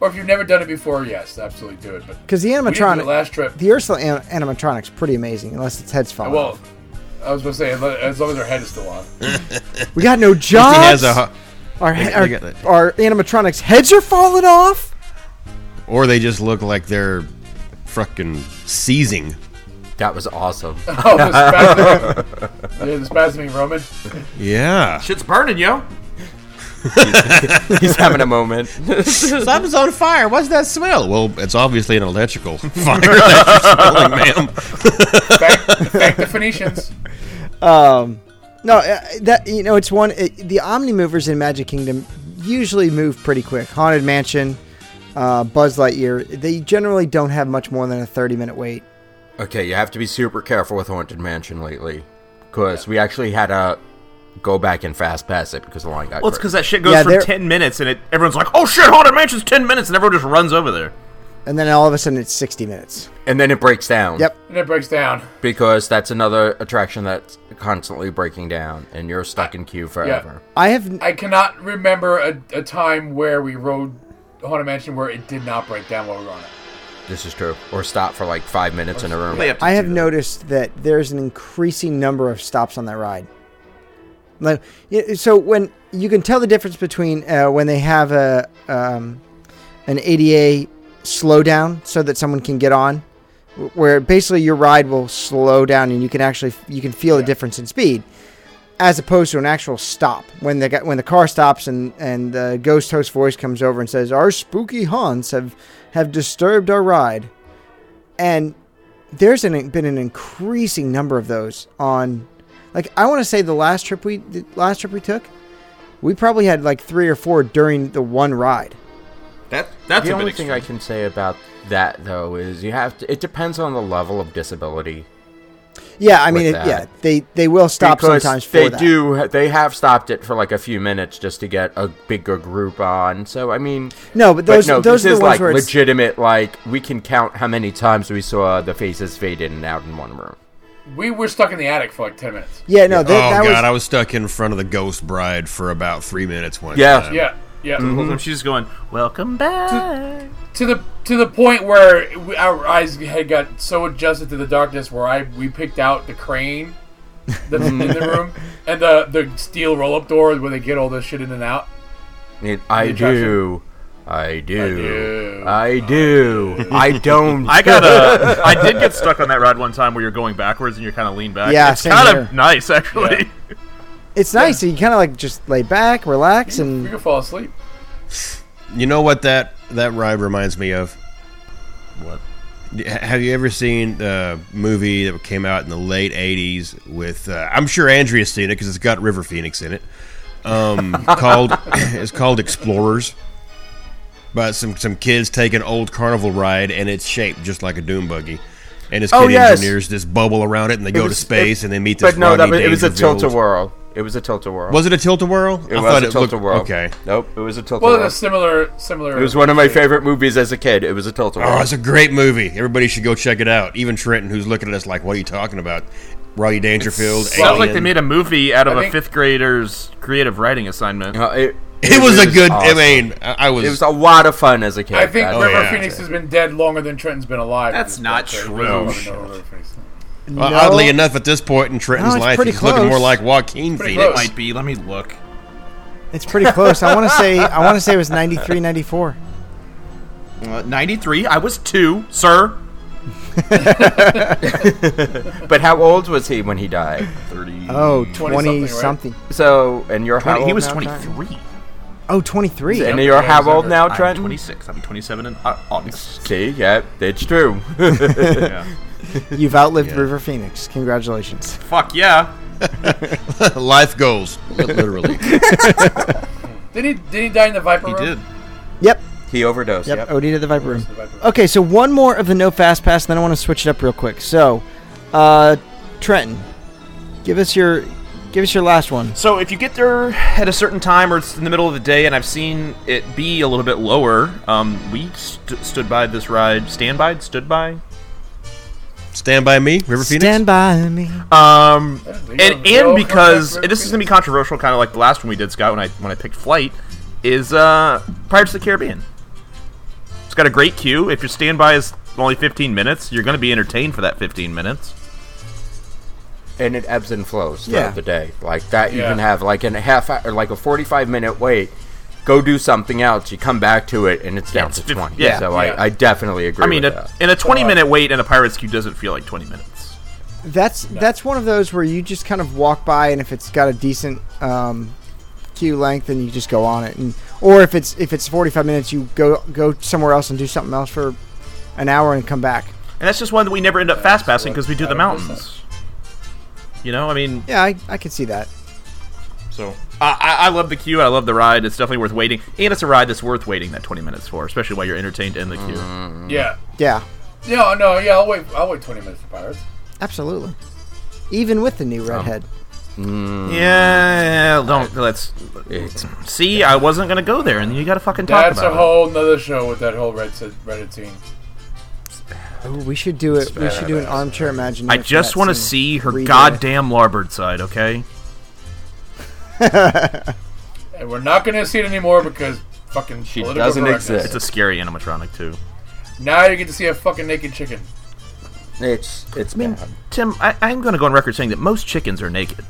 Speaker 6: or if you've never done it before, yes, absolutely do it. But
Speaker 5: Because the
Speaker 6: we did
Speaker 5: animatronic,
Speaker 6: it last trip.
Speaker 5: the Ursula an- animatronic's pretty amazing, unless its head's falling.
Speaker 6: Well, I was gonna say as lo- as long as her head is still on. [laughs]
Speaker 5: we got no
Speaker 8: He
Speaker 5: jobs.
Speaker 8: has a, ho-
Speaker 5: our,
Speaker 8: they-
Speaker 5: he-
Speaker 8: they got it.
Speaker 5: our, our animatronics' heads are falling off.
Speaker 8: or they just look like they're fucking seizing.
Speaker 7: That was [laughs] awesome.
Speaker 6: Oh, the spasming, yeah, the spasming Roman.
Speaker 8: Yeah.
Speaker 3: Shit's burning, yo.
Speaker 7: He's having a moment. [laughs]
Speaker 8: Something's on fire. What's that smell? Well, it's obviously an electrical fire that you're smelling, ma'am.
Speaker 6: Thank, thank the Phoenicians.
Speaker 5: Um, no, uh, that you know, it's one. It, the Omni Movers in Magic Kingdom usually move pretty quick. Haunted Mansion, uh, Buzz Lightyear. They generally don't have much more than a thirty-minute wait.
Speaker 7: Okay, you have to be super careful with Haunted Mansion lately, because we actually had to go back and fast pass it because the line got.
Speaker 3: Well, it's because
Speaker 7: crazy.
Speaker 3: that shit goes
Speaker 5: Yeah,
Speaker 3: from
Speaker 5: they're-
Speaker 3: ten minutes, and it everyone's like, "Oh shit, haunted mansion's ten minutes," and everyone just runs over there.
Speaker 5: And then all of a sudden, it's sixty minutes.
Speaker 7: and then it breaks down.
Speaker 5: Yep.
Speaker 6: And it breaks down.
Speaker 7: Because that's another attraction that's constantly breaking down, and you're stuck in queue forever.
Speaker 5: I have
Speaker 6: I cannot remember a, a time where we rode Haunted Mansion where it did not break down while we were on it.
Speaker 7: This is true. Or stop for like five minutes in a room.
Speaker 3: They have to
Speaker 5: I have
Speaker 3: do that.
Speaker 5: noticed that there's an increasing number of stops on that ride. Like, y- so when you can tell the difference between uh, when they have a um, an ADA slowdown so that someone can get on, wh- where basically your ride will slow down and you can actually f- you can feel the difference in speed, as opposed to an actual stop when the gu- when the car stops and and the ghost host voice comes over and says our spooky haunts have have disturbed our ride, and there's an, been an increasing number of those on like i want to say the last trip we the last trip we took we probably had like three or four during the one ride
Speaker 3: that. That's
Speaker 7: the
Speaker 3: a bit
Speaker 7: only
Speaker 3: extreme.
Speaker 7: thing I can say about that though is you have to. It depends on the level of disability.
Speaker 5: yeah i mean it,
Speaker 7: With that.
Speaker 5: yeah they they will stop
Speaker 7: because
Speaker 5: sometimes for
Speaker 7: they
Speaker 5: that
Speaker 7: do. They have stopped it for like a few minutes just to get a bigger group on. So I mean,
Speaker 5: no but those those
Speaker 7: this
Speaker 5: are the
Speaker 7: is
Speaker 5: ones
Speaker 7: like
Speaker 5: where it's
Speaker 7: legitimate. Like we can count how many times we saw the faces fade in and out in one room.
Speaker 6: We were stuck in the attic for like ten minutes.
Speaker 5: yeah no
Speaker 8: oh,
Speaker 5: that, that
Speaker 8: God.
Speaker 5: was
Speaker 8: I was stuck in front of the ghost bride for about three minutes one
Speaker 7: Yeah.
Speaker 8: time.
Speaker 6: Yeah, yeah.
Speaker 3: And She's going, [laughs] "Welcome back."
Speaker 6: To the to the point where we, our eyes had got so adjusted to the darkness where I we picked out the crane that's in the room and the the steel roll up door where they get all this shit in and out.
Speaker 7: It- I,
Speaker 6: attraction.
Speaker 7: do, I do.
Speaker 6: do.
Speaker 7: I do. I don't.
Speaker 3: I got
Speaker 5: [laughs]
Speaker 3: a. I did get stuck on that ride one time where you're going backwards and you're kind of leaned back.
Speaker 5: Yeah,
Speaker 3: it's
Speaker 5: same
Speaker 3: kind
Speaker 5: here.
Speaker 3: of nice actually. [laughs]
Speaker 5: it's nice so you kind of like just lay back relax
Speaker 6: We
Speaker 5: and
Speaker 6: could fall asleep.
Speaker 8: You know what that that ride reminds me of?
Speaker 3: What?
Speaker 8: D- Have you ever seen the movie that came out in the late '80s with? Uh, I'm sure Andrea's seen it because it's got River Phoenix in it. Um, [laughs] called [coughs] it's called Explorers. But some some kids take an old carnival ride and it's shaped just like a doom buggy, and this kid
Speaker 7: Oh, yes.
Speaker 8: engineers this bubble around it and they go
Speaker 7: was-
Speaker 8: to space
Speaker 7: it-
Speaker 8: and they meet this.
Speaker 7: But no, that
Speaker 8: Rodney
Speaker 7: was, it was a
Speaker 8: Dangerfield.
Speaker 7: tilt a whirl. It was a tilt a whirl.
Speaker 8: Was it a tilt a whirl?
Speaker 7: It was a
Speaker 8: looked-
Speaker 7: tilt a whirl.
Speaker 8: Okay.
Speaker 7: Nope. It was a tilt a
Speaker 6: Well, in
Speaker 7: whirl.
Speaker 6: a similar similar.
Speaker 7: It was one of my favorite movies as a kid. It was a tilt a
Speaker 8: Oh,
Speaker 7: whirl.
Speaker 8: it's a great movie. Everybody should go check it out. Even Trenton, who's looking at us like, "What are you talking about?" Rodney Dangerfield.
Speaker 3: Sounds
Speaker 8: Alien.
Speaker 3: like they made a movie out of
Speaker 6: I
Speaker 3: a
Speaker 6: think-
Speaker 3: fifth grader's creative writing assignment.
Speaker 7: Uh, it,
Speaker 8: it was a good.
Speaker 7: awesome.
Speaker 8: I mean, I I was. uh,
Speaker 7: It was a lot of fun as a kid.
Speaker 6: I think
Speaker 7: That's-
Speaker 6: River
Speaker 8: yeah.
Speaker 6: Phoenix has been dead longer than Trenton's been alive.
Speaker 3: That's not
Speaker 6: So
Speaker 3: true.
Speaker 6: we don't
Speaker 3: Shit.
Speaker 6: know River Phoenix.
Speaker 8: well, Oddly enough, at this point in Trenton's
Speaker 5: No, it's
Speaker 8: life,
Speaker 5: pretty
Speaker 8: he's looking more
Speaker 5: close.
Speaker 8: like Joaquin
Speaker 6: Pretty
Speaker 8: Phoenix.
Speaker 6: close.
Speaker 3: Might be. Let me look.
Speaker 5: it's pretty close i want to say i want to say it was 93 94 Oh,
Speaker 3: Uh, Ninety-three. I was two, sir.
Speaker 7: But how old was he when he died?
Speaker 3: Thirty.
Speaker 5: Oh,
Speaker 6: 20 something,
Speaker 5: 20
Speaker 6: right?
Speaker 5: something.
Speaker 7: So, and you're how
Speaker 3: Twenty-
Speaker 7: old
Speaker 3: he was
Speaker 7: now,
Speaker 3: twenty
Speaker 7: Trent?
Speaker 3: three.
Speaker 5: Oh, 23.
Speaker 7: And
Speaker 6: Yep,
Speaker 7: you're
Speaker 6: yeah,
Speaker 7: how
Speaker 6: he's
Speaker 7: old
Speaker 6: over-
Speaker 7: now,
Speaker 3: I'm
Speaker 7: Trent?
Speaker 3: twenty six. I'll be twenty seven in Au- August.
Speaker 7: See, yeah, it's true. [laughs]
Speaker 3: [laughs] yeah.
Speaker 5: You've outlived
Speaker 8: Yeah.
Speaker 5: River Phoenix. Congratulations.
Speaker 3: Fuck yeah.
Speaker 8: [laughs] Life goals, li- literally.
Speaker 6: Did he? Did he die in the Viper
Speaker 3: He
Speaker 6: Room?
Speaker 3: did.
Speaker 5: Yep.
Speaker 7: he overdosed.
Speaker 5: Yep.
Speaker 7: Yep.
Speaker 5: OD to the Viper Room.
Speaker 6: The Viper Room.
Speaker 5: Okay, so one more of the no fast pass, and then I want to switch it up real quick. So, uh, Trenton, give us your give us your last one.
Speaker 3: So if you get there at a certain time or it's in the middle of the day, and I've seen it be a little bit lower, um, we st- stood by this ride, stand by, stood by,
Speaker 8: Stand by me, River Phoenix.
Speaker 5: Stand by me.
Speaker 3: um,
Speaker 6: we go.
Speaker 3: and
Speaker 6: We
Speaker 3: and
Speaker 6: all come
Speaker 3: because
Speaker 6: [laughs] back
Speaker 3: and this is
Speaker 6: ready.
Speaker 3: gonna be controversial, kind of like the last one we did, Scott, when I when I picked flight, is uh, Pirates of the Caribbean. It's got a great queue. If your standby is only 15 minutes, you're gonna be entertained for that 15 minutes.
Speaker 7: And it ebbs and flows throughout
Speaker 5: Yeah.
Speaker 7: the day. Like that, you
Speaker 6: Yeah.
Speaker 7: can have like an half hour, like a 45 minute wait. Go do something else. You come back to it, and it's down
Speaker 3: it's
Speaker 7: to
Speaker 3: fif-
Speaker 7: 20.
Speaker 3: yeah.
Speaker 7: So
Speaker 6: Yeah.
Speaker 7: I, I definitely agree.
Speaker 3: I mean,
Speaker 7: with
Speaker 3: a,
Speaker 7: that.
Speaker 3: in a 20 minute wait in a Pirates queue doesn't feel like 20 minutes.
Speaker 5: That's that's one of those where you just kind of walk by, and if it's got a decent um, queue length, then you just go on it. And or if it's if it's forty five minutes, you go go somewhere else and do something else for an hour and come back.
Speaker 3: And that's just one that we never end up fast passing because we do the
Speaker 6: I don't think
Speaker 3: mountains. You know, I mean,
Speaker 5: Yeah, I, I could see that.
Speaker 3: so I, I I love the queue. I love the ride. It's definitely worth waiting, and it's a ride that's worth waiting that twenty minutes for, especially while you're entertained in the queue.
Speaker 5: Mm.
Speaker 6: Yeah.
Speaker 5: Yeah,
Speaker 6: No, no, yeah. I'll wait. I'll wait 20 minutes for Pirates.
Speaker 5: absolutely. Even with the new redhead.
Speaker 3: Yeah, don't let's see. I wasn't gonna go there, and you got to fucking talk
Speaker 6: That's a
Speaker 3: about
Speaker 6: whole nother show with that whole Red Reddit team.
Speaker 5: Ooh, we should do it. We should do an armchair imagination.
Speaker 3: it. I just want to see her goddamn larboard side. Okay,
Speaker 6: And we're not going to see it anymore because fucking
Speaker 7: She
Speaker 6: political
Speaker 7: doesn't
Speaker 6: correctness.
Speaker 7: exist.
Speaker 3: it's a scary animatronic too.
Speaker 6: Now you get to see a fucking naked chicken.
Speaker 7: It's it's bad.
Speaker 3: Tim, I, I'm gonna go on record saying that most chickens are naked.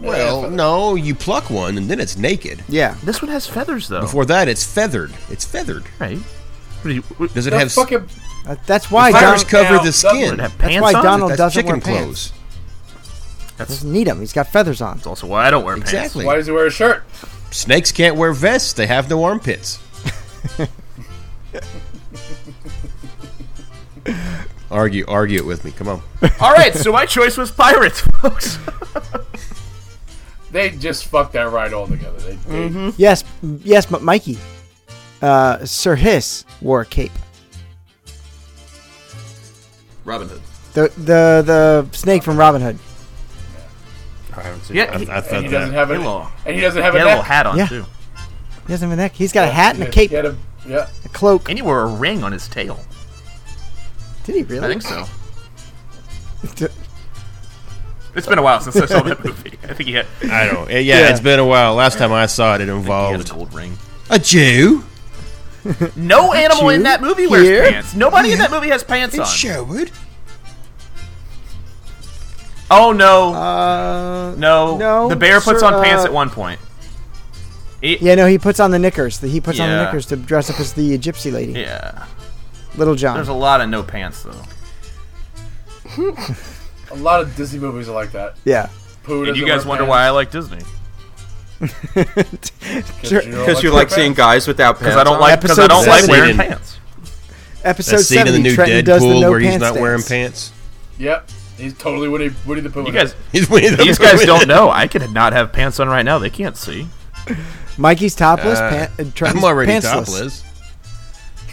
Speaker 8: Well, no, you pluck one and then it's naked.
Speaker 5: Yeah.
Speaker 3: This one has feathers though,
Speaker 8: Before that, it's feathered. It's feathered.
Speaker 3: right? What do you- what-
Speaker 8: Does it
Speaker 6: The
Speaker 8: have? s-
Speaker 6: fucking
Speaker 5: That- That's why
Speaker 8: Feathers
Speaker 5: Donald,
Speaker 6: Donald-
Speaker 8: cover
Speaker 6: Now,
Speaker 8: the
Speaker 6: Donald
Speaker 8: skin.
Speaker 3: Does it have
Speaker 5: That's
Speaker 3: pants
Speaker 5: why
Speaker 3: on?
Speaker 5: Donald
Speaker 8: That's
Speaker 5: doesn't wear
Speaker 8: chicken
Speaker 5: pants.
Speaker 8: clothes.
Speaker 3: That's,
Speaker 5: Doesn't need him. He's got feathers on.
Speaker 3: that's also why I don't wear pants.
Speaker 8: Exactly.
Speaker 6: Why does he wear a shirt?
Speaker 8: Snakes can't wear vests. They have no armpits. argue, argue it with me. Come on.
Speaker 3: All right, so my choice was pirates, [laughs] folks.
Speaker 6: They just fucked that ride all together. They, they-
Speaker 5: Yes, yes, but Mikey, uh, Sir Hiss wore a cape.
Speaker 3: Robin Hood.
Speaker 5: The the the snake from Robin Hood.
Speaker 3: Yeah, he, he
Speaker 8: I
Speaker 6: and
Speaker 8: thought
Speaker 6: he doesn't have a
Speaker 3: Hello.
Speaker 6: and he doesn't have
Speaker 3: had
Speaker 6: a
Speaker 3: a little
Speaker 6: neck.
Speaker 3: hat on
Speaker 5: Yeah.
Speaker 3: too,
Speaker 5: He doesn't have a neck. He's got a hat and a cape,
Speaker 6: He had a, yeah.
Speaker 5: a cloak.
Speaker 3: and he wore a ring on his tail.
Speaker 5: Did he
Speaker 3: I
Speaker 5: really?
Speaker 3: think so. It's been a while since I saw that movie. I think he had, he
Speaker 8: I don't. [laughs] Yeah, it's been a while. Last time I saw it, it
Speaker 3: had a
Speaker 8: involved
Speaker 3: gold ring.
Speaker 8: a Jew.
Speaker 3: Oh. No animal in
Speaker 5: you
Speaker 3: that movie wears
Speaker 5: here?
Speaker 3: pants. Nobody in that movie has pants on.
Speaker 8: Sherwood.
Speaker 3: Oh no,
Speaker 5: Uh,
Speaker 3: no,
Speaker 5: no,
Speaker 3: The bear puts
Speaker 5: sir,
Speaker 3: on pants
Speaker 5: uh,
Speaker 3: at one point. It-
Speaker 5: yeah, no, he puts on the knickers. The, he puts on the
Speaker 3: Yeah.
Speaker 5: knickers to dress up as the gypsy lady,
Speaker 3: yeah.
Speaker 5: Little
Speaker 3: There's
Speaker 5: John.
Speaker 3: a lot of no pants though.
Speaker 6: A lot of Disney movies are like that.
Speaker 5: yeah, [laughs]
Speaker 6: Pooh
Speaker 3: And you
Speaker 6: doesn't
Speaker 3: guys
Speaker 6: wear
Speaker 3: wonder why I like Disney
Speaker 6: pants
Speaker 5: Sure.
Speaker 6: don't
Speaker 7: Because you
Speaker 6: wear
Speaker 7: like seeing
Speaker 6: pants.
Speaker 7: guys without pants.
Speaker 3: because I don't
Speaker 7: on.
Speaker 3: like because I
Speaker 5: Episode
Speaker 3: don't like
Speaker 8: seven.
Speaker 3: wearing
Speaker 8: Seen-
Speaker 3: pants.
Speaker 5: episode
Speaker 8: That scene in the
Speaker 5: 70,
Speaker 8: new
Speaker 5: Trenton does the
Speaker 8: Deadpool
Speaker 5: no
Speaker 8: where he's
Speaker 5: pants
Speaker 8: not wearing
Speaker 5: dance.
Speaker 8: pants. [laughs]
Speaker 6: Yep, he's totally Woody Woody the Pooh.
Speaker 3: You guys,
Speaker 8: He's one of the-
Speaker 3: These guys don't know. I could not have pants on right now. They can't see.
Speaker 5: Mikey's topless. pant, uh, Trenton's
Speaker 8: [laughs] I'm already
Speaker 5: pantsless.
Speaker 8: topless.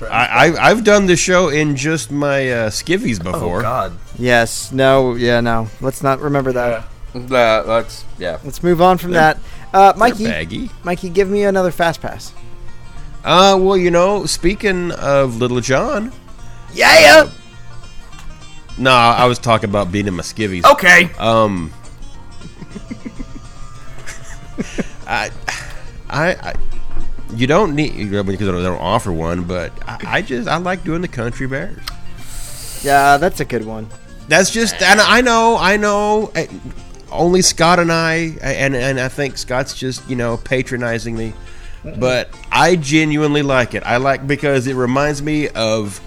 Speaker 8: I, I, I've done the show in just my uh, skivvies before.
Speaker 3: Oh, God.
Speaker 5: Yes. No. Yeah. No. Let's not remember that.
Speaker 6: Yeah.
Speaker 7: Uh, let's yeah.
Speaker 5: Let's move on from that. Uh, Mikey,
Speaker 8: Baggy.
Speaker 5: Mikey, give me another fast pass.
Speaker 8: Uh, well, you know, speaking of Little John.
Speaker 5: Yeah.
Speaker 8: No, I was talking about beating my skivvies.
Speaker 3: Okay.
Speaker 8: Um, [laughs] I, I, I, you don't need because they don't offer one, but I, I just I like doing the country bears.
Speaker 5: Yeah, that's a good one.
Speaker 8: That's just and I know I know. I, only Scott and I, eh, and and I think Scott's just you know patronizing me, but I genuinely like it. I like because it reminds me of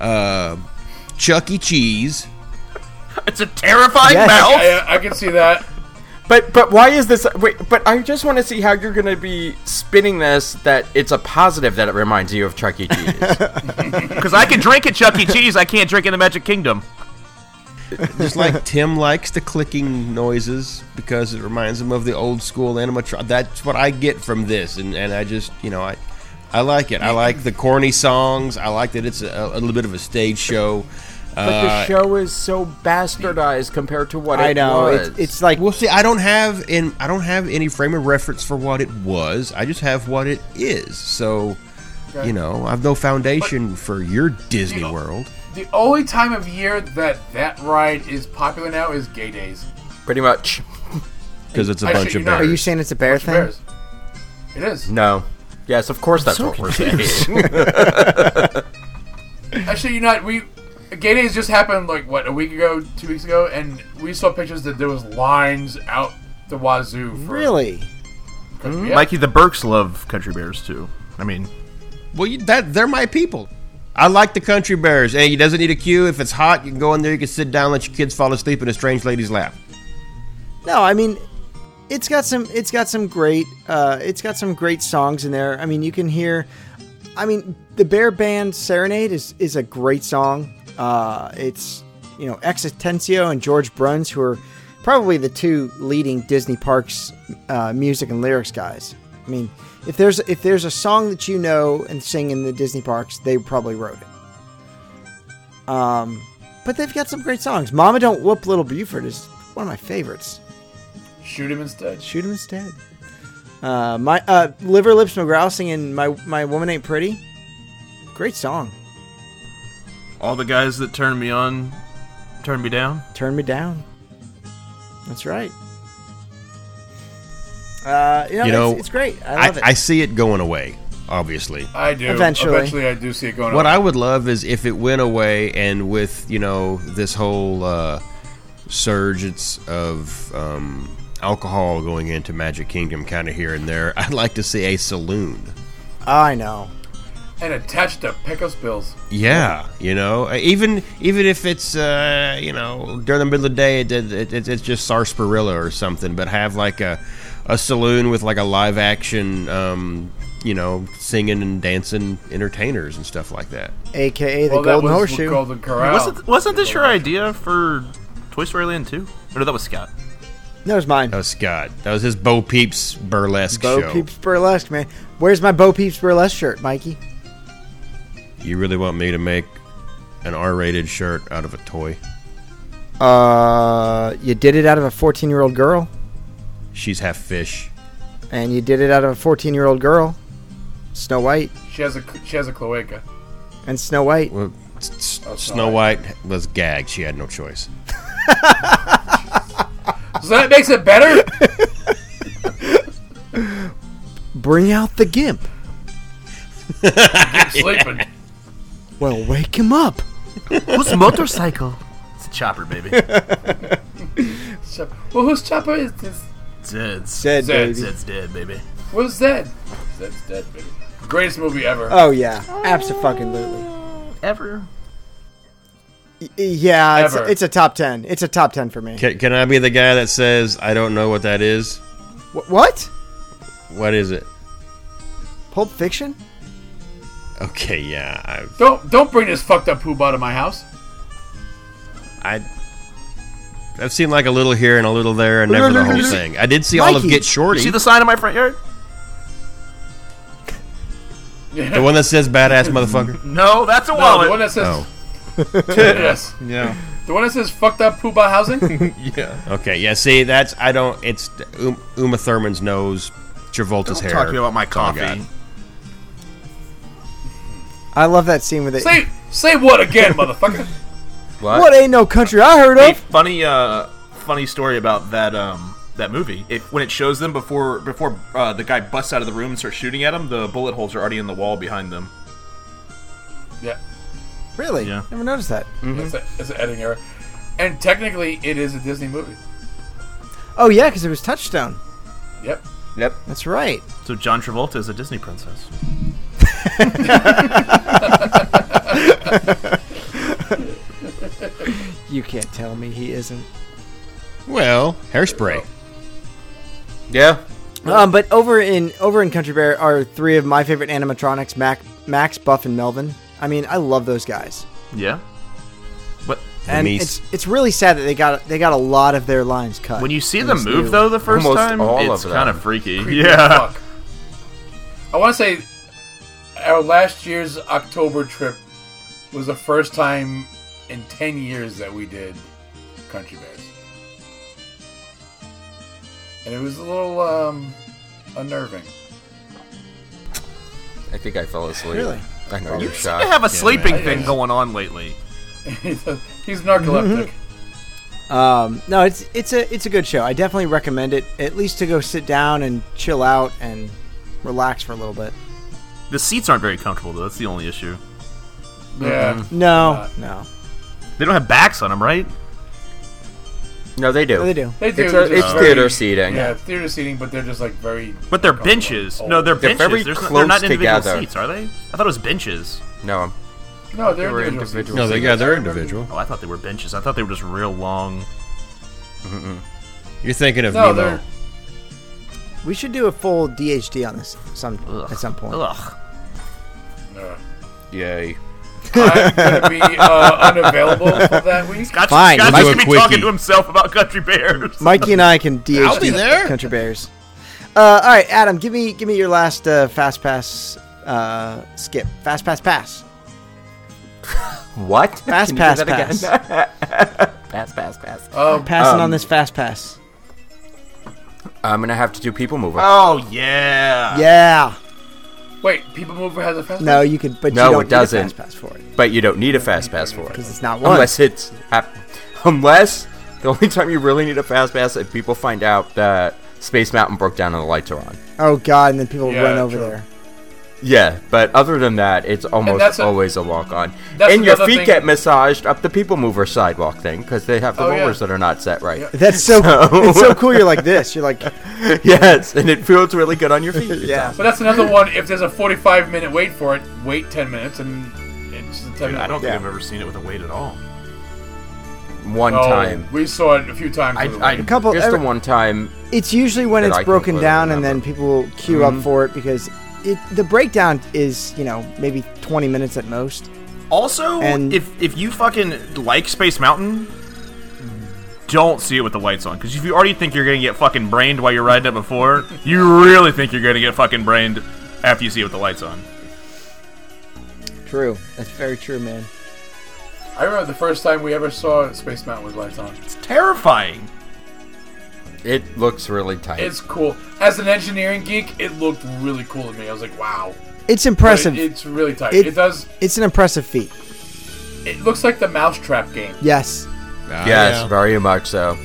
Speaker 8: uh, Chuck E. Cheese.
Speaker 3: It's a terrifying
Speaker 5: Yes.
Speaker 3: mouth.
Speaker 6: I, I can see that.
Speaker 7: But but why is this? Wait, but I just want to see how you're gonna be spinning this. That it's a positive that it reminds you of Chuck E. [laughs] Cheese.
Speaker 3: Because I can drink at Chuck E. Cheese, I can't drink in the Magic Kingdom.
Speaker 8: Just like Tim likes the clicking noises because it reminds him of the old school animatronic. That's what I get from this, and, and I just you know I I like it. I like the corny songs. I like that it's a, a little bit of a stage show.
Speaker 7: but
Speaker 8: Uh,
Speaker 7: the show is so bastardized compared to what
Speaker 5: I
Speaker 7: it
Speaker 5: know.
Speaker 7: was.
Speaker 5: It's, it's like
Speaker 8: Well, see, I don't have in I don't have any frame of reference for what it was. I just have what it is. So, you know, I've no foundation for your Disney
Speaker 6: Yeah.
Speaker 8: World.
Speaker 6: The only time of year that that ride is popular now is gay days.
Speaker 7: pretty much
Speaker 8: because it's a
Speaker 6: I
Speaker 8: bunch
Speaker 6: shit
Speaker 8: of
Speaker 6: you not.
Speaker 5: Are you
Speaker 8: bears.
Speaker 5: saying it's a bear thing?
Speaker 6: Bears. It is.
Speaker 7: no. Yes, of course that's what we're [laughs] saying.
Speaker 6: Actually, you know, what, we gay days just happened like what a week ago, two weeks ago, and we saw pictures that there was lines out the wazoo. For,
Speaker 5: Really?
Speaker 6: Yeah.
Speaker 3: Mikey, the Burks love country bears too. I mean,
Speaker 8: Well, you, that they're my people. I like the country bears. Hey, you doesn't need a queue. If it's hot, you can go in there. You can sit down, let your kids fall asleep in a strange lady's lap.
Speaker 5: No, I mean, it's got some. It's got some great. Uh, it's got some great songs in there. I mean, you can hear. I mean, the Bear Band Serenade is is a great song. Uh, it's you know Existencio and George Bruns who are probably the two leading Disney Parks uh, music and lyrics guys. I mean, if there's if there's a song that you know and sing in the Disney parks, they probably wrote it. Um, but they've got some great songs. Mama Don't Whoop Little Buford is one of my favorites.
Speaker 6: Shoot him instead.
Speaker 5: Shoot him instead. Uh, my uh, liver lips McGraw singing "My My Woman Ain't Pretty." Great song.
Speaker 3: all the guys that turned me on turned me down.
Speaker 5: Turn me down. That's right. Uh, you know,
Speaker 8: You know,
Speaker 5: it's, it's great. I
Speaker 8: I,
Speaker 5: love it.
Speaker 8: I see it going away. Obviously,
Speaker 6: I do.
Speaker 5: Eventually.
Speaker 6: Eventually, I do see it going.
Speaker 8: what
Speaker 6: on.
Speaker 8: I would love is if it went away, and with you know this whole uh, surge of um, alcohol going into Magic Kingdom, kind of here and there, [laughs] I'd like to see a saloon.
Speaker 5: I know.
Speaker 6: and attached to pickup bills.
Speaker 8: Yeah, you know, uh, even even if it's uh, you know during the middle of the day, it, it, it, it's just sarsaparilla or something. But have like a a saloon with like a live action, um, you know, singing and dancing entertainers and stuff like that.
Speaker 5: AKA the
Speaker 6: Well, that
Speaker 5: Golden
Speaker 6: was
Speaker 5: Horseshoe.
Speaker 6: Golden Corral.
Speaker 3: Wasn't wasn't this your idea for Toy Story Land 2? Or no, that was Scott.
Speaker 5: That was mine.
Speaker 8: That was Scott. That was his Bo Peeps burlesque
Speaker 5: Bo
Speaker 8: show.
Speaker 5: Peeps burlesque man. Where's my Bo Peeps burlesque shirt, Mikey?
Speaker 8: You really want me to make an R-rated shirt out of a toy?
Speaker 5: Uh, you did it out of a 14 year old girl,
Speaker 8: She's half fish.
Speaker 5: and you did it out of a 14 year old girl, Snow White,
Speaker 6: She has a she has a cloaca.
Speaker 5: and Snow White.
Speaker 8: Well, s- s-
Speaker 5: Oh,
Speaker 6: That's
Speaker 8: Snow
Speaker 6: all
Speaker 8: White was gagged. She had no choice.
Speaker 6: So that makes it
Speaker 5: [laughs]
Speaker 6: better.
Speaker 5: Bring out the gimp.
Speaker 6: Sleeping.
Speaker 5: Well, wake him up.
Speaker 3: Whose motorcycle? [laughs] It's a chopper, baby.
Speaker 6: So, well, whose chopper is this?
Speaker 3: Zed's.
Speaker 5: Dead
Speaker 6: Zed's-
Speaker 5: baby.
Speaker 3: Zed's dead, baby.
Speaker 6: Where's Zed? Zed's dead, baby. Greatest movie ever.
Speaker 5: Oh yeah, absolutely.
Speaker 3: Ever.
Speaker 5: Yeah, it's,
Speaker 6: Ever.
Speaker 5: it's a top ten. It's a top ten for me.
Speaker 8: Can, can I be the guy that says I don't know what that is?
Speaker 5: Wh- what?
Speaker 8: What is it?
Speaker 5: Pulp Fiction?
Speaker 8: Okay, yeah, I,
Speaker 6: Don't don't bring this fucked up poop out of my house. [laughs]
Speaker 8: I, I've seen like a little here and a little there, and never the whole thing. I did see all of
Speaker 5: Mikey,
Speaker 8: Get
Speaker 3: You
Speaker 8: Shorty,
Speaker 3: see the sign in my front yard?
Speaker 8: the one that says "badass motherfucker."
Speaker 3: No, that's a
Speaker 6: No,
Speaker 3: wallet.
Speaker 6: the one that says
Speaker 8: Oh,
Speaker 6: [laughs] yes.
Speaker 8: yeah,
Speaker 6: The one that says fucked up poop out housing.
Speaker 8: yeah. Okay, yeah. See, that's I don't. It's Um- Uma Thurman's nose, Travolta's
Speaker 3: Don't
Speaker 8: hair.
Speaker 3: talk to me about my
Speaker 8: That's all I
Speaker 3: coffee.
Speaker 8: got.
Speaker 5: I love that scene with it.
Speaker 6: say say what again, motherfucker?
Speaker 5: What ain't no country I heard
Speaker 3: Hey,
Speaker 5: of?
Speaker 3: funny, uh, funny story about that um, that movie. If when it shows them before before uh, the guy busts out of the room and starts shooting at him, the bullet holes are already in the wall behind them.
Speaker 6: Yeah,
Speaker 5: Really?
Speaker 3: Yeah.
Speaker 5: Never noticed that.
Speaker 6: that's, a, that's an editing error. And technically, it is a Disney movie.
Speaker 5: Oh yeah, because it was Touchstone.
Speaker 6: Yep.
Speaker 7: yep.
Speaker 5: That's right.
Speaker 3: So John Travolta is a Disney princess.
Speaker 5: You can't tell me he isn't.
Speaker 8: Well, hairspray.
Speaker 3: Yeah.
Speaker 5: Um, but over in over in Country Bear are three of my favorite animatronics: Mac, Max, Buff, and Melvin. I mean, I love those guys,
Speaker 3: Yeah. But
Speaker 5: and
Speaker 8: me's-
Speaker 5: it's it's really sad that they got they got a lot of their lines cut.
Speaker 3: when you see
Speaker 5: in
Speaker 3: them
Speaker 5: this
Speaker 3: move
Speaker 5: new-
Speaker 3: though the first
Speaker 7: Almost
Speaker 3: time,
Speaker 7: all
Speaker 3: it's
Speaker 7: of
Speaker 3: kind
Speaker 7: them.
Speaker 3: of freaky.
Speaker 6: creepy as
Speaker 3: Yeah.
Speaker 6: fuck. I want to say our last year's October trip was the first time in 10 years that we did Country Bears. And it was a little um, unnerving. [laughs]
Speaker 7: I think I fell asleep.
Speaker 5: Really?
Speaker 7: I know you're
Speaker 3: I
Speaker 7: shocked.
Speaker 3: have a sleeping
Speaker 6: man.
Speaker 3: thing going on lately.
Speaker 6: he's a- he's narcoleptic.
Speaker 5: Um, no, it's it's a it's a good show. I definitely recommend it at least to go sit down and chill out and relax for a little bit.
Speaker 3: The seats aren't very comfortable though. That's the only issue.
Speaker 6: yeah.
Speaker 5: No,
Speaker 7: Uh,
Speaker 5: no,
Speaker 3: They don't have backs on them, right?
Speaker 7: No, they do.
Speaker 5: no, they do.
Speaker 6: They do.
Speaker 7: It's, a,
Speaker 6: just
Speaker 7: it's
Speaker 6: very-
Speaker 7: theater seating.
Speaker 6: Yeah, theater seating, but they're just like very.
Speaker 3: But they're
Speaker 6: comfortable.
Speaker 3: benches.
Speaker 6: Oh.
Speaker 3: No, they're,
Speaker 7: They're
Speaker 3: benches.
Speaker 7: very
Speaker 3: There's not-
Speaker 7: close
Speaker 3: they're not individual
Speaker 7: together.
Speaker 3: seats, are they? I thought it was benches.
Speaker 7: No,
Speaker 6: no,
Speaker 7: they
Speaker 6: they're
Speaker 7: were
Speaker 6: individual. seating.
Speaker 7: individual
Speaker 8: No, they got their individual.
Speaker 3: Oh, I thought they were benches. I thought they were just real long.
Speaker 8: You're thinking of
Speaker 6: No,
Speaker 8: Nemo.
Speaker 6: they're
Speaker 5: We should do a full DHD on this some
Speaker 3: Ugh.
Speaker 5: at some point.
Speaker 3: Ugh.
Speaker 6: no.
Speaker 8: Yay.
Speaker 6: I'm gonna be uh, unavailable for that week.
Speaker 3: Scott's,
Speaker 5: Fine,
Speaker 3: Scott's
Speaker 8: we'll do
Speaker 3: gonna be
Speaker 8: a
Speaker 3: talking
Speaker 8: quickie.
Speaker 3: to himself about Country Bears.
Speaker 5: Mikey and I can DHD
Speaker 8: I'll be there.
Speaker 5: Country Bears. Uh, all right, Adam, give me give me your last uh, fast pass uh, skip. Fast pass pass.
Speaker 7: What?
Speaker 5: Fast
Speaker 7: Can you do
Speaker 5: pass
Speaker 7: that again?
Speaker 5: pass.
Speaker 7: [laughs] pass, pass, pass.
Speaker 6: Um,
Speaker 5: Passing on this fast pass.
Speaker 7: I'm gonna have to do People Mover.
Speaker 3: Oh
Speaker 7: uh,
Speaker 3: yeah.
Speaker 5: Yeah.
Speaker 6: wait, People Mover has a fast.
Speaker 5: No, you can, but you
Speaker 7: No, it
Speaker 5: don't need a
Speaker 7: doesn't.
Speaker 5: fast pass for it
Speaker 7: But you don't need a fast pass for it.
Speaker 5: because it's not one.
Speaker 7: Unless it's hap- unless the only time you really need a fast pass is if people find out that Space Mountain broke down and the lights are on.
Speaker 5: oh God, and then people
Speaker 6: Yeah,
Speaker 5: run over
Speaker 6: true.
Speaker 5: there.
Speaker 7: Yeah, but other than that, it's almost
Speaker 6: that's a-
Speaker 7: always a walk on.
Speaker 6: that's
Speaker 7: And your
Speaker 6: another
Speaker 7: feet
Speaker 6: thing-
Speaker 7: get massaged up the People Mover sidewalk thing because they have the
Speaker 6: Oh, yeah.
Speaker 7: rollers that are not set right.
Speaker 5: That's so. it's so cool. You're like this. You're like,
Speaker 7: [laughs] yes, and it feels really good on your
Speaker 6: [laughs]
Speaker 7: feet. It's
Speaker 5: yeah.
Speaker 6: But that's another one. If there's a 45 minute wait for it, wait 10 minutes and it's the 10
Speaker 3: Dude,
Speaker 6: minute
Speaker 3: I don't think
Speaker 5: Yeah.
Speaker 3: I've ever seen it with a weight at all.
Speaker 7: awesome. One
Speaker 6: Oh,
Speaker 7: time.
Speaker 6: We saw it a few times.
Speaker 3: I,
Speaker 6: on the
Speaker 3: I,
Speaker 6: way.
Speaker 5: A couple.
Speaker 7: Just the
Speaker 5: every-
Speaker 7: one time.
Speaker 5: It's usually when
Speaker 7: that
Speaker 5: it's
Speaker 7: I can
Speaker 5: broken
Speaker 7: clearly
Speaker 5: down, and then
Speaker 7: remember.
Speaker 5: people queue
Speaker 7: Mm-hmm.
Speaker 5: up for it because it the breakdown is you know maybe 20 minutes at most.
Speaker 3: Also,
Speaker 5: And-
Speaker 3: if if you fucking like Space Mountain, don't see it with the lights on. Because if you already think you're gonna get fucking brained while you're riding it before, you really think you're gonna get fucking brained after you see it with the lights on.
Speaker 5: True. That's very true, man.
Speaker 6: I remember the first time we ever saw Space Mountain was lights on.
Speaker 3: It's terrifying.
Speaker 7: It looks really tight.
Speaker 6: It's cool. As an engineering geek, it looked really cool to me. I was like, wow.
Speaker 5: It's
Speaker 6: But
Speaker 5: impressive.
Speaker 6: It, it's really tight.
Speaker 5: It-
Speaker 6: It, does.
Speaker 5: it's an impressive feat.
Speaker 6: It looks like the Mousetrap game.
Speaker 5: Yes.
Speaker 8: Ah,
Speaker 7: yes,
Speaker 8: yeah.
Speaker 7: very much so.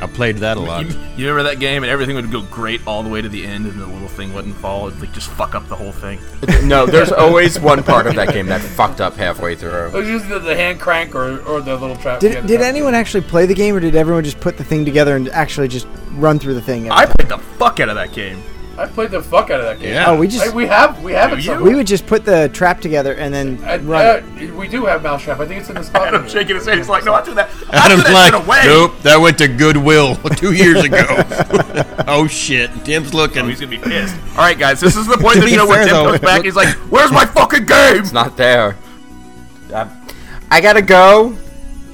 Speaker 8: I played that a lot.
Speaker 3: You, you remember that game, and everything would go great all the way to the end, and the little thing wouldn't fall. It'd like just fuck up the whole thing.
Speaker 7: No,
Speaker 6: [laughs]
Speaker 7: there's always one part of that game that fucked up halfway
Speaker 6: It
Speaker 7: through.
Speaker 6: was usually the, the hand crank or, or the little trap.
Speaker 5: Did
Speaker 6: yeah, the
Speaker 5: did
Speaker 6: trap
Speaker 5: anyone actually play the game, or did everyone just put the thing together and actually just run through the thing?
Speaker 3: I played the fuck out of that game.
Speaker 6: game. I played the fuck out of that game.
Speaker 8: Yeah.
Speaker 5: oh,
Speaker 8: [laughs]
Speaker 5: we just
Speaker 6: Like, we have we have
Speaker 3: Do
Speaker 6: it
Speaker 3: you?
Speaker 6: somewhere.
Speaker 5: we would just put the trap together and then
Speaker 6: I,
Speaker 5: run.
Speaker 6: uh, we do have mousetrap. I think it's
Speaker 9: [laughs]
Speaker 6: in the spot.
Speaker 3: Adam shaking his head. He's like, "No, I threw that. I threw
Speaker 8: Adam's
Speaker 3: that
Speaker 8: like,
Speaker 3: shit away."
Speaker 8: nope, that went to Goodwill two years ago. [laughs] oh shit, Tim's
Speaker 3: Oh,
Speaker 8: looking.
Speaker 3: he's gonna be pissed. [laughs] All right, guys, this is the point
Speaker 8: To
Speaker 3: of the
Speaker 8: be
Speaker 3: show where
Speaker 8: fair,
Speaker 3: Tim
Speaker 8: though,
Speaker 3: comes
Speaker 8: it
Speaker 3: back.
Speaker 8: look-
Speaker 3: he's like, "Where's my fucking game?"
Speaker 7: It's not there. I, I gotta go.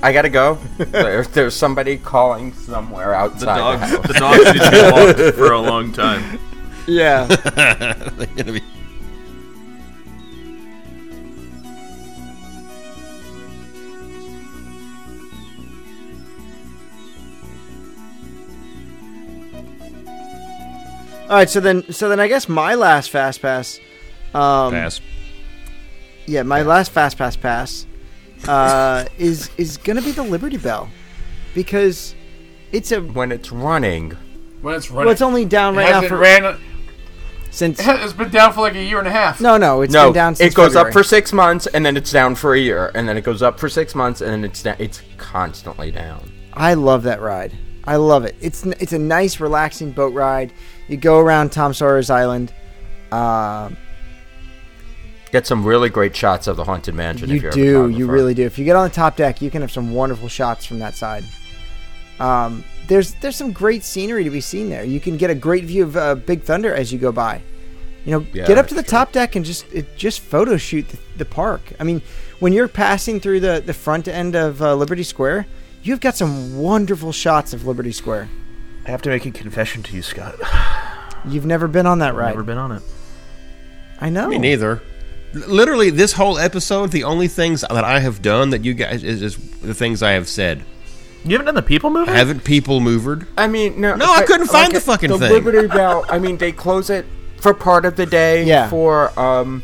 Speaker 7: I
Speaker 6: [laughs]
Speaker 7: gotta go. there, there's somebody calling somewhere outside. The
Speaker 3: dogs,
Speaker 7: house.
Speaker 3: the dogs need to be walked for a long time.
Speaker 7: [laughs]
Speaker 5: yeah.
Speaker 8: They're gonna be-
Speaker 5: All right. So then, so then I guess my last fast pass. Um,
Speaker 8: Pass.
Speaker 5: Yeah, my last fast pass pass uh, is is gonna be the Liberty Bell because it's a well,
Speaker 7: When it's running,
Speaker 6: When it's running.
Speaker 5: it's only down right now
Speaker 6: Hasn't
Speaker 5: for
Speaker 6: ran-
Speaker 5: since
Speaker 6: [laughs] it's been down for like a year and a half.
Speaker 5: no no it's
Speaker 7: no,
Speaker 5: been down since
Speaker 7: it goes up
Speaker 5: February.
Speaker 7: for six months and then it's down for a year, and then it goes up for six months and then it's down. It's constantly down.
Speaker 5: I love that ride. I love it. It's n- it's a nice, relaxing boat ride. You go around Tom Sawyer's Island. Um
Speaker 7: Get some really great shots of the haunted mansion. if
Speaker 5: You
Speaker 7: you're a
Speaker 5: do. You
Speaker 7: photographer.
Speaker 5: really do. If you get on the top deck, you can have some wonderful shots from that side. Um, there's there's some great scenery to be seen there. You can get a great view of uh, Big Thunder as you go by. You know,
Speaker 7: Yeah,
Speaker 5: get up to the
Speaker 7: that's
Speaker 5: top deck and just it, just photo shoot the, the park. I mean, when you're passing through the the front end of uh, Liberty Square, you've got some wonderful shots of Liberty Square.
Speaker 9: I have to make a confession to you, Scott.
Speaker 5: You've never been on that ride.
Speaker 9: Never been on it.
Speaker 5: I know.
Speaker 8: Me neither. L- Literally, this whole episode, the only things that I have done that you guys is, is the things I have said.
Speaker 9: You haven't done the people movie?
Speaker 8: I haven't people movered.
Speaker 7: I mean, no.
Speaker 8: No, I
Speaker 7: but,
Speaker 8: couldn't find the fucking
Speaker 7: the
Speaker 8: thing.
Speaker 7: Liberty Bell. I mean, they close it for part of the day.
Speaker 5: Yeah.
Speaker 7: For um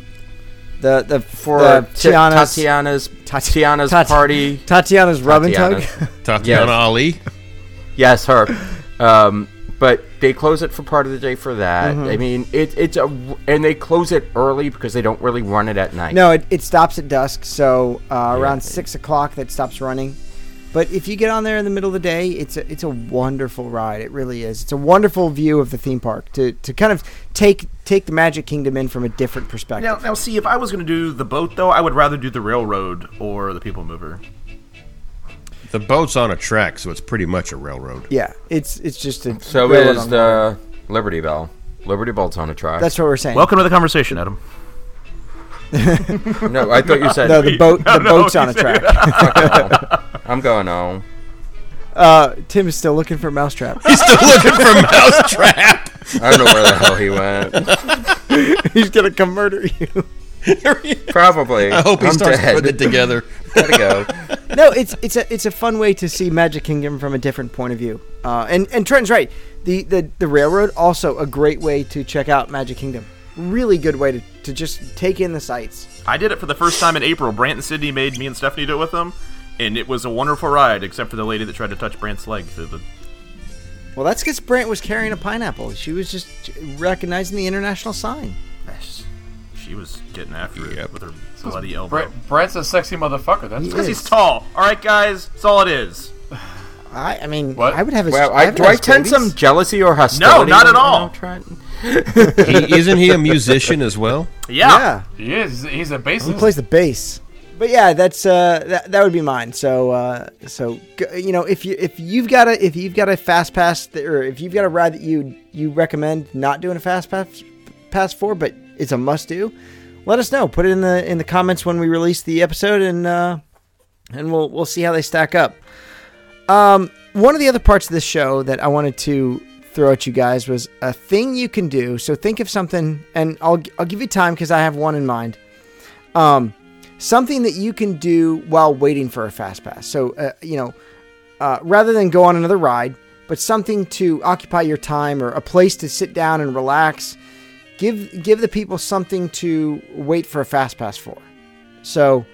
Speaker 5: The the
Speaker 7: for
Speaker 5: the
Speaker 7: Ti-
Speaker 5: Tiana's
Speaker 7: Tatiana's
Speaker 5: Tat-
Speaker 7: Tatiana's
Speaker 5: Tat-
Speaker 7: party.
Speaker 5: Tatiana's rub and tug.
Speaker 7: Tatiana's.
Speaker 8: Tatiana
Speaker 7: Yes.
Speaker 8: Ali.
Speaker 7: Yes, her. Um, but they close it for part of the day for that.
Speaker 5: Mm-hmm.
Speaker 7: I mean, it, it's a and they close it early because they don't really run it at
Speaker 5: [laughs]
Speaker 7: night.
Speaker 5: No, it, it stops at dusk, so uh, around six o'clock that stops running. But if you get on there in the middle of the day, it's a it's a wonderful ride. It really is. It's a wonderful view of the theme park to, to kind of take take the Magic Kingdom in from a different perspective.
Speaker 9: Now, now, see, if I was going to do the boat, though, I would rather do the railroad or the people mover.
Speaker 8: The boat's on a track, so it's pretty much a railroad.
Speaker 5: Yeah, it's it's just a
Speaker 7: So
Speaker 5: railroad
Speaker 7: is
Speaker 5: on-
Speaker 7: the Liberty Bell. Liberty Bell's on a track.
Speaker 5: that's what we're saying.
Speaker 9: Welcome to the conversation, Adam.
Speaker 7: no, I thought you
Speaker 5: [laughs]
Speaker 7: said.
Speaker 5: no, the
Speaker 7: [laughs]
Speaker 5: boat the
Speaker 9: no,
Speaker 5: boat's on a
Speaker 9: he said-
Speaker 5: track.
Speaker 7: I'm going home.
Speaker 5: Uh, Tim is still looking for mousetrap.
Speaker 7: [laughs]
Speaker 5: [laughs]
Speaker 8: He's still [laughs] looking for Mousetrap.
Speaker 7: I don't know where the hell he
Speaker 5: [laughs]
Speaker 7: went.
Speaker 5: He's gonna come murder you. [laughs]
Speaker 7: Probably.
Speaker 8: I hope he
Speaker 7: I'm
Speaker 8: starts
Speaker 7: dead.
Speaker 8: putting it together.
Speaker 7: [laughs] Gotta go.
Speaker 5: no, it's it's a it's a fun way to see Magic Kingdom from a different point of view. Uh, and and Trent's right. The, the the railroad also a great way to check out Magic Kingdom. Really good way to, to just take in the sights.
Speaker 9: I did it for the first time in April. Brant and Sydney made me and Stephanie do it with them, and it was a wonderful ride, except for the lady that tried to touch Brant's leg through the.
Speaker 5: Well, that's because Brant was carrying a pineapple. She was just recognizing the international sign.
Speaker 9: She was getting after it
Speaker 8: Yep.
Speaker 9: with her bloody elbow.
Speaker 6: Brett, Brett's a sexy motherfucker. That's
Speaker 5: He
Speaker 9: Because
Speaker 5: is.
Speaker 9: he's tall. All right, guys, that's all it is.
Speaker 5: I, I mean,
Speaker 6: What?
Speaker 5: I would have his.
Speaker 7: Well, I,
Speaker 5: would
Speaker 7: do
Speaker 5: have
Speaker 7: I
Speaker 5: his
Speaker 7: tend
Speaker 5: babies.
Speaker 7: some jealousy or hostility?
Speaker 9: not at
Speaker 7: right
Speaker 9: all.
Speaker 7: now, Trent?
Speaker 8: He, isn't he a musician as well?
Speaker 9: Yeah.
Speaker 5: Yeah,
Speaker 6: He is. He's a
Speaker 5: he
Speaker 6: bassist.
Speaker 5: plays the bass. But yeah, that's uh, that, that would be mine. So uh, so g- you know if you if you've got a if you've got a fast pass that, or if you've got a ride that you you recommend not doing a fast pass pass for, but it's a must do, let us know. Put it in the in the comments when we release the episode, and uh, and we'll we'll see how they stack up. Um, one of the other parts of this show that I wanted to throw at you guys was a thing you can do. So think of something, and I'll I'll give you time because I have one in mind um, something that you can do while waiting for a fast pass. So, uh, you know, uh, rather than go on another ride, but something to occupy your time or a place to sit down and relax. Give give the people something to wait for a fast pass for. So,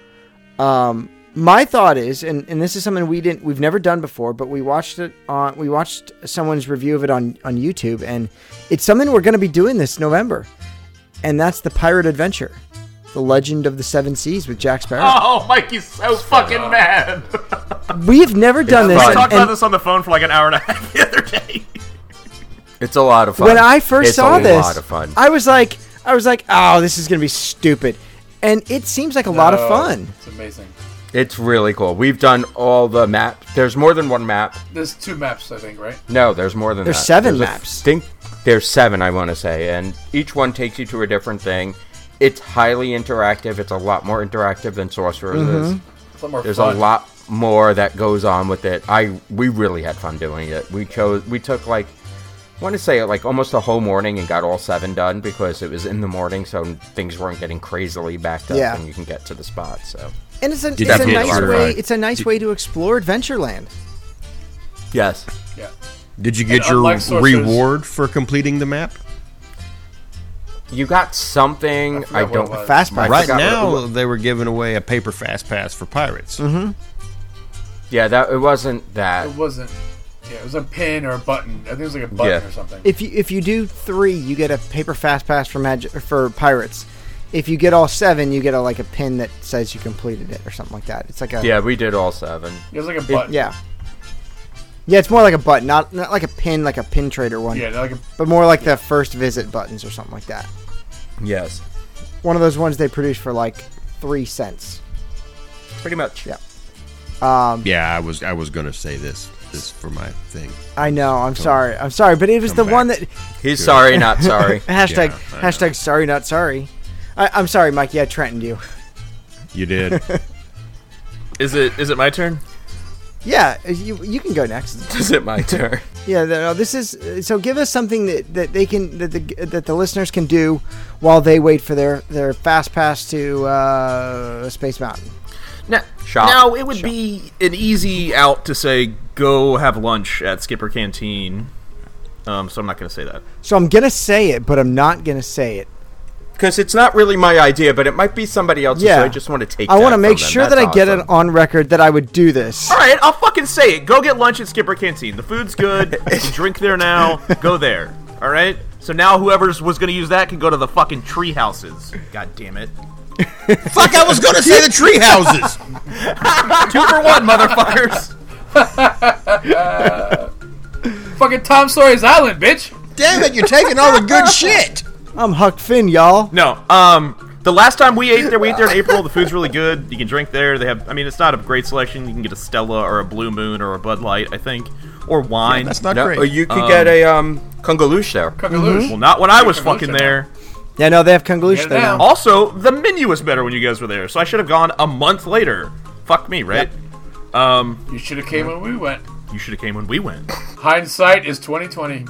Speaker 5: um, my thought is, and, and this is something we didn't we've never done before, but we watched it on we watched someone's review of it on on YouTube, and it's something we're going to be doing this November, and that's the Pirate Adventure. The Legend of the Seven Seas with Jack
Speaker 3: Ah!
Speaker 5: Sparrow.
Speaker 9: Oh, Mikey's so fucking mad.
Speaker 5: We've never done this.
Speaker 7: fun.
Speaker 9: I
Speaker 5: and-
Speaker 9: talked about
Speaker 5: and-
Speaker 9: this on the phone for like an hour and a half [laughs] the other day.
Speaker 7: It's a lot of fun.
Speaker 5: when I first
Speaker 7: It's
Speaker 5: saw
Speaker 7: a
Speaker 5: this,
Speaker 7: lot of fun.
Speaker 5: I was like, I was like, oh, this is gonna be stupid, and it seems like a [laughs] lot of
Speaker 6: Oh,
Speaker 5: fun.
Speaker 6: It's amazing.
Speaker 7: It's really cool. We've done all the map. There's more than one map.
Speaker 6: There's two maps, I think, right?
Speaker 7: No, there's more than
Speaker 5: There's
Speaker 7: that.
Speaker 5: seven
Speaker 7: a-
Speaker 5: maps.
Speaker 7: think there's seven, I want to say, and each one takes you to a different thing. It's highly interactive. It's a lot more interactive than Sorcerer's.
Speaker 5: Mm-hmm.
Speaker 7: is.
Speaker 6: It's a lot more
Speaker 7: There's
Speaker 6: fun.
Speaker 7: a lot more that goes on with it. I we really had fun doing it. We chose we took like I want to say like almost a whole morning and got all seven done because it was in the morning, so things weren't getting crazily backed up,
Speaker 5: Yeah.
Speaker 7: and you can get to the spot. So
Speaker 5: And it's a, it's
Speaker 8: Did
Speaker 5: a
Speaker 7: you get
Speaker 5: nice
Speaker 7: your-
Speaker 5: way. It's a nice way to explore Adventureland.
Speaker 7: yes,
Speaker 6: Yeah.
Speaker 8: Did you get
Speaker 6: And
Speaker 8: your
Speaker 6: unlike Sorcerer's-
Speaker 8: reward for completing the map?
Speaker 7: you got something.
Speaker 6: forgot
Speaker 7: I,
Speaker 6: what it
Speaker 7: don't
Speaker 6: was.
Speaker 5: Fast
Speaker 7: I
Speaker 5: pass.
Speaker 8: right
Speaker 7: forgot what it
Speaker 8: now,
Speaker 7: was. Mm-hmm.
Speaker 8: they were giving away a paper fast pass for pirates.
Speaker 7: Yeah, that it wasn't that.
Speaker 6: It wasn't. Yeah, it was a pin or a button. I think it was like a button
Speaker 7: Yeah.
Speaker 6: or something.
Speaker 5: If you if you do three, you get a paper fast pass for magic for pirates. If you get all seven, you get a like a pin that says you completed it or something like that. It's like a
Speaker 7: Yeah, we did all seven.
Speaker 6: It was like a button.
Speaker 5: yeah. Yeah, it's more like a button, not not like a pin, like a pin trader one,
Speaker 6: Yeah, like a
Speaker 5: but more like the first visit buttons or something like that.
Speaker 7: Yes.
Speaker 5: one of those ones they produce for like three cents.
Speaker 7: Pretty much.
Speaker 5: Yeah.
Speaker 8: Yeah, I was I was gonna say this this for my thing.
Speaker 5: I know. I'm sorry. I'm sorry, but it was the
Speaker 8: Come
Speaker 5: one
Speaker 8: back.
Speaker 5: that
Speaker 7: He's sorry, not sorry.
Speaker 5: hashtag
Speaker 8: Yeah, I know.
Speaker 5: hashtag sorry not sorry. I, I'm sorry, Mike. Yeah, Trenton, you.
Speaker 8: You did.
Speaker 3: Is it is it my turn?
Speaker 5: Yeah, you you can go next.
Speaker 7: Is it my turn?
Speaker 5: Yeah, no, this is so. Give us something that, that they can that the that the listeners can do while they wait for their their fast pass to uh, Space Mountain.
Speaker 3: Now,
Speaker 7: Shop.
Speaker 3: now it would be an easy out to say go have lunch at Skipper Canteen. Um, so I'm not going to say that.
Speaker 5: So I'm gonna say it, but I'm not gonna say it.
Speaker 7: Because it's not really my idea, but it might be somebody else's.
Speaker 5: Yeah,
Speaker 7: so I just want to take.
Speaker 5: I
Speaker 7: that
Speaker 5: want to
Speaker 7: from
Speaker 5: make
Speaker 7: them.
Speaker 5: sure
Speaker 7: That's
Speaker 5: that I get it
Speaker 7: awesome.
Speaker 5: on record that I would do this.
Speaker 3: All right, I'll fucking say it. Go get lunch at Skipper Canteen. The food's
Speaker 8: [laughs]
Speaker 3: good. You can drink there now. Go there. All right. So now whoever's was going to use that can go to the fucking tree houses. God damn it.
Speaker 8: Fuck! I was gonna say the tree houses.
Speaker 3: Two for
Speaker 8: [laughs]
Speaker 3: one, motherfuckers.
Speaker 6: Fucking Tom Sawyer's Island, bitch.
Speaker 8: Damn it! You're taking all the good shit.
Speaker 5: I'm Huck Finn, y'all.
Speaker 3: No. Um. The last time we ate there, we ate there in April. The food's really good. You can drink there. They have. I mean, it's not a great selection. You can get a Stella or a Blue Moon or a Bud Light, I think, or wine.
Speaker 8: That's not
Speaker 7: No,
Speaker 8: great.
Speaker 7: or you could get a um Kungaloosh there.
Speaker 6: Cuckaloosh.
Speaker 5: Mm-hmm.
Speaker 3: well, not when I was
Speaker 6: Kungaloosh
Speaker 3: fucking
Speaker 6: or not.
Speaker 3: there.
Speaker 5: Yeah, no, they have Kungaloosh
Speaker 6: Get it
Speaker 5: there.
Speaker 6: down.
Speaker 5: now.
Speaker 3: Also, the menu was better when you guys were there, so I should have gone a month later. Fuck me, right?
Speaker 6: You should have came
Speaker 5: Mm-hmm.
Speaker 6: when we went.
Speaker 3: You should have came when we went.
Speaker 6: Hindsight is twenty twenty.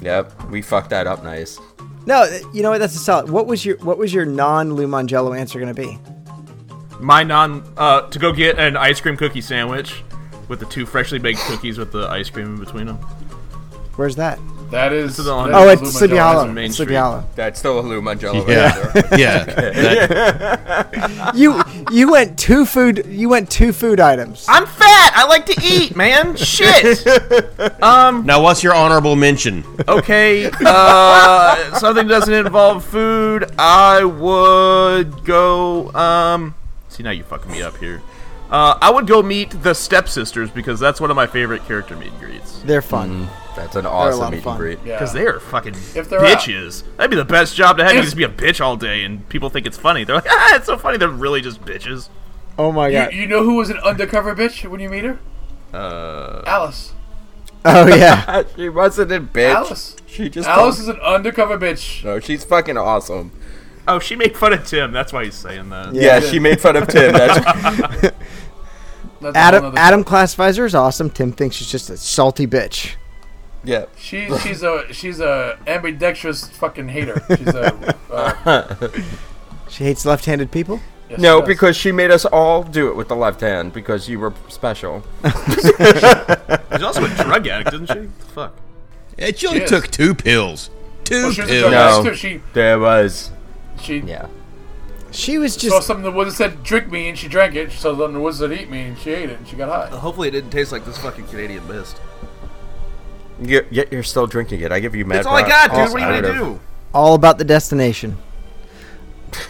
Speaker 7: Yep, we fucked that up nice.
Speaker 5: No, th- you know what? That's a solid. What was your what was your non Lumangello answer gonna be?
Speaker 3: My non uh, to go get an ice cream cookie sandwich with the two freshly baked cookies with the ice cream in between them.
Speaker 5: Where's that?
Speaker 6: That is.
Speaker 3: the on-
Speaker 5: Oh,
Speaker 6: that
Speaker 5: it's
Speaker 6: is
Speaker 5: Sleepy
Speaker 6: Lumangello.
Speaker 5: Hollow.
Speaker 3: Main
Speaker 5: Sleepy
Speaker 3: Street.
Speaker 5: Hollow.
Speaker 7: That's still a Lou Mangello.
Speaker 8: yeah,
Speaker 6: [laughs]
Speaker 8: yeah. That-
Speaker 5: You you went two food you went two food items.
Speaker 3: I'm fat. I like to eat, [laughs] man. Shit.
Speaker 8: now, what's your honorable mention?
Speaker 3: Okay, uh, something doesn't involve food. I would go. Um, see now you fucking me up here. Uh, I would go meet the stepsisters because that's one of my favorite character meet and greets.
Speaker 5: They're fun.
Speaker 7: That's an
Speaker 5: lot of
Speaker 7: awesome meet
Speaker 5: fun.
Speaker 7: and greet.
Speaker 6: Yeah.
Speaker 3: Because they are fucking
Speaker 6: If they're
Speaker 3: bitches. That'd be the best job to have. You
Speaker 6: If-
Speaker 3: just be a bitch all day, and people think it's funny. They're like, [laughs] ah, it's so funny. They're really just bitches.
Speaker 5: Oh my god.
Speaker 6: You, you know who was an undercover bitch when you meet her? Uh. Alice.
Speaker 5: Oh yeah.
Speaker 7: Uh, She wasn't a bitch.
Speaker 6: Alice.
Speaker 7: She just.
Speaker 6: Alice is
Speaker 7: told-
Speaker 6: an undercover bitch.
Speaker 7: No, she's fucking awesome.
Speaker 3: Oh, she made fun of Tim. That's why he's saying that.
Speaker 7: Yeah, she made fun of Tim. That's
Speaker 6: That's a whole
Speaker 5: Adam
Speaker 6: nother-
Speaker 5: Adam classifizer is awesome. Tim thinks she's just a salty bitch.
Speaker 7: yeah.
Speaker 6: She, she's a she's a ambidextrous fucking hater. She's a.
Speaker 7: [laughs]
Speaker 6: Uh,
Speaker 5: She hates left-handed people.
Speaker 6: yes, she
Speaker 7: No,
Speaker 6: does.
Speaker 7: because she made us all do it with the left hand because you were special.
Speaker 3: She's also a drug addict, isn't she? Fuck.
Speaker 8: It only
Speaker 6: Yes.
Speaker 8: took two pills. Two
Speaker 6: Well, she was a
Speaker 8: pills.
Speaker 6: drug addict. That's
Speaker 7: No,
Speaker 6: true, she-
Speaker 7: there was.
Speaker 6: she
Speaker 7: Yeah.
Speaker 5: She was
Speaker 6: saw
Speaker 5: just
Speaker 6: something in the woods that said "drink me" and she drank it. She saw something in the woods that "eat me" and she ate it and she got high.
Speaker 3: Hopefully, it didn't taste like this fucking Canadian mist.
Speaker 7: Yet, yet you're still drinking it. I give you mad.
Speaker 3: That's all I
Speaker 7: props.
Speaker 3: got, dude. What are you
Speaker 7: Awesome.
Speaker 3: gonna do?
Speaker 5: all about the destination.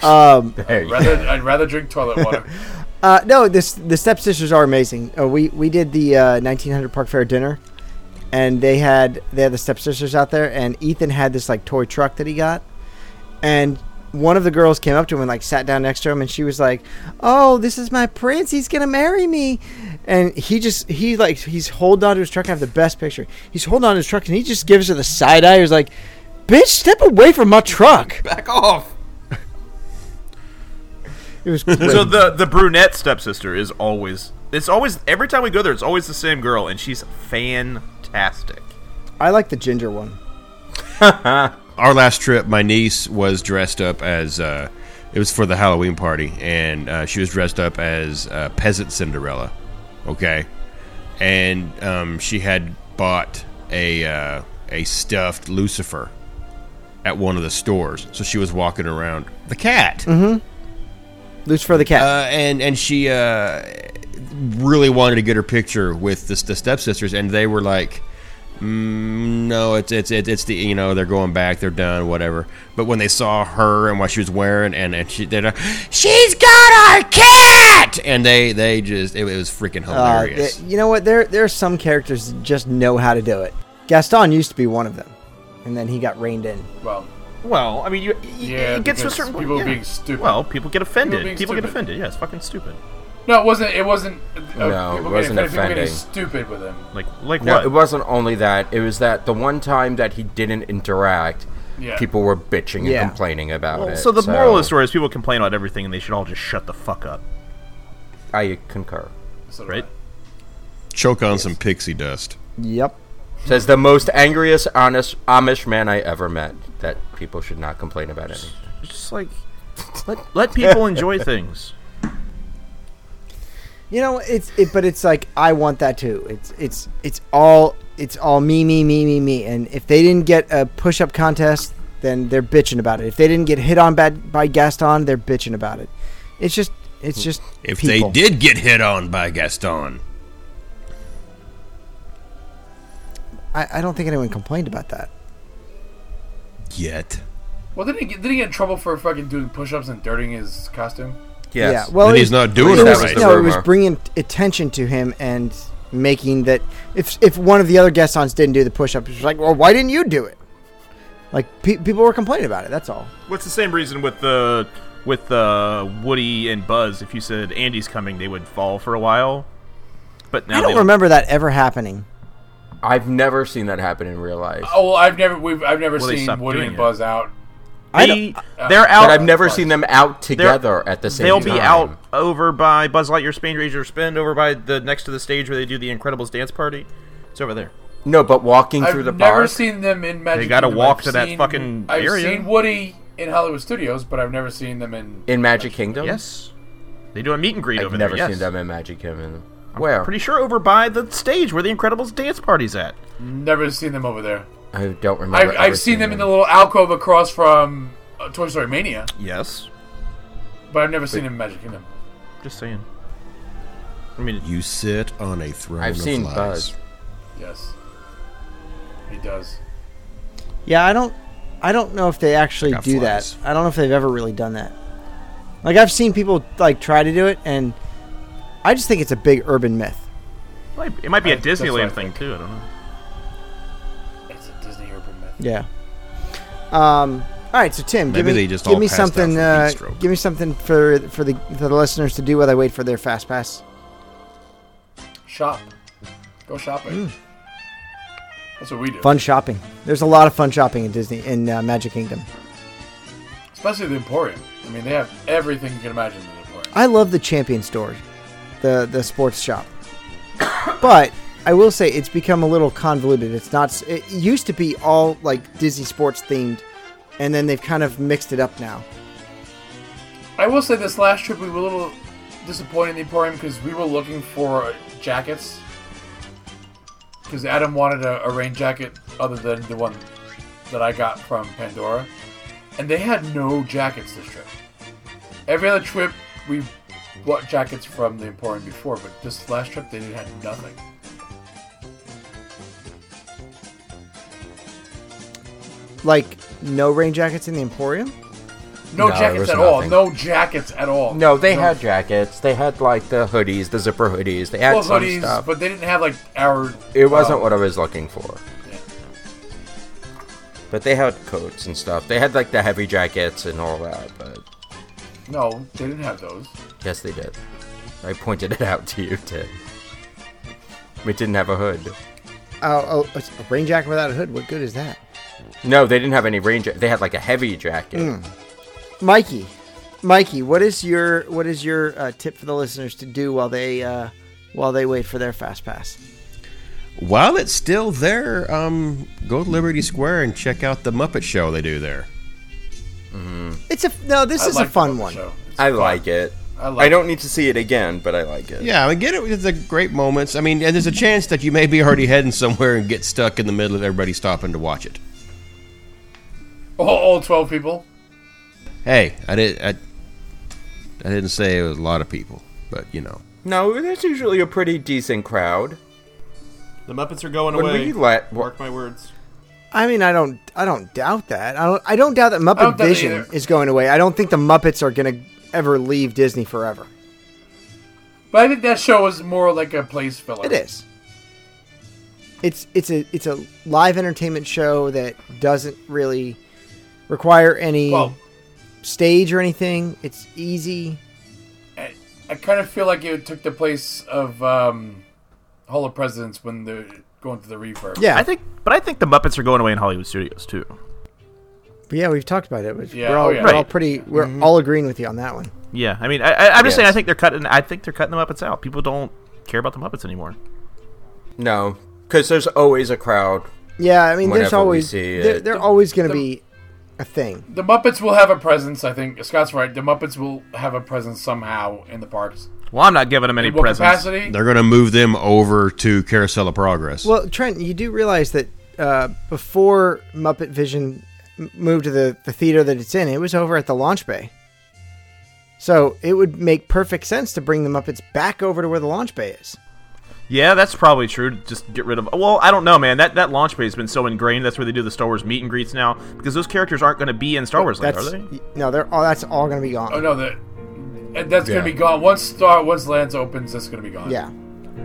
Speaker 5: Um,
Speaker 7: There you
Speaker 6: Rather, I'd rather drink toilet
Speaker 7: [laughs]
Speaker 6: water.
Speaker 5: uh, no, this the stepsisters are amazing. Uh, we we did the uh, 1900 Park Fair dinner, and they had they had the stepsisters out there, and Ethan had this like toy truck that he got, and one of the girls came up to him and like sat down next to him, and she was like, "Oh, this is my prince. He's gonna marry me," and he just he like he's holding on to his truck. I have the best picture. He's holding on to his truck, and he just gives her the side eye. He's like, "Bitch, step away from my truck."
Speaker 3: Back off.
Speaker 5: It was great.
Speaker 3: So the the brunette stepsister is always it's always every time we go there it's always the same girl and she's fantastic.
Speaker 5: I like the ginger one.
Speaker 8: Our last trip, my niece was dressed up as. Uh, it was for the Halloween party, and uh, she was dressed up as uh, peasant Cinderella. Okay, and um, she had bought a uh, a stuffed Lucifer at one of the stores, so she was walking around the cat.
Speaker 5: Loose for the cat.
Speaker 8: uh, and and she uh, really wanted to get her picture with the, the stepsisters, and they were like, mm, "No, it's it's it's it's the you know they're going back, they're done, whatever." But when they saw her and what she was wearing, and and she did, she's got our cat, and they they just it, was freaking
Speaker 5: Uh,
Speaker 8: hilarious.
Speaker 5: th- you know what? There there are some characters that just know how to do it. Gaston used to be one of them, and then he got reined in.
Speaker 6: Well,
Speaker 3: Well, I mean, you, you-
Speaker 6: Yeah,
Speaker 3: it gets to a
Speaker 6: because
Speaker 3: certain
Speaker 6: people
Speaker 3: point. yeah.
Speaker 6: being stupid.
Speaker 3: Well, people get offended.
Speaker 6: People being
Speaker 3: People, get
Speaker 6: stupid.
Speaker 3: offended. Yeah, it's fucking stupid.
Speaker 6: No, it wasn't. It wasn't. Uh,
Speaker 7: No, it
Speaker 6: people getting,
Speaker 7: wasn't
Speaker 6: offended, people
Speaker 7: offending.
Speaker 6: Getting stupid with him.
Speaker 3: Like, like
Speaker 7: No,
Speaker 3: what?
Speaker 7: it wasn't only that. It was that the one time that he didn't interact,
Speaker 6: Yeah.
Speaker 7: people were bitching and
Speaker 5: Yeah.
Speaker 7: complaining about
Speaker 3: Well,
Speaker 7: it.
Speaker 3: so the moral of the story is people complain about everything, and they should all just shut the fuck up,
Speaker 7: I concur.
Speaker 6: So
Speaker 3: right?
Speaker 8: Choke on some pixie dust.
Speaker 5: Yep.
Speaker 7: Says the most angriest, honest Amish man I ever met. That people should not complain about anything.
Speaker 3: It's just like let let people enjoy things.
Speaker 5: You know, it's it, but it's like I want that too. It's it's it's all it's all me me me me me. And if they didn't get a push up contest, then they're bitching about it. If they didn't get hit on bad by Gaston, they're bitching about it. It's just it's just
Speaker 8: If
Speaker 5: people.
Speaker 8: they did get hit on by Gaston,
Speaker 5: I, I don't think anyone complained about that.
Speaker 8: yet.
Speaker 6: Well, didn't he get, didn't he get in trouble for fucking doing push-ups and dirting his costume?
Speaker 7: Yes.
Speaker 5: Yeah. Well,
Speaker 8: Then
Speaker 5: it
Speaker 8: he's
Speaker 5: was-
Speaker 8: not doing
Speaker 5: it
Speaker 8: it
Speaker 5: was,
Speaker 8: right.
Speaker 5: No, it was
Speaker 7: Rumor.
Speaker 5: bringing attention to him and making that if if one of the other Gastons didn't do the push up, it was like, well, why didn't you do it? Like pe- people were complaining about it. That's all.
Speaker 3: What's the same reason with the with the Woody and Buzz? If you said Andy's coming, they would fall for a while. But now
Speaker 5: I
Speaker 3: they
Speaker 5: don't remember that ever happening.
Speaker 7: I've never seen that happen in real life.
Speaker 6: Oh well, I've never we've I've never
Speaker 3: Well, they
Speaker 6: seen
Speaker 3: stopped
Speaker 6: Woody
Speaker 3: doing
Speaker 6: and
Speaker 3: it.
Speaker 6: Buzz out.
Speaker 3: They, they're out.
Speaker 7: but I've never seen them out together at the same
Speaker 3: They'll
Speaker 7: time.
Speaker 3: be out over by Buzz Lightyear Spain Ranger Spin over by the next to the stage where they do the Incredibles dance party. It's over there.
Speaker 7: No, but walking
Speaker 6: I've
Speaker 7: through the
Speaker 6: never
Speaker 7: park.
Speaker 6: seen them in Magic.
Speaker 3: They gotta
Speaker 6: Kingdom.
Speaker 3: walk
Speaker 6: I've
Speaker 3: to that
Speaker 6: seen-
Speaker 3: fucking
Speaker 6: I've
Speaker 3: area.
Speaker 6: seen Woody in Hollywood Studios, but I've never seen them in.
Speaker 7: in Magic Kingdom.
Speaker 3: Yes, they do a meet and greet
Speaker 7: I've
Speaker 3: over
Speaker 7: never
Speaker 3: there.
Speaker 7: seen
Speaker 3: yes.
Speaker 7: them in Magic Kingdom. Where?
Speaker 3: Pretty sure over by the stage where the Incredibles dance party's at.
Speaker 6: Never seen them over there.
Speaker 7: I don't
Speaker 6: I've,
Speaker 7: remember. ever
Speaker 6: I've seen them in the little alcove across from uh, Toy Story Mania,
Speaker 3: Yes,
Speaker 6: but I've never seen them in Magic Kingdom.
Speaker 3: just saying. I mean,
Speaker 8: You sit on a throne
Speaker 7: I've
Speaker 8: of
Speaker 7: seen
Speaker 8: flies.
Speaker 7: Buzz.
Speaker 6: Yes, he does.
Speaker 5: Yeah, I don't. I don't know if they actually
Speaker 8: got
Speaker 5: do
Speaker 8: flies.
Speaker 5: that. I don't know if they've ever really done that. Like I've seen people like try to do it, and I just think it's a big urban myth.
Speaker 3: might- it might be a
Speaker 6: I- that's what I
Speaker 3: Disneyland thing
Speaker 6: think.
Speaker 3: too. I don't know.
Speaker 6: It's a Disney urban myth.
Speaker 5: Yeah. Um. All right, so Tim, give
Speaker 8: Maybe
Speaker 5: me,
Speaker 8: they just
Speaker 5: give
Speaker 8: all
Speaker 5: me
Speaker 8: passed out
Speaker 5: something.
Speaker 8: from heat
Speaker 5: Uh,
Speaker 8: stroke.
Speaker 5: give me something for for the for the listeners to do while they wait for their fast pass.
Speaker 6: Shop, go shopping. That's what we do.
Speaker 5: Fun shopping. There's a lot of fun shopping in Disney in uh, Magic Kingdom.
Speaker 6: especially the Emporium. I mean, they have everything you can imagine in the Emporium.
Speaker 5: I love the Champion Store, the the sports shop. [coughs] but I will say it's become a little convoluted. It's not. s- It used to be all like Disney sports themed, and then they've kind of mixed it up now.
Speaker 6: I will say this last trip we were a little disappointed in the Emporium because we were looking for uh, jackets. Because Adam wanted a, a rain jacket other than the one that I got from Pandora, and they had no jackets this trip. Every other trip we bought jackets from the Emporium before, but this last trip they had nothing.
Speaker 5: Like no rain jackets in the Emporium.
Speaker 6: No,
Speaker 7: No, there was
Speaker 6: jackets at all.
Speaker 7: nothing.
Speaker 6: No jackets at all.
Speaker 7: No, they had jackets. They had like the hoodies, the zipper hoodies. They had
Speaker 6: full
Speaker 7: some
Speaker 6: hoodies,
Speaker 7: stuff.
Speaker 6: but they didn't have like our.
Speaker 7: it wasn't
Speaker 6: um,
Speaker 7: what I was looking for.
Speaker 6: Yeah.
Speaker 7: But they had coats and stuff. They had like the heavy jackets and all that. But
Speaker 6: No, they didn't have those.
Speaker 7: yes, they did. I pointed it out to you, Tim. We didn't have a hood.
Speaker 5: Oh, oh, it's a rain jacket without a hood. What good is that?
Speaker 7: No, they didn't have any rain. Ja- they had like a heavy jacket.
Speaker 6: Hmm.
Speaker 5: Mikey, Mikey, what is your what is your uh, tip for the listeners to do while they uh, while they wait for their fast pass?
Speaker 8: While it's still there, um, go to Liberty Square and check out the Muppet Show they do there.
Speaker 5: It's a no. This
Speaker 6: I
Speaker 5: is
Speaker 6: like
Speaker 5: a
Speaker 6: the
Speaker 5: fun
Speaker 6: Muppet
Speaker 5: one.
Speaker 6: Show. It's
Speaker 7: I
Speaker 6: fun.
Speaker 7: like it.
Speaker 6: I
Speaker 7: I,
Speaker 6: like
Speaker 7: don't need to see it again, but I like it.
Speaker 8: Yeah, I mean, get it with the great moments. I mean, and there's a chance that you may be already heading somewhere and get stuck in the middle of everybody stopping to watch it.
Speaker 6: All, all twelve people.
Speaker 8: Hey, I did. I, I didn't say it was a lot of people, but you know,
Speaker 7: No, there's usually a pretty decent crowd.
Speaker 3: The Muppets are going
Speaker 7: When
Speaker 3: away.
Speaker 7: we let wa-
Speaker 3: Mark my words.
Speaker 5: I mean, I don't, I don't doubt that. I don't, I don't doubt that Muppet
Speaker 6: doubt that
Speaker 5: Vision
Speaker 6: either.
Speaker 5: is going away. I don't think the Muppets are going to ever leave Disney forever.
Speaker 6: But I think that show was more like a place filler.
Speaker 5: It is. It's, it's a, it's a live entertainment show that doesn't really require any
Speaker 6: Well,
Speaker 5: stage or anything. It's easy.
Speaker 6: I, I kind of feel like it took the place of um, Hall of Presidents when they're going through the reverb.
Speaker 5: Yeah,
Speaker 3: I think, but I think the Muppets are going away in Hollywood studios too.
Speaker 5: But yeah, we've talked about it. Which
Speaker 6: Yeah,
Speaker 5: we're all
Speaker 6: oh yeah.
Speaker 5: we're all
Speaker 3: Right.
Speaker 5: pretty. We're all agreeing with you on that one.
Speaker 3: Yeah, I mean, I, I, I'm just saying, I
Speaker 7: Yes.
Speaker 3: think they're cutting. I think they're cutting the Muppets out. People don't care about the Muppets anymore.
Speaker 7: No, because there's always a crowd.
Speaker 5: Yeah, I mean, there's
Speaker 7: Whenever we
Speaker 5: always
Speaker 7: see
Speaker 5: they're,
Speaker 7: it.
Speaker 5: they're always going to
Speaker 6: the-
Speaker 5: be a thing.
Speaker 6: The Muppets will have a presence, I think. Scott's right. The Muppets will have a presence somehow in the parks.
Speaker 3: Well, I'm not giving them any
Speaker 6: In what
Speaker 3: presents.
Speaker 6: capacity?
Speaker 8: They're going to move them over to Carousel of Progress.
Speaker 5: Well, Trent, you do realize that uh, before Muppet Vision m- moved to the the theater that it's in, it was over at the launch bay. So it would make perfect sense to bring the Muppets back over to where the launch bay is.
Speaker 3: Yeah, that's probably true. Just get rid of. Well, I don't know, man. That that launch bay has been so ingrained. That's where they do the Star Wars meet and greets now because those characters aren't going to be in Star Wars Land,
Speaker 5: That's
Speaker 3: are they?
Speaker 5: y- no, they're all that's all going to be gone.
Speaker 6: Oh no, that and that's gonna
Speaker 7: Yeah.
Speaker 6: be gone once Star once Lance opens. That's gonna be gone.
Speaker 5: Yeah.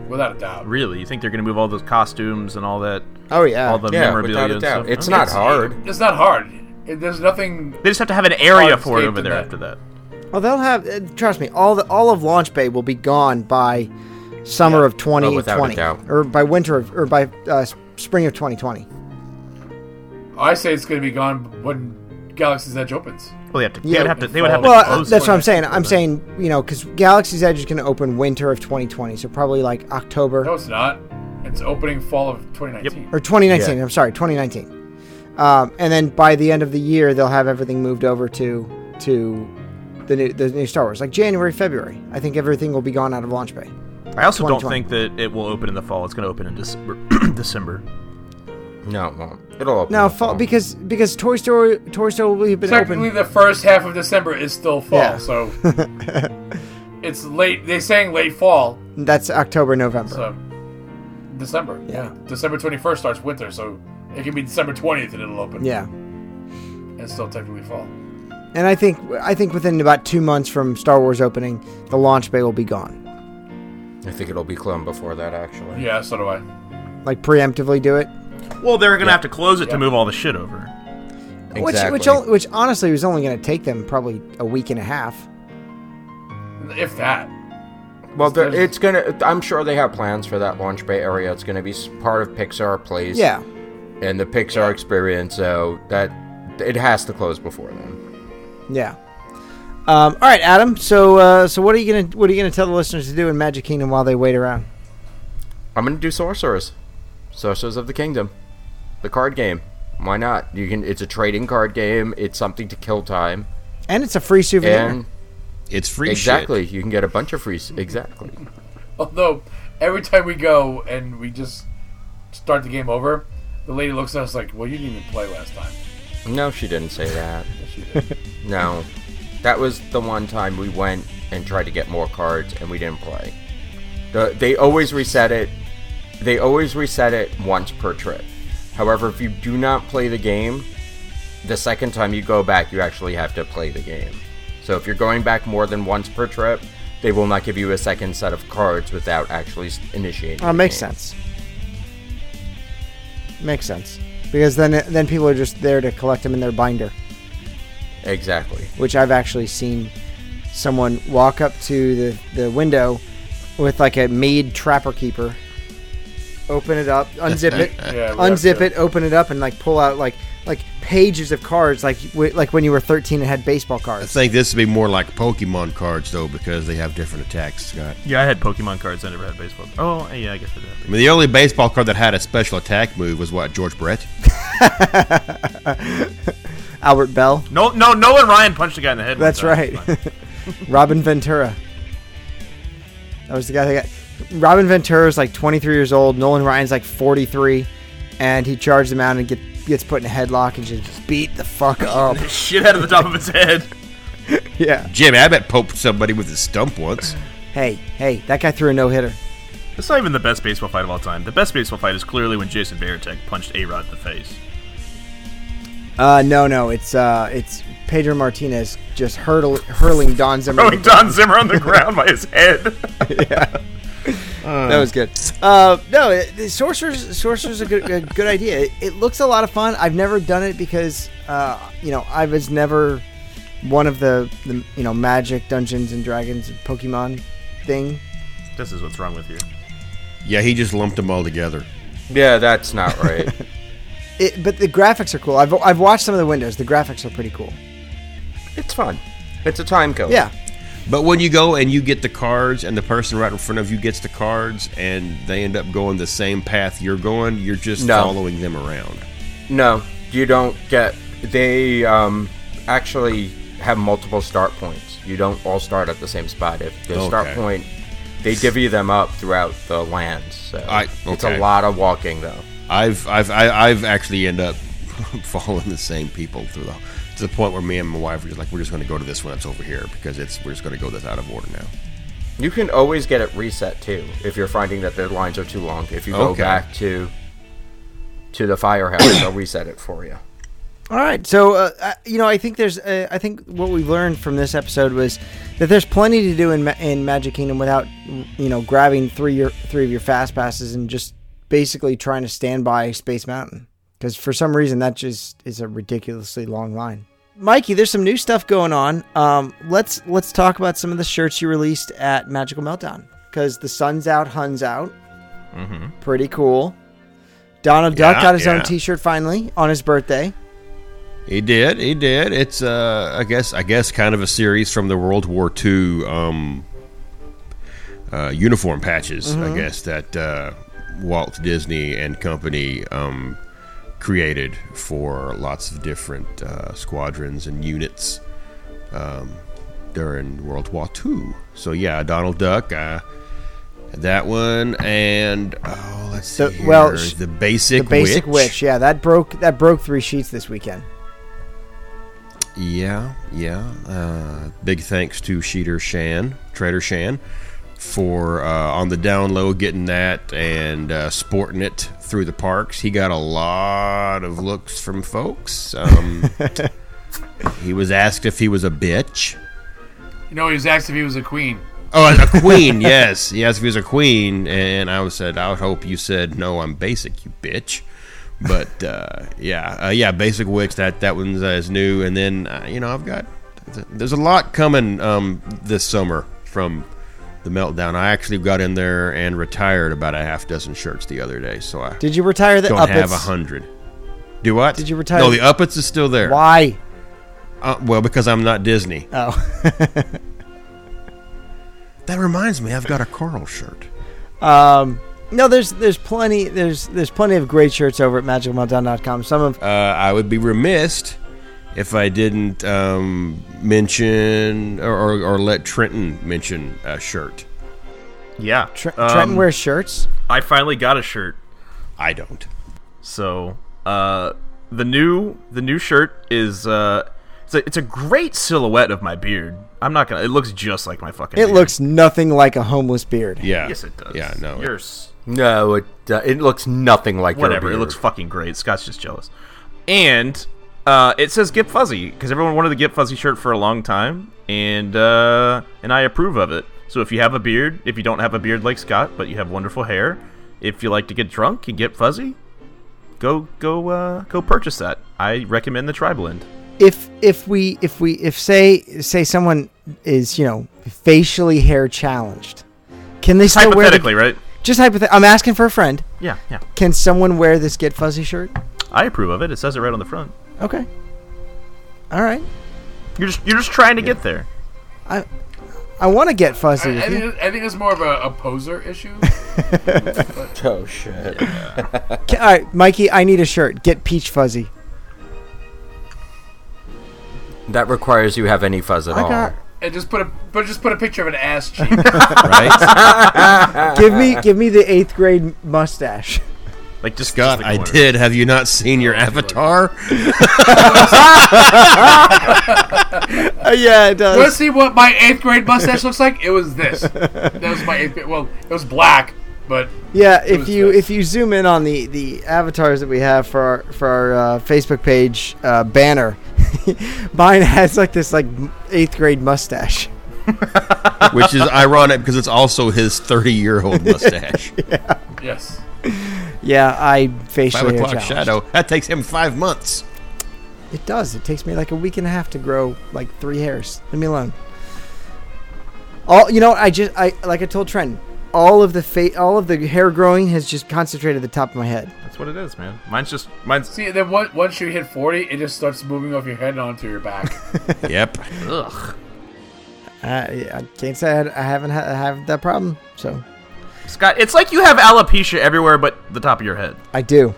Speaker 6: without a doubt.
Speaker 3: Really? You think they're going to move all those costumes and all that,
Speaker 5: Oh yeah.
Speaker 3: all the
Speaker 7: Yeah,
Speaker 3: memorabilia?
Speaker 7: without a
Speaker 3: and
Speaker 7: doubt.
Speaker 3: stuff?
Speaker 7: Oh, It's
Speaker 3: Okay.
Speaker 7: not hard.
Speaker 6: It's not hard. It- there's nothing.
Speaker 3: They just have to have an area for it
Speaker 6: Hardscape
Speaker 3: over
Speaker 6: in
Speaker 3: there
Speaker 6: that.
Speaker 3: after that.
Speaker 5: Well, they'll have. Uh, trust me, all the all of Launch Bay will be gone by summer of
Speaker 7: Oh, without a
Speaker 5: 2020,
Speaker 7: doubt.
Speaker 5: or by winter of, or by uh, s- spring of 2020.
Speaker 6: I say it's gonna be gone when Galaxy's Edge opens.
Speaker 3: Well, they have to. They
Speaker 5: Yeah.
Speaker 3: would have to. They would have
Speaker 5: Well,
Speaker 3: to
Speaker 5: uh,
Speaker 3: close
Speaker 5: that's
Speaker 3: it.
Speaker 5: what I'm saying. I'm saying you know because Galaxy's Edge is going to open winter of 2020, so probably like October
Speaker 6: No,
Speaker 7: Oh,
Speaker 6: it's not. It's opening fall of 2019.
Speaker 5: or 2019.
Speaker 7: Yeah.
Speaker 5: I'm sorry, 2019. Um, and then by the end of the year, they'll have everything moved over to to the new the new Star Wars, like January, February. I think everything will be gone out of Launch Bay.
Speaker 3: I also don't
Speaker 5: 2020.
Speaker 3: think that it will open in the fall. It's going to open in December. [clears throat] December.
Speaker 7: No, it won't. It'll open
Speaker 5: No,
Speaker 7: up
Speaker 5: fall
Speaker 7: soon.
Speaker 5: because because Toy Story Toy Story will have been open.
Speaker 6: Technically, the first half of December is still fall,
Speaker 5: Yeah. [laughs]
Speaker 6: so it's late. They're saying late fall,
Speaker 5: That's October, November.
Speaker 6: so December.
Speaker 5: Yeah.
Speaker 6: December 21st starts winter, so it can be December 20th and it'll open.
Speaker 5: yeah,
Speaker 6: and still technically fall.
Speaker 5: and I think I think within about two months from Star Wars opening, the launch bay will be gone.
Speaker 7: I think it'll be clone before that, actually.
Speaker 6: Yeah, so do I.
Speaker 5: Like preemptively do it,
Speaker 3: Well, they're going to have to close it to move all the shit over.
Speaker 5: which which only, which honestly was only going to take them probably a week and a half.
Speaker 6: If that.
Speaker 7: Well, they're-
Speaker 6: There's-
Speaker 7: it's gonna. I'm sure they have plans for that launch bay area. It's gonna be s- part of Pixar Place.
Speaker 5: Yeah,
Speaker 7: And the Pixar experience. So that it has to close before then.
Speaker 5: yeah. Um, all right, Adam. So uh, so what are you gonna what are you gonna tell the listeners to do in Magic Kingdom while they wait around?
Speaker 7: I'm gonna do Sorcerers, Sorcerers of the Kingdom, the card game. Why not? You can. It's a trading card game. It's something to kill time.
Speaker 5: And it's a free souvenir.
Speaker 7: And
Speaker 8: it's free
Speaker 7: exactly, you can get a bunch of free. s- Exactly.
Speaker 6: Although, every time we go and we just start the game over, the lady looks at us like, well, you didn't even play last time.
Speaker 7: No, she didn't
Speaker 5: [laughs]
Speaker 7: say that. no, that was the one time we went and tried to get more cards and we didn't play. The, they always reset it. They always reset it once per trip. However, if you do not play the game, the second time you go back, you actually have to play the game. So if you're going back more than once per trip, they will not give you a second set of cards without actually s- initiating.
Speaker 5: Oh,
Speaker 7: the
Speaker 5: makes
Speaker 7: game.
Speaker 5: sense. Makes sense because then then people are just there to collect them in their binder.
Speaker 7: Exactly.
Speaker 5: which I've actually seen someone walk up to the, the window with like a made trapper keeper, open it up, unzip it,
Speaker 6: [laughs] Yeah, we have
Speaker 5: unzip
Speaker 6: to-
Speaker 5: it, open it up, and like pull out like like pages of cards, like w- like when you were 13 and had baseball
Speaker 8: I
Speaker 5: cards.
Speaker 8: think this would be more like Pokemon cards, though, because they have different attacks, Scott.
Speaker 3: Yeah, I had Pokemon cards. I never had baseball. Oh, yeah, I guess I did.
Speaker 8: I mean, the only baseball card that had a special attack move was what George Brett.
Speaker 5: Albert Bell,
Speaker 3: No, no, no. And Ryan punched a guy in the head. one
Speaker 5: [laughs] that's
Speaker 3: time.
Speaker 5: right. [laughs] Robin Ventura. That was the guy that got. Robin Ventura is like 23 years old. Nolan Ryan's like 43, and he charged him out and get, gets put in a headlock and just beat the fuck [laughs] up.
Speaker 3: [laughs] Shit out of the top of his head.
Speaker 5: yeah.
Speaker 8: Jim Abbott poked somebody with his stump once.
Speaker 5: Hey, hey, that guy threw a no hitter.
Speaker 3: It's not even the best baseball fight of all time. The best baseball fight is clearly when Jason Veritek punched A Rod in the face. [laughs]
Speaker 5: Uh, no, no, it's uh, it's Pedro Martinez just hurtle, hurling Don Zimmer. [laughs]
Speaker 3: Throwing Don Zimmer on the ground by his head.
Speaker 7: that
Speaker 5: [laughs]
Speaker 7: was good.
Speaker 5: Uh, no, it- the sorcerer's sorcerer's a good, a good idea. It, it looks a lot of fun. I've never done it because uh, you know I was never one of the, the you know magic Dungeons and Dragons Pokemon thing.
Speaker 3: [laughs] This is what's wrong with you.
Speaker 8: Yeah, he just lumped them all together.
Speaker 7: Yeah, that's not
Speaker 5: [laughs]
Speaker 7: right.
Speaker 5: It, but the graphics are cool. I've, I've watched some of the windows. The graphics are pretty cool.
Speaker 7: it's fun. It's a time code.
Speaker 5: Yeah,
Speaker 8: But when you go and you get the cards, and the person right in front of you gets the cards, and they end up going the same path you're going, you're just
Speaker 7: No.
Speaker 8: following them around.
Speaker 7: No, you don't get. They um, actually have multiple start points. You don't all start at the same spot. If the start
Speaker 8: Okay.
Speaker 7: point, they divvy them up throughout the lands. So
Speaker 8: I-
Speaker 7: it's a
Speaker 8: okay.
Speaker 7: lot of walking though.
Speaker 8: I've I've I, I've actually end up [laughs] following the same people through the to the point where me and my wife are just like we're just going to go to this one that's over here because it's we're just going to go this out of order now.
Speaker 7: You can always get it reset too if you're finding that the lines are too long. If you go
Speaker 8: Okay.
Speaker 7: back to to the firehouse, they'll reset it for you.
Speaker 5: All right. So, uh, I- you know, I think there's, uh, I think what we learned from this episode was that there's plenty to do in Ma- in Magic Kingdom without, you know, grabbing three your three of your fast passes and just basically trying to stand by Space Mountain because for some reason that just is a ridiculously long line. Mikey, there's some new stuff going on. Um, let's let's talk about some of the shirts you released at Magical Meltdown because the sun's out, Hun's out. Pretty cool. Donald Duck
Speaker 8: Mm-hmm. Yeah,
Speaker 5: got his own
Speaker 8: yeah.
Speaker 5: T-shirt finally on his birthday.
Speaker 8: He did. He did. It's uh, I guess I guess kind of a series from the World War II um, uh, uniform patches.
Speaker 5: Mm-hmm.
Speaker 8: I guess that uh, Walt Disney and company um, created for lots of different uh, squadrons and units um, during World War II. So yeah, Donald Duck. Uh, that one and oh, let's see.
Speaker 5: The- well,
Speaker 8: here,
Speaker 5: sh-
Speaker 8: the basic
Speaker 5: the basic witch.
Speaker 8: witch.
Speaker 5: Yeah, that broke that broke three sheets this weekend.
Speaker 8: Yeah, yeah. Uh, big thanks to Sheeter Shan, Trader Shan, for uh, on the down low getting that and uh, sporting it through the parks. He got a lot of looks from folks. Um, he was asked if he was a bitch.
Speaker 6: You know, he was asked if he was a queen.
Speaker 8: Oh,
Speaker 5: [laughs]
Speaker 8: a queen. yes, yes, if he was a queen, and I was said, I would hope you said, no, I'm basic, you bitch. But uh, yeah, uh, yeah, basic witch. That that one's uh, is new, and then uh, you know I've got there's a lot coming um, this summer from the meltdown. I actually got in there and retired about a half dozen shirts the other day, so I
Speaker 5: Did you retire the
Speaker 8: don't
Speaker 5: uppets?
Speaker 8: have a hundred. Do what?
Speaker 5: Did you retire-
Speaker 8: No, the uppets is still there.
Speaker 5: Why?
Speaker 8: Uh, well, because I'm not Disney.
Speaker 5: Oh, [laughs]
Speaker 8: That reminds me, I've got a Carl shirt.
Speaker 5: um, no. There's there's plenty there's there's plenty of great shirts over at magicalmeltdown.com. Some of
Speaker 8: uh, I would be remiss if I didn't um, mention or, or, or let Trenton mention a shirt.
Speaker 3: Yeah.
Speaker 5: Tre-
Speaker 8: Uh,
Speaker 3: um,
Speaker 5: Trenton wears shirts.
Speaker 3: I finally got a shirt.
Speaker 8: I don't.
Speaker 3: So uh, the new the new shirt is uh, it's a it's a great silhouette of my beard. I'm not gonna. It looks just like my fucking.
Speaker 5: It
Speaker 3: beard.
Speaker 5: looks nothing like a homeless beard.
Speaker 8: Yeah.
Speaker 3: Yes, it does.
Speaker 8: Yeah, no.
Speaker 3: You're s-
Speaker 7: No, it uh, it looks nothing like your
Speaker 3: whatever. It
Speaker 7: beard.
Speaker 3: looks fucking great. Scott's just jealous. And uh, it says Get Fuzzy because everyone wanted the Get Fuzzy shirt for a long time, and uh, and I approve of it. So if you have a beard, if you don't have a beard like Scott, but you have wonderful hair, if you like to get drunk and get fuzzy, go go uh, go purchase that. I recommend the Tri Blend.
Speaker 5: If if we if we if say say someone is you know facially hair challenged, can they still wear
Speaker 3: Hypothetically,
Speaker 5: the,
Speaker 3: right?
Speaker 5: just hypothetical? I'm asking for a friend.
Speaker 3: Yeah, yeah.
Speaker 5: Can someone wear this get fuzzy shirt?
Speaker 3: I approve of it. It says it right on the front.
Speaker 5: Okay. All right.
Speaker 3: You're just you're just trying to get there.
Speaker 5: I want to get fuzzy.
Speaker 6: I, I
Speaker 5: with you.
Speaker 6: think, I think it's more of a, a poser [laughs] issue.
Speaker 7: Oh shit!
Speaker 5: Ca- All right, Mikey, I need a shirt. Get peach fuzzy.
Speaker 7: That requires you have any fuzz at all.
Speaker 6: and just put a but just put a picture of an ass [laughs] cheek.
Speaker 8: Right?
Speaker 5: give me, give me the eighth grade mustache.
Speaker 3: Like just
Speaker 8: Scott,
Speaker 3: just the
Speaker 8: I
Speaker 3: corner. Oh,
Speaker 8: did. Have you not seen your avatar?
Speaker 5: Uh, yeah, it
Speaker 6: Want to
Speaker 5: does.
Speaker 6: see what my eighth grade mustache looks like? It was this. That was my eighth grade. Well, it was black, but
Speaker 5: Yeah, if
Speaker 6: was
Speaker 5: you
Speaker 6: this?
Speaker 5: if you zoom in on the the avatars that we have for our for our uh, Facebook [laughs] page uh, banner, mine has like this like m- eighth grade mustache.
Speaker 3: [laughs]
Speaker 8: which is ironic because it's also his 30 year old mustache.
Speaker 6: Yes.
Speaker 5: Yeah, I
Speaker 8: Five
Speaker 5: facially hair
Speaker 8: o'clock
Speaker 5: challenged.
Speaker 8: shadow. That takes him five months.
Speaker 5: It does. It takes me like a week and a half to grow like three hairs. Leave me alone. All you know, I just I like I told Trent, all of the fa- all of the hair growing has just concentrated at the top of my head.
Speaker 3: That's what it is, man. Mine's just mine's.
Speaker 6: See, then on- once you hit 40, it just starts moving off your head and onto your back. [laughs]
Speaker 8: Yep.
Speaker 3: Ugh.
Speaker 5: I, I can't say I, had, I haven't ha- have that problem. So
Speaker 3: Scott, it's like you have alopecia everywhere but the top of your head.
Speaker 5: I do,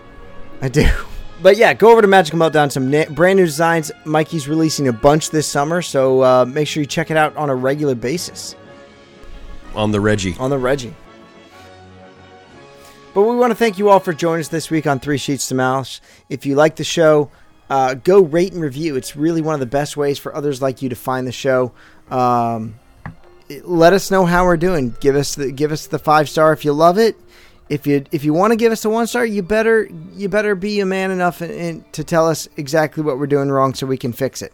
Speaker 5: I do. [laughs] But yeah, go over to Magical Meltdown. Some na- brand new designs. Mikey's releasing a bunch this summer, so uh, make sure you check it out on a regular basis.
Speaker 8: On the Reggie.
Speaker 5: on the Reggie. But we want to thank you all for joining us this week on Three Sheets to Mouse. If you like the show, uh, go rate and review. It's really one of the best ways for others like you to find the show. Um, it- let us know how we're doing. Give us the give us the five star if you love it. If you if you want to give us a one star, you better you better be a man enough and, and to tell us exactly what we're doing wrong so we can fix it.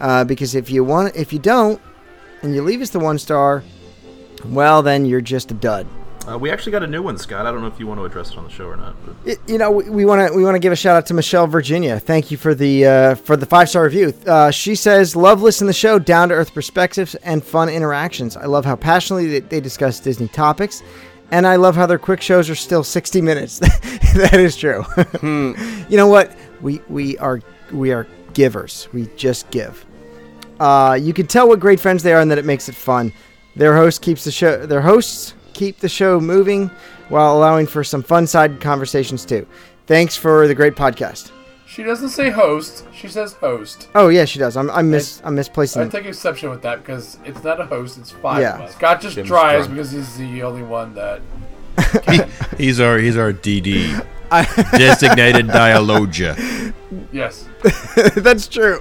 Speaker 5: Uh, because if you want if you don't and you leave us the one star, well then you're just a dud.
Speaker 3: Uh, we actually got a new one, Scott. I don't know if you want to address it on the show or not. But
Speaker 5: Y- you know we want to we want to give a shout out to Michelle Virginia. Thank you for the uh, for the five star review. Uh, she says love listening to the show, down to earth perspectives and fun interactions. I love how passionately they, they discuss Disney topics, and I love how their quick shows are still sixty minutes. [laughs] that is true. [laughs] You know what we we are we are givers. We just give. Uh, you can tell what great friends they are and that it makes it fun. Their host keeps the show. Their hosts keep the show moving while allowing for some fun side conversations too. Thanks for the great podcast.
Speaker 6: she doesn't say host, she says host.
Speaker 5: Oh yeah, she does. I'm I'm mis I'm misplacing.
Speaker 6: I
Speaker 5: it.
Speaker 6: take exception with that because it's not a host, it's five
Speaker 5: Hmm. Yeah.
Speaker 6: of us. Scott just
Speaker 7: Jim's
Speaker 6: drives
Speaker 7: drunk.
Speaker 6: because he's the only one that.
Speaker 8: He's our he's our DD.
Speaker 3: [laughs]
Speaker 8: Designated dialogia.
Speaker 6: Yes.
Speaker 5: [laughs] That's true.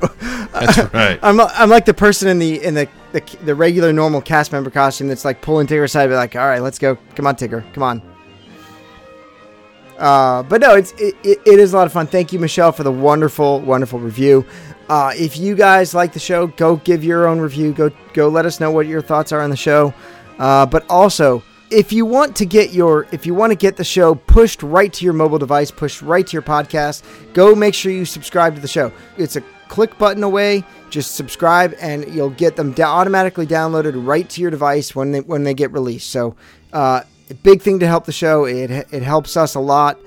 Speaker 8: That's right.
Speaker 5: I'm I'm like the person in the in the, the the regular normal cast member costume that's like pulling Tigger aside, be like, all right, let's go. Come on, Tigger. Come on. Uh, but no, it's it, it, it is a lot of fun. Thank you, Michelle, for the wonderful, wonderful review. Uh, if you guys like the show, go give your own review. Go go let us know what your thoughts are on the show. Uh, but also, if you want to get your if you want to get the show pushed right to your mobile device, pushed right to your podcast, go make sure you subscribe to the show. It's a click button away. Just subscribe, and you'll get them da- automatically downloaded right to your device when they when they get released. So, uh, big thing to help the show. It it helps us a lot.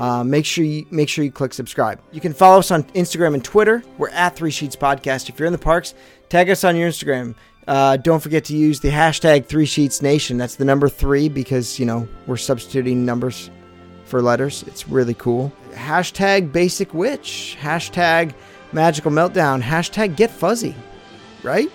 Speaker 5: Uh, make sure you make sure you click subscribe. You can follow us on Instagram and Twitter. We're at Three Sheets Podcast. If you're in the parks, tag us on your Instagram. Uh, don't forget to use the hashtag Three Sheets Nation. That's the number three because you know we're substituting numbers for letters. It's really cool. Hashtag Basic Witch. Hashtag Magical Meltdown. Hashtag Get Fuzzy. Right.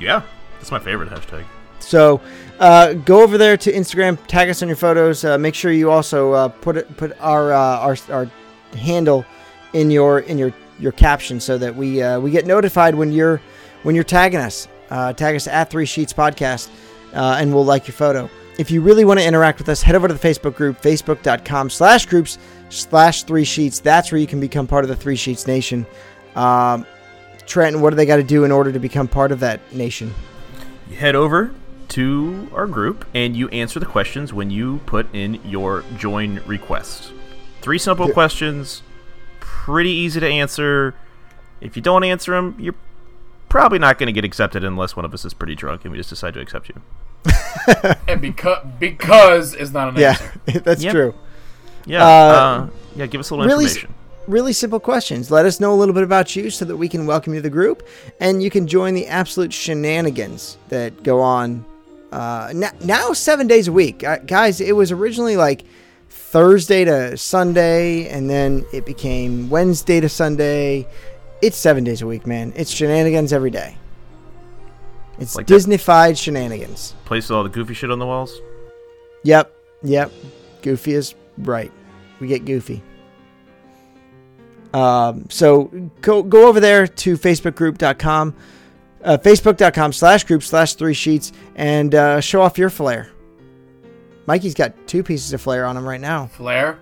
Speaker 3: yeah, that's my favorite hashtag.
Speaker 5: So uh, go over there to Instagram, tag us on your photos. Uh, make sure you also uh, put it, put our, uh, our our handle in your in your your caption so that we uh, we get notified when you're when you're tagging us. Uh, tag us at Three Sheets Podcast, uh, and we'll like your photo. If you really want to interact with us, head over to the Facebook group, facebook.com slash groups slash three sheets. That's where you can become part of the Three Sheets Nation. Um, Trenton, what do they got to do in order to become part of that nation?
Speaker 3: You head over to our group and you answer the questions when you put in your join request. Three simple questions, pretty easy to answer. If you don't answer them, you're probably not going to get accepted unless one of us is pretty drunk and we just decide to accept you.
Speaker 6: And because, because is not an
Speaker 5: [laughs] Yeah,
Speaker 6: answer.
Speaker 5: that's
Speaker 3: Yep.
Speaker 5: true.
Speaker 3: Yeah,
Speaker 5: Uh,
Speaker 3: uh, yeah. Give us a little
Speaker 5: really s-
Speaker 3: information.
Speaker 5: really simple questions. Let us know a little bit about you so that we can welcome you to the group and you can join the absolute shenanigans that go on uh, now, now seven days a week. Uh, guys, it was originally like Thursday to Sunday and then it became Wednesday to Sunday. It's seven days a week, man. It's shenanigans every day. It's
Speaker 3: Like that-
Speaker 5: Disneyfied shenanigans.
Speaker 3: Place with all the goofy shit on the walls.
Speaker 5: Yep, yep. Goofy is right. We get goofy. Um, so go go over there to facebookgroup.com, uh, facebook.com slash group slash three sheets, and uh, show off your flair. Mikey's got two pieces of flair on him right now.
Speaker 6: Flair?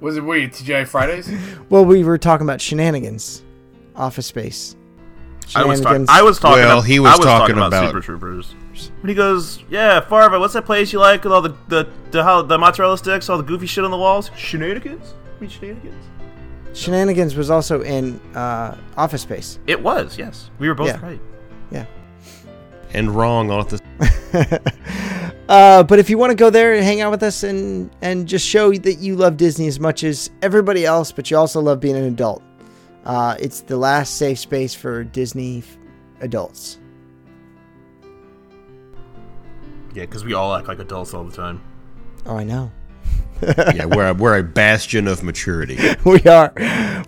Speaker 6: Was it, were you TGI Fridays?
Speaker 5: Well, we were talking about shenanigans, Office Space.
Speaker 3: I was, talk-
Speaker 5: shenanigans.
Speaker 3: I was talking.
Speaker 8: Well,
Speaker 3: ab-
Speaker 8: he was
Speaker 3: I was talking,
Speaker 8: talking
Speaker 3: about,
Speaker 8: about-
Speaker 3: Super Troopers. When he goes, yeah, Farva, what's that place you like with all the the the, hol- the mozzarella sticks, all the goofy shit on the walls? Shenanigans. I mean, shenanigans.
Speaker 5: Shenanigans was also in uh, Office Space.
Speaker 3: It was. Yes, we were both
Speaker 5: Yeah.
Speaker 3: right.
Speaker 5: Yeah.
Speaker 8: and wrong all at the
Speaker 5: Uh, but if you want to go there and hang out with us and and just show that you love Disney as much as everybody else, but you also love being an adult, uh, it's the last safe space for Disney f- adults.
Speaker 3: Yeah, because we all act like adults all the time.
Speaker 5: Oh, I know.
Speaker 8: yeah we're a, we're a bastion of maturity
Speaker 5: [laughs] we are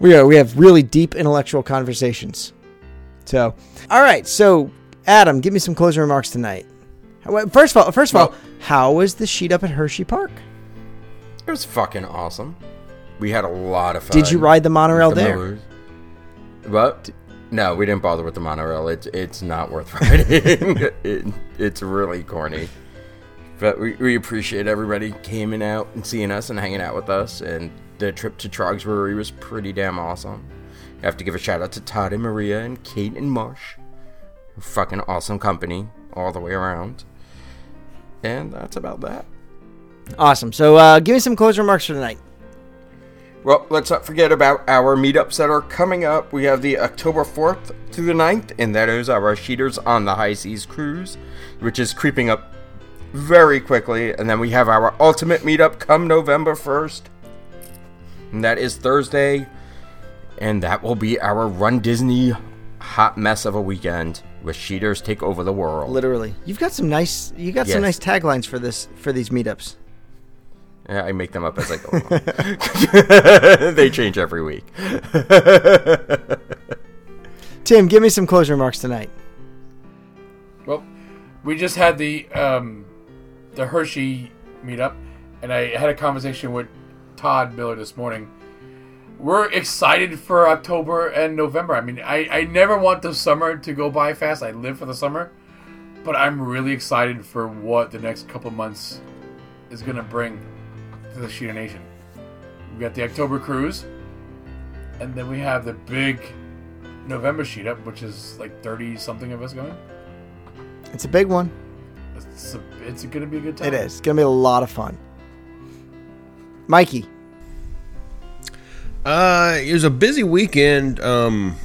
Speaker 5: we are we have really deep intellectual conversations so all right so adam give me some closing remarks tonight Well, first of all first of all
Speaker 7: Well-
Speaker 5: how was the sheet up at hershey park
Speaker 7: It was fucking awesome. We had a lot of fun.
Speaker 5: Did you ride the monorail there?
Speaker 7: What? No, we didn't bother with the monorail. It's it's not worth [laughs] riding. it, it's really corny. But we, we appreciate everybody coming out and seeing us and hanging out with us. And the trip to Trogs Brewery was pretty damn awesome. I have to give a shout out to Todd and Maria and Kate and Marsh. Fucking awesome company all the way around. And that's about that.
Speaker 5: awesome so uh, give me some closing remarks for tonight
Speaker 7: Well, let's not forget about our meetups that are coming up. We have the October 4th through the 9th, and that is our Sheeters on the High Seas Cruise, which is creeping up very quickly. And then we have our Ultimate Meetup come November 1st, and that is Thursday. And that will be our Run Disney hot mess of a weekend with Sheeters take over the world.
Speaker 5: literally you've got some nice you got some nice
Speaker 7: Yes.
Speaker 5: taglines for this for these meetups
Speaker 7: Yeah, I make them up as I go along. [laughs] they change every week.
Speaker 5: tim give me some closing remarks tonight
Speaker 6: Well, we just had the um, the Hershey meetup, and I had a conversation with Todd Miller this morning. We're excited for October and November. I mean, I, I never want the summer to go by fast. I live for the summer, but I'm really excited for what the next couple months is going to bring to the Sheena Nation. We've got the October cruise, and then we have the big November sheet up, which is like 30 something of us going.
Speaker 5: it's a big one
Speaker 6: It's, a, it's gonna be a good time.
Speaker 5: it is it's gonna be a lot of fun mikey
Speaker 8: Uh, it was a busy weekend um,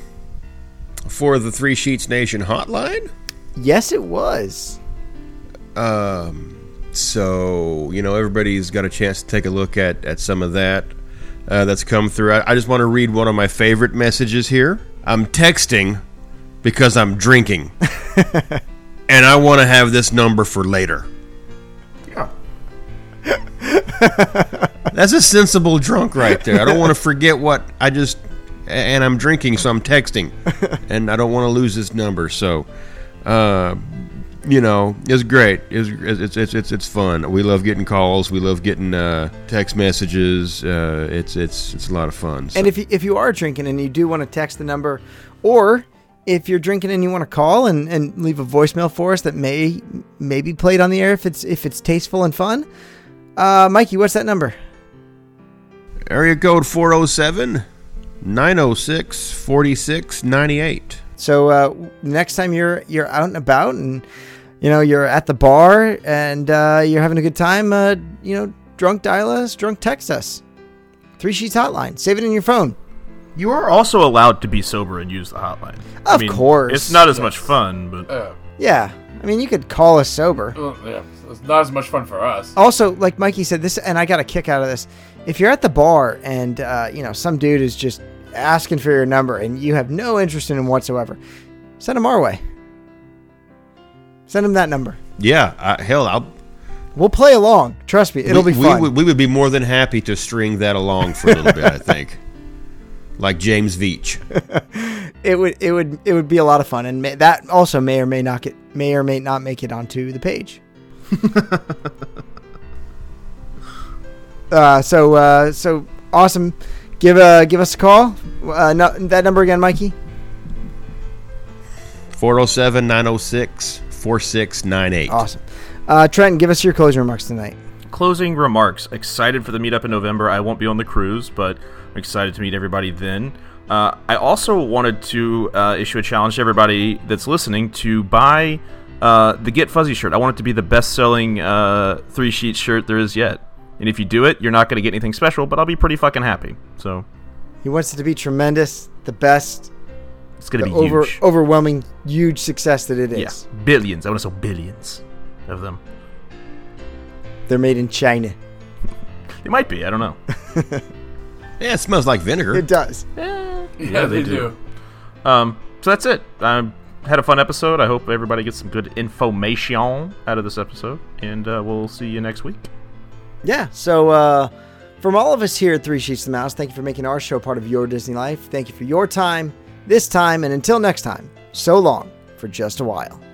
Speaker 8: for the Three Sheets Nation hotline.
Speaker 5: yes it was
Speaker 8: Um, so you know everybody's got a chance to take a look at at some of that uh, that's come through. I, I just want to read one of my favorite messages here. I'm texting because I'm drinking, and I want to have this number for later. That's a sensible drunk right there. I don't want to forget what I just and I'm drinking, so I'm texting, and I don't want to lose this number. So, uh, you know, it's great. It's it's it's it's it's fun. We love getting calls. We love getting uh, text messages. Uh, it's it's it's a lot of fun. So-
Speaker 5: And if you, if you are drinking and you do want to text the number, or if you're drinking and you want to call and, and leave a voicemail for us that may may be played on the air if it's if it's tasteful and fun, uh, Mikey, what's that number?
Speaker 8: Area code 407 906 4698.
Speaker 5: So uh, next time you're you're out and about and you know you're at the bar and uh, you're having a good time, uh, you know, drunk dial us, drunk text us. Three Sheets Hotline. Save it in your phone.
Speaker 3: You are also allowed to be sober and use the hotline. I
Speaker 5: Of
Speaker 3: mean,
Speaker 5: course.
Speaker 3: it's not as much fun, but
Speaker 6: Uh,
Speaker 5: Yeah, I mean you could call us sober.
Speaker 6: well, yeah, so it's not as much fun for us.
Speaker 3: Oh.
Speaker 5: also like mikey said this and i got a kick out of this if you're at the bar and uh, you know some dude is just asking for your number and you have no interest in him whatsoever send him our way send him that number
Speaker 8: Yeah, I, hell, I'll,
Speaker 5: we'll play along trust me it'll
Speaker 8: we,
Speaker 5: be
Speaker 8: we
Speaker 5: fun
Speaker 8: would, we would be more than happy to string that along for a
Speaker 5: [laughs]
Speaker 8: little bit, I think. Like James Veach.
Speaker 5: it would it would it would be a lot of fun and may, that also may or may not get may or may not make it onto the [laughs] page uh, so uh, so awesome give uh, give us a call uh, no, that number again mikey
Speaker 8: 407 906 4698.
Speaker 5: Awesome. Uh, Trent, give us your closing remarks tonight.
Speaker 3: closing remarks excited for the meetup in november i won't be on the cruise but i'm excited to meet everybody then Uh, I also wanted to uh, issue a challenge to everybody that's listening to buy uh, the Get Fuzzy shirt. I want it to be the best selling uh, three sheet shirt there is yet. And if you do it, you're not going to get anything special, but I'll be pretty fucking happy. So
Speaker 5: He wants it to be tremendous, the best,
Speaker 3: it's going
Speaker 5: the
Speaker 3: to be
Speaker 5: over, oh,
Speaker 3: huge.
Speaker 5: overwhelming, huge success that it is.
Speaker 3: yeah, billions. I want to sell billions of them.
Speaker 5: They're made in China.
Speaker 3: It might be. I don't know.
Speaker 8: Yeah, it smells like vinegar.
Speaker 5: It does.
Speaker 6: [laughs] Yeah,
Speaker 3: they do. Um, so that's it. I had a fun episode. I hope everybody gets some good information out of this episode, and uh, we'll see you next week.
Speaker 5: Yeah. So, uh, from all of us here at Three Sheets to the Mouse, thank you for making our show part of your Disney life. Thank you for your time, this time, and until next time, so long for just a while.